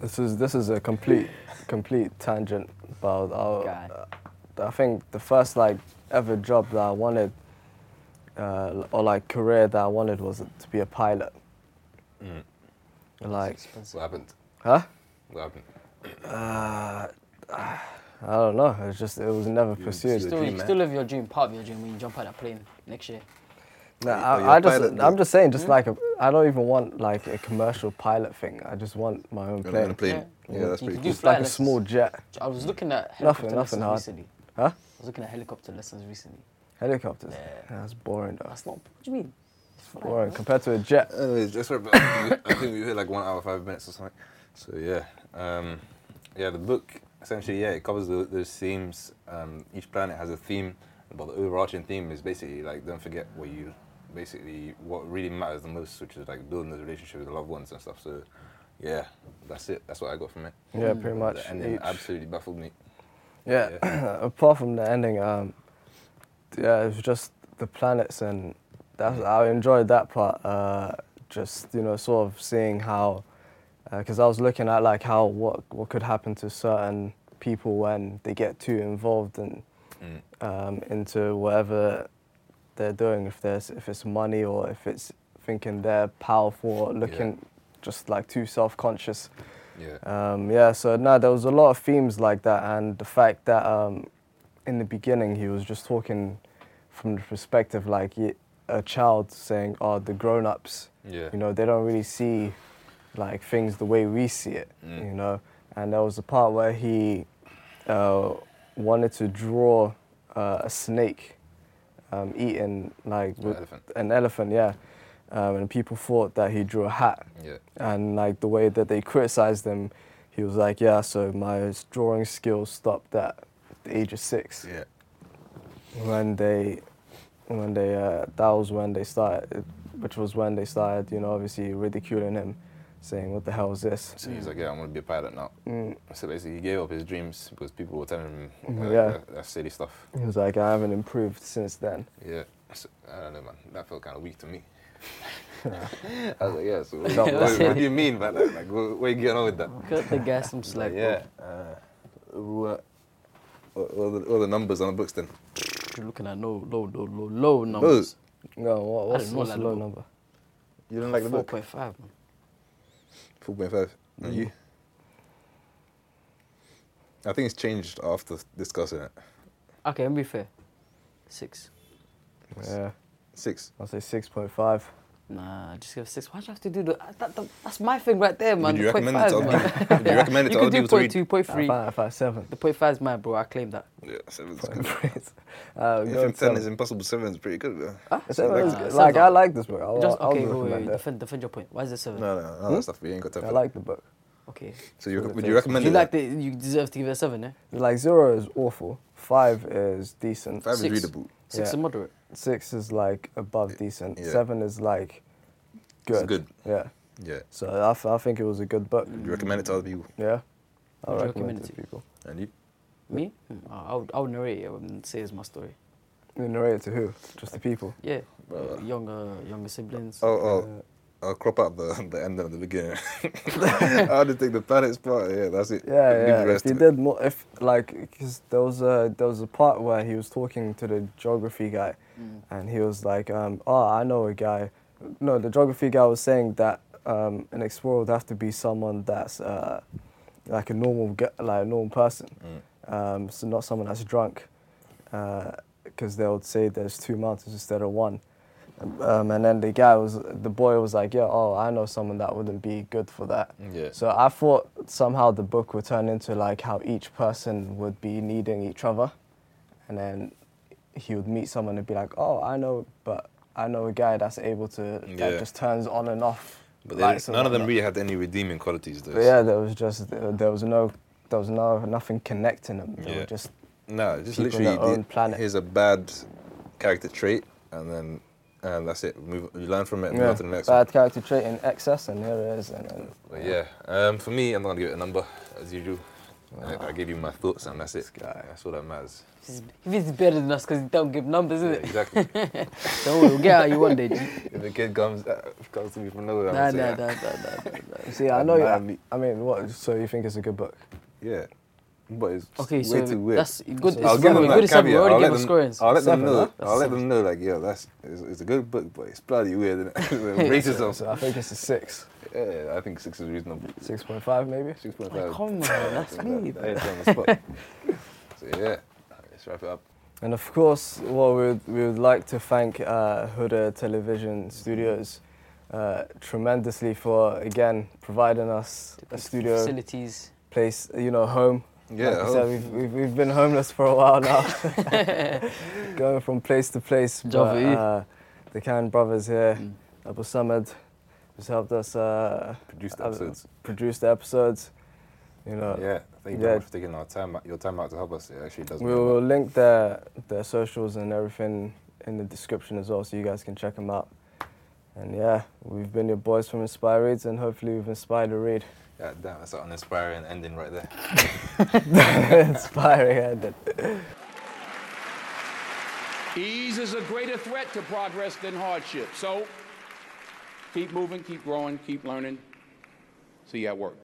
[SPEAKER 5] this is this is a complete complete tangent, but
[SPEAKER 6] Oh,
[SPEAKER 5] I'll,
[SPEAKER 3] Guy.
[SPEAKER 5] I think the first like ever job that I wanted, uh, or like career that I wanted was to be a pilot.
[SPEAKER 6] Mm.
[SPEAKER 5] Like,
[SPEAKER 6] What happened?
[SPEAKER 5] huh?
[SPEAKER 6] What happened?
[SPEAKER 5] I don't know. It's just it was never pursued.
[SPEAKER 6] Your
[SPEAKER 3] Still,
[SPEAKER 6] dream, eh?
[SPEAKER 3] you
[SPEAKER 6] man.
[SPEAKER 3] still live your dream, part of your dream when you jump out of that plane next year.
[SPEAKER 5] No,
[SPEAKER 6] Oh, you're
[SPEAKER 5] I, I
[SPEAKER 6] a
[SPEAKER 5] just
[SPEAKER 6] pilot,
[SPEAKER 5] I'm
[SPEAKER 6] though.
[SPEAKER 5] just saying, just like a, I don't even want like a commercial pilot thing. I just want my own plane.
[SPEAKER 6] On a plane.
[SPEAKER 3] Yeah.
[SPEAKER 6] Yeah, that's
[SPEAKER 3] You
[SPEAKER 6] pretty
[SPEAKER 3] can
[SPEAKER 6] cool.
[SPEAKER 3] do
[SPEAKER 5] Like a
[SPEAKER 3] Flight
[SPEAKER 5] small
[SPEAKER 3] lessons.
[SPEAKER 5] jet,
[SPEAKER 3] I was looking at helicopter
[SPEAKER 5] Nothing- nothing
[SPEAKER 3] lessons
[SPEAKER 5] hard.
[SPEAKER 3] recently.
[SPEAKER 5] huh?
[SPEAKER 3] I was looking at helicopter lessons recently.
[SPEAKER 5] Helicopters.
[SPEAKER 3] Yeah.
[SPEAKER 5] That's boring though.
[SPEAKER 3] That's not. What do you mean? It's flying,
[SPEAKER 5] Boring
[SPEAKER 3] man.
[SPEAKER 5] compared to a jet.
[SPEAKER 6] Anyways, just for about, I think we hit like one hour five minutes or something. So yeah, um, yeah, the book essentially yeah it covers tho- those themes. Um, each planet has a theme, but the overarching theme is basically like don't forget what you basically what really matters the most, which is like building those relationships with loved ones and stuff. So yeah, that's it. That's what I got from it.
[SPEAKER 5] Yeah, pretty much.
[SPEAKER 6] And then
[SPEAKER 5] each.
[SPEAKER 6] absolutely baffled me.
[SPEAKER 5] yeah. Apart from the ending, um, yeah, it was just the planets, and that's I enjoyed that part. Uh, just you know, sort of seeing how, because I was looking at like how what what could happen to certain people when they get too involved and um, into whatever they're doing. If there's if it's money or if it's thinking they're powerful or looking just like too self-conscious.
[SPEAKER 6] Yeah.
[SPEAKER 5] Um, yeah, so no, there was a lot of themes like that, and the fact that um, in the beginning he was just talking from the perspective like y- a child saying, "Oh, the grown-ups,
[SPEAKER 6] Yeah.
[SPEAKER 5] you know, they don't really see like things the way we see it,
[SPEAKER 6] Mm.
[SPEAKER 5] you know." And there was a part where he uh, wanted to draw uh, a snake um, eating like with
[SPEAKER 6] elephant.
[SPEAKER 5] an elephant, yeah, um, and people thought that he drew a hat
[SPEAKER 6] Yeah.
[SPEAKER 5] and like the way that they criticized him, he was like, "Yeah, so my s- drawing skills stopped at the age of six.
[SPEAKER 6] Yeah.
[SPEAKER 5] When they, when they, uh, that was when they started, which was when they started, you know, obviously ridiculing him, saying, "What the hell is this?"
[SPEAKER 6] So he's like, yeah, I'm gonna be a pilot now.
[SPEAKER 3] Mm.
[SPEAKER 6] So basically, he gave up his dreams because people were telling him uh,
[SPEAKER 5] Yeah.
[SPEAKER 6] that, that silly stuff.
[SPEAKER 5] He was like, "I haven't improved since then."
[SPEAKER 6] Yeah, so, I don't know, man. That felt kind of weak to me. I was like, yeah. So what,
[SPEAKER 3] That was
[SPEAKER 6] what- what do you mean by that? Like, what, what are you getting on with that?
[SPEAKER 3] Cut the guy some
[SPEAKER 6] Like,
[SPEAKER 3] slack.
[SPEAKER 6] yeah. Uh, what? All all the, all the numbers on the books then.
[SPEAKER 3] You're looking at low, low, low, low, low numbers.
[SPEAKER 6] Oh,
[SPEAKER 5] No, what, what's,
[SPEAKER 3] didn't know
[SPEAKER 5] what's
[SPEAKER 3] that
[SPEAKER 5] the low
[SPEAKER 3] book.
[SPEAKER 5] number?
[SPEAKER 6] You didn't like the
[SPEAKER 3] Four
[SPEAKER 6] book?
[SPEAKER 3] point five. man.
[SPEAKER 6] 4.5.
[SPEAKER 3] Mm.
[SPEAKER 6] And you? I think it's changed after discussing it.
[SPEAKER 3] Okay, let me be fair. Six.
[SPEAKER 5] Yeah,
[SPEAKER 6] Six.
[SPEAKER 5] I'll say six point five.
[SPEAKER 3] Nah, just give six. Why do you have to do the, that, that? That's my thing right there, man.
[SPEAKER 6] Would you
[SPEAKER 3] the point
[SPEAKER 6] recommend
[SPEAKER 3] five,
[SPEAKER 6] it to other
[SPEAKER 3] man.
[SPEAKER 6] people? Would you recommend it
[SPEAKER 3] You
[SPEAKER 6] to
[SPEAKER 3] could
[SPEAKER 6] other
[SPEAKER 3] do
[SPEAKER 6] people to
[SPEAKER 3] point
[SPEAKER 6] read?
[SPEAKER 3] two, point three.
[SPEAKER 5] Five, five, seven.
[SPEAKER 3] The point five is mine, bro. I claim that.
[SPEAKER 6] Yeah, seven's
[SPEAKER 5] Point
[SPEAKER 6] good.
[SPEAKER 5] phrase. Uh,
[SPEAKER 6] If
[SPEAKER 5] go with
[SPEAKER 6] in 10
[SPEAKER 5] seven.
[SPEAKER 6] is impossible, seven is pretty good, man.
[SPEAKER 5] Seven is
[SPEAKER 3] Nah,
[SPEAKER 5] good.
[SPEAKER 3] seven.
[SPEAKER 5] Like I like this book. I'll,
[SPEAKER 6] Oh,
[SPEAKER 3] Just
[SPEAKER 5] I'll
[SPEAKER 3] okay. Wait,
[SPEAKER 5] recommend
[SPEAKER 3] wait,
[SPEAKER 5] it.
[SPEAKER 3] wait. Defend, defend your point. Why is it seven?
[SPEAKER 6] No, no, no, that stuff. You ain't got time
[SPEAKER 5] Hmm? I
[SPEAKER 6] for
[SPEAKER 5] like
[SPEAKER 6] that.
[SPEAKER 5] the book.
[SPEAKER 3] Okay.
[SPEAKER 6] So you,
[SPEAKER 5] the
[SPEAKER 6] would you
[SPEAKER 5] things.
[SPEAKER 6] recommend
[SPEAKER 3] You
[SPEAKER 6] it?
[SPEAKER 3] like the, You deserve to give it a seven, eh?
[SPEAKER 5] Like zero is awful. Five is decent.
[SPEAKER 6] Five is
[SPEAKER 3] Six.
[SPEAKER 6] readable.
[SPEAKER 3] Six
[SPEAKER 5] Yeah.
[SPEAKER 3] is moderate.
[SPEAKER 5] Six is like above decent.
[SPEAKER 6] yeah.
[SPEAKER 5] Seven is like good.
[SPEAKER 6] good.
[SPEAKER 5] Yeah.
[SPEAKER 6] Yeah.
[SPEAKER 5] So I, f- I think it was a good book.
[SPEAKER 6] Would you recommend it to other people?
[SPEAKER 5] Yeah. I
[SPEAKER 3] Would you
[SPEAKER 5] recommend
[SPEAKER 3] recommend
[SPEAKER 5] it
[SPEAKER 3] it
[SPEAKER 5] to
[SPEAKER 3] to-
[SPEAKER 5] people.
[SPEAKER 6] And you?
[SPEAKER 3] Me? Hmm, I I would, I would narrate it and say it's my story.
[SPEAKER 5] You narrate it to who? Just the people.
[SPEAKER 3] Yeah. Uh, younger, younger siblings.
[SPEAKER 6] Oh, oh. I'll crop out the, the end and the beginning. I'll just take the planets part. Yeah, that's it.
[SPEAKER 5] Yeah,
[SPEAKER 6] Leave
[SPEAKER 5] yeah.
[SPEAKER 6] The rest
[SPEAKER 5] If you
[SPEAKER 6] of it.
[SPEAKER 5] did more, if like, because there was a there was a part where he was talking to the geography guy,
[SPEAKER 6] Mm.
[SPEAKER 5] and he was like, um, "Oh, I know a guy." No, the geography guy was saying that um, an explorer would have to be someone that's uh, like a normal, ge- like a normal person,
[SPEAKER 6] Mm.
[SPEAKER 5] um, so not someone that's drunk, because they would say there's two mountains instead of one. Um, and then the guy was, the boy was like, yeah, oh, I know someone that wouldn't be good for that.
[SPEAKER 6] Yeah.
[SPEAKER 5] So I thought somehow the book would turn into like how each person would be needing each other, and then he would meet someone and be like, oh, I know, but I know a guy that's able to
[SPEAKER 6] Yeah.
[SPEAKER 5] that just turns on and off.
[SPEAKER 6] But they,
[SPEAKER 5] lights and
[SPEAKER 6] none of them
[SPEAKER 5] whatnot.
[SPEAKER 6] really had any redeeming qualities, though.
[SPEAKER 5] But yeah, there was just there was no there was no nothing connecting them. They
[SPEAKER 6] Yeah.
[SPEAKER 5] were just
[SPEAKER 6] No, just
[SPEAKER 5] people on
[SPEAKER 6] literally.
[SPEAKER 5] their
[SPEAKER 6] the-
[SPEAKER 5] own planet.
[SPEAKER 6] Here's a bad character trait, and then and that's it. Move, you learn from it and move
[SPEAKER 5] Yeah.
[SPEAKER 6] on to the next one.
[SPEAKER 5] Bad character trait in excess, and there it is. And then,
[SPEAKER 6] But yeah, um, for me, I'm not gonna give it a number as usual. I, I give you my thoughts and that's it. That's all that matters.
[SPEAKER 3] If it's better than us, because he don't give numbers,
[SPEAKER 6] Yeah,
[SPEAKER 3] is it?
[SPEAKER 6] exactly.
[SPEAKER 3] Don't worry, we'll get out of you one day. G.
[SPEAKER 6] if the kid comes uh, comes to me from nowhere, I'm
[SPEAKER 3] Nah,
[SPEAKER 6] gonna say,
[SPEAKER 3] nah, nah,
[SPEAKER 6] "Ah,
[SPEAKER 3] nah, nah, nah, nah.
[SPEAKER 5] see, I know you.
[SPEAKER 6] Madly.
[SPEAKER 5] I mean, what? So you think it's a good book?
[SPEAKER 6] Yeah. But it's just
[SPEAKER 3] Okay,
[SPEAKER 6] way
[SPEAKER 3] so
[SPEAKER 6] too weird.
[SPEAKER 3] that's good.
[SPEAKER 6] I'll
[SPEAKER 3] It's
[SPEAKER 6] give
[SPEAKER 3] good.
[SPEAKER 6] them
[SPEAKER 3] Good
[SPEAKER 6] that
[SPEAKER 3] except we
[SPEAKER 6] caveat. I'll
[SPEAKER 3] already
[SPEAKER 6] let
[SPEAKER 3] gave a
[SPEAKER 6] them,
[SPEAKER 3] scoring.
[SPEAKER 6] I'll let them
[SPEAKER 5] Seven,
[SPEAKER 6] know.
[SPEAKER 5] huh?
[SPEAKER 6] I'll let them know. Like, yeah, that's it's, it's a good book, but it's bloody weird. Isn't it?
[SPEAKER 5] So
[SPEAKER 6] Racism.
[SPEAKER 5] I think it's a six,
[SPEAKER 6] Yeah, I think six is reasonable.
[SPEAKER 5] six point five maybe.
[SPEAKER 6] Six point
[SPEAKER 3] Like,
[SPEAKER 6] five.
[SPEAKER 3] come on, that's me.
[SPEAKER 6] That is on the spot. so yeah, let's wrap it up.
[SPEAKER 5] And of course, well, we would, we would like to thank uh, Huda Television Studios uh, tremendously for again providing us a studio
[SPEAKER 3] facilities.
[SPEAKER 5] place, you know, home.
[SPEAKER 6] Yeah.
[SPEAKER 5] Like you
[SPEAKER 6] oh,
[SPEAKER 5] said, we've, we've, we've been homeless for a while now, going from place to place. But,
[SPEAKER 3] Java, eh?
[SPEAKER 5] uh, the Khan brothers here, Abu Samad, who's helped us uh,
[SPEAKER 6] Produced
[SPEAKER 5] uh,
[SPEAKER 6] episodes.
[SPEAKER 5] produce the episodes. You know,
[SPEAKER 6] Yeah. Thank
[SPEAKER 5] yeah.
[SPEAKER 6] you very much for taking our time, out- your time out to help us. It actually does.
[SPEAKER 5] We
[SPEAKER 6] mean a
[SPEAKER 5] will
[SPEAKER 6] lot.
[SPEAKER 5] link their their socials and everything in the description as well, so you guys can check them out. And yeah, we've been your boys from Inspire Reads, and hopefully we've inspired a read.
[SPEAKER 6] Yeah, damn, that's an uninspiring ending right there.
[SPEAKER 5] Inspiring ended.
[SPEAKER 8] Ease is a greater threat to progress than hardship. So keep moving, keep growing, keep learning. See you at work.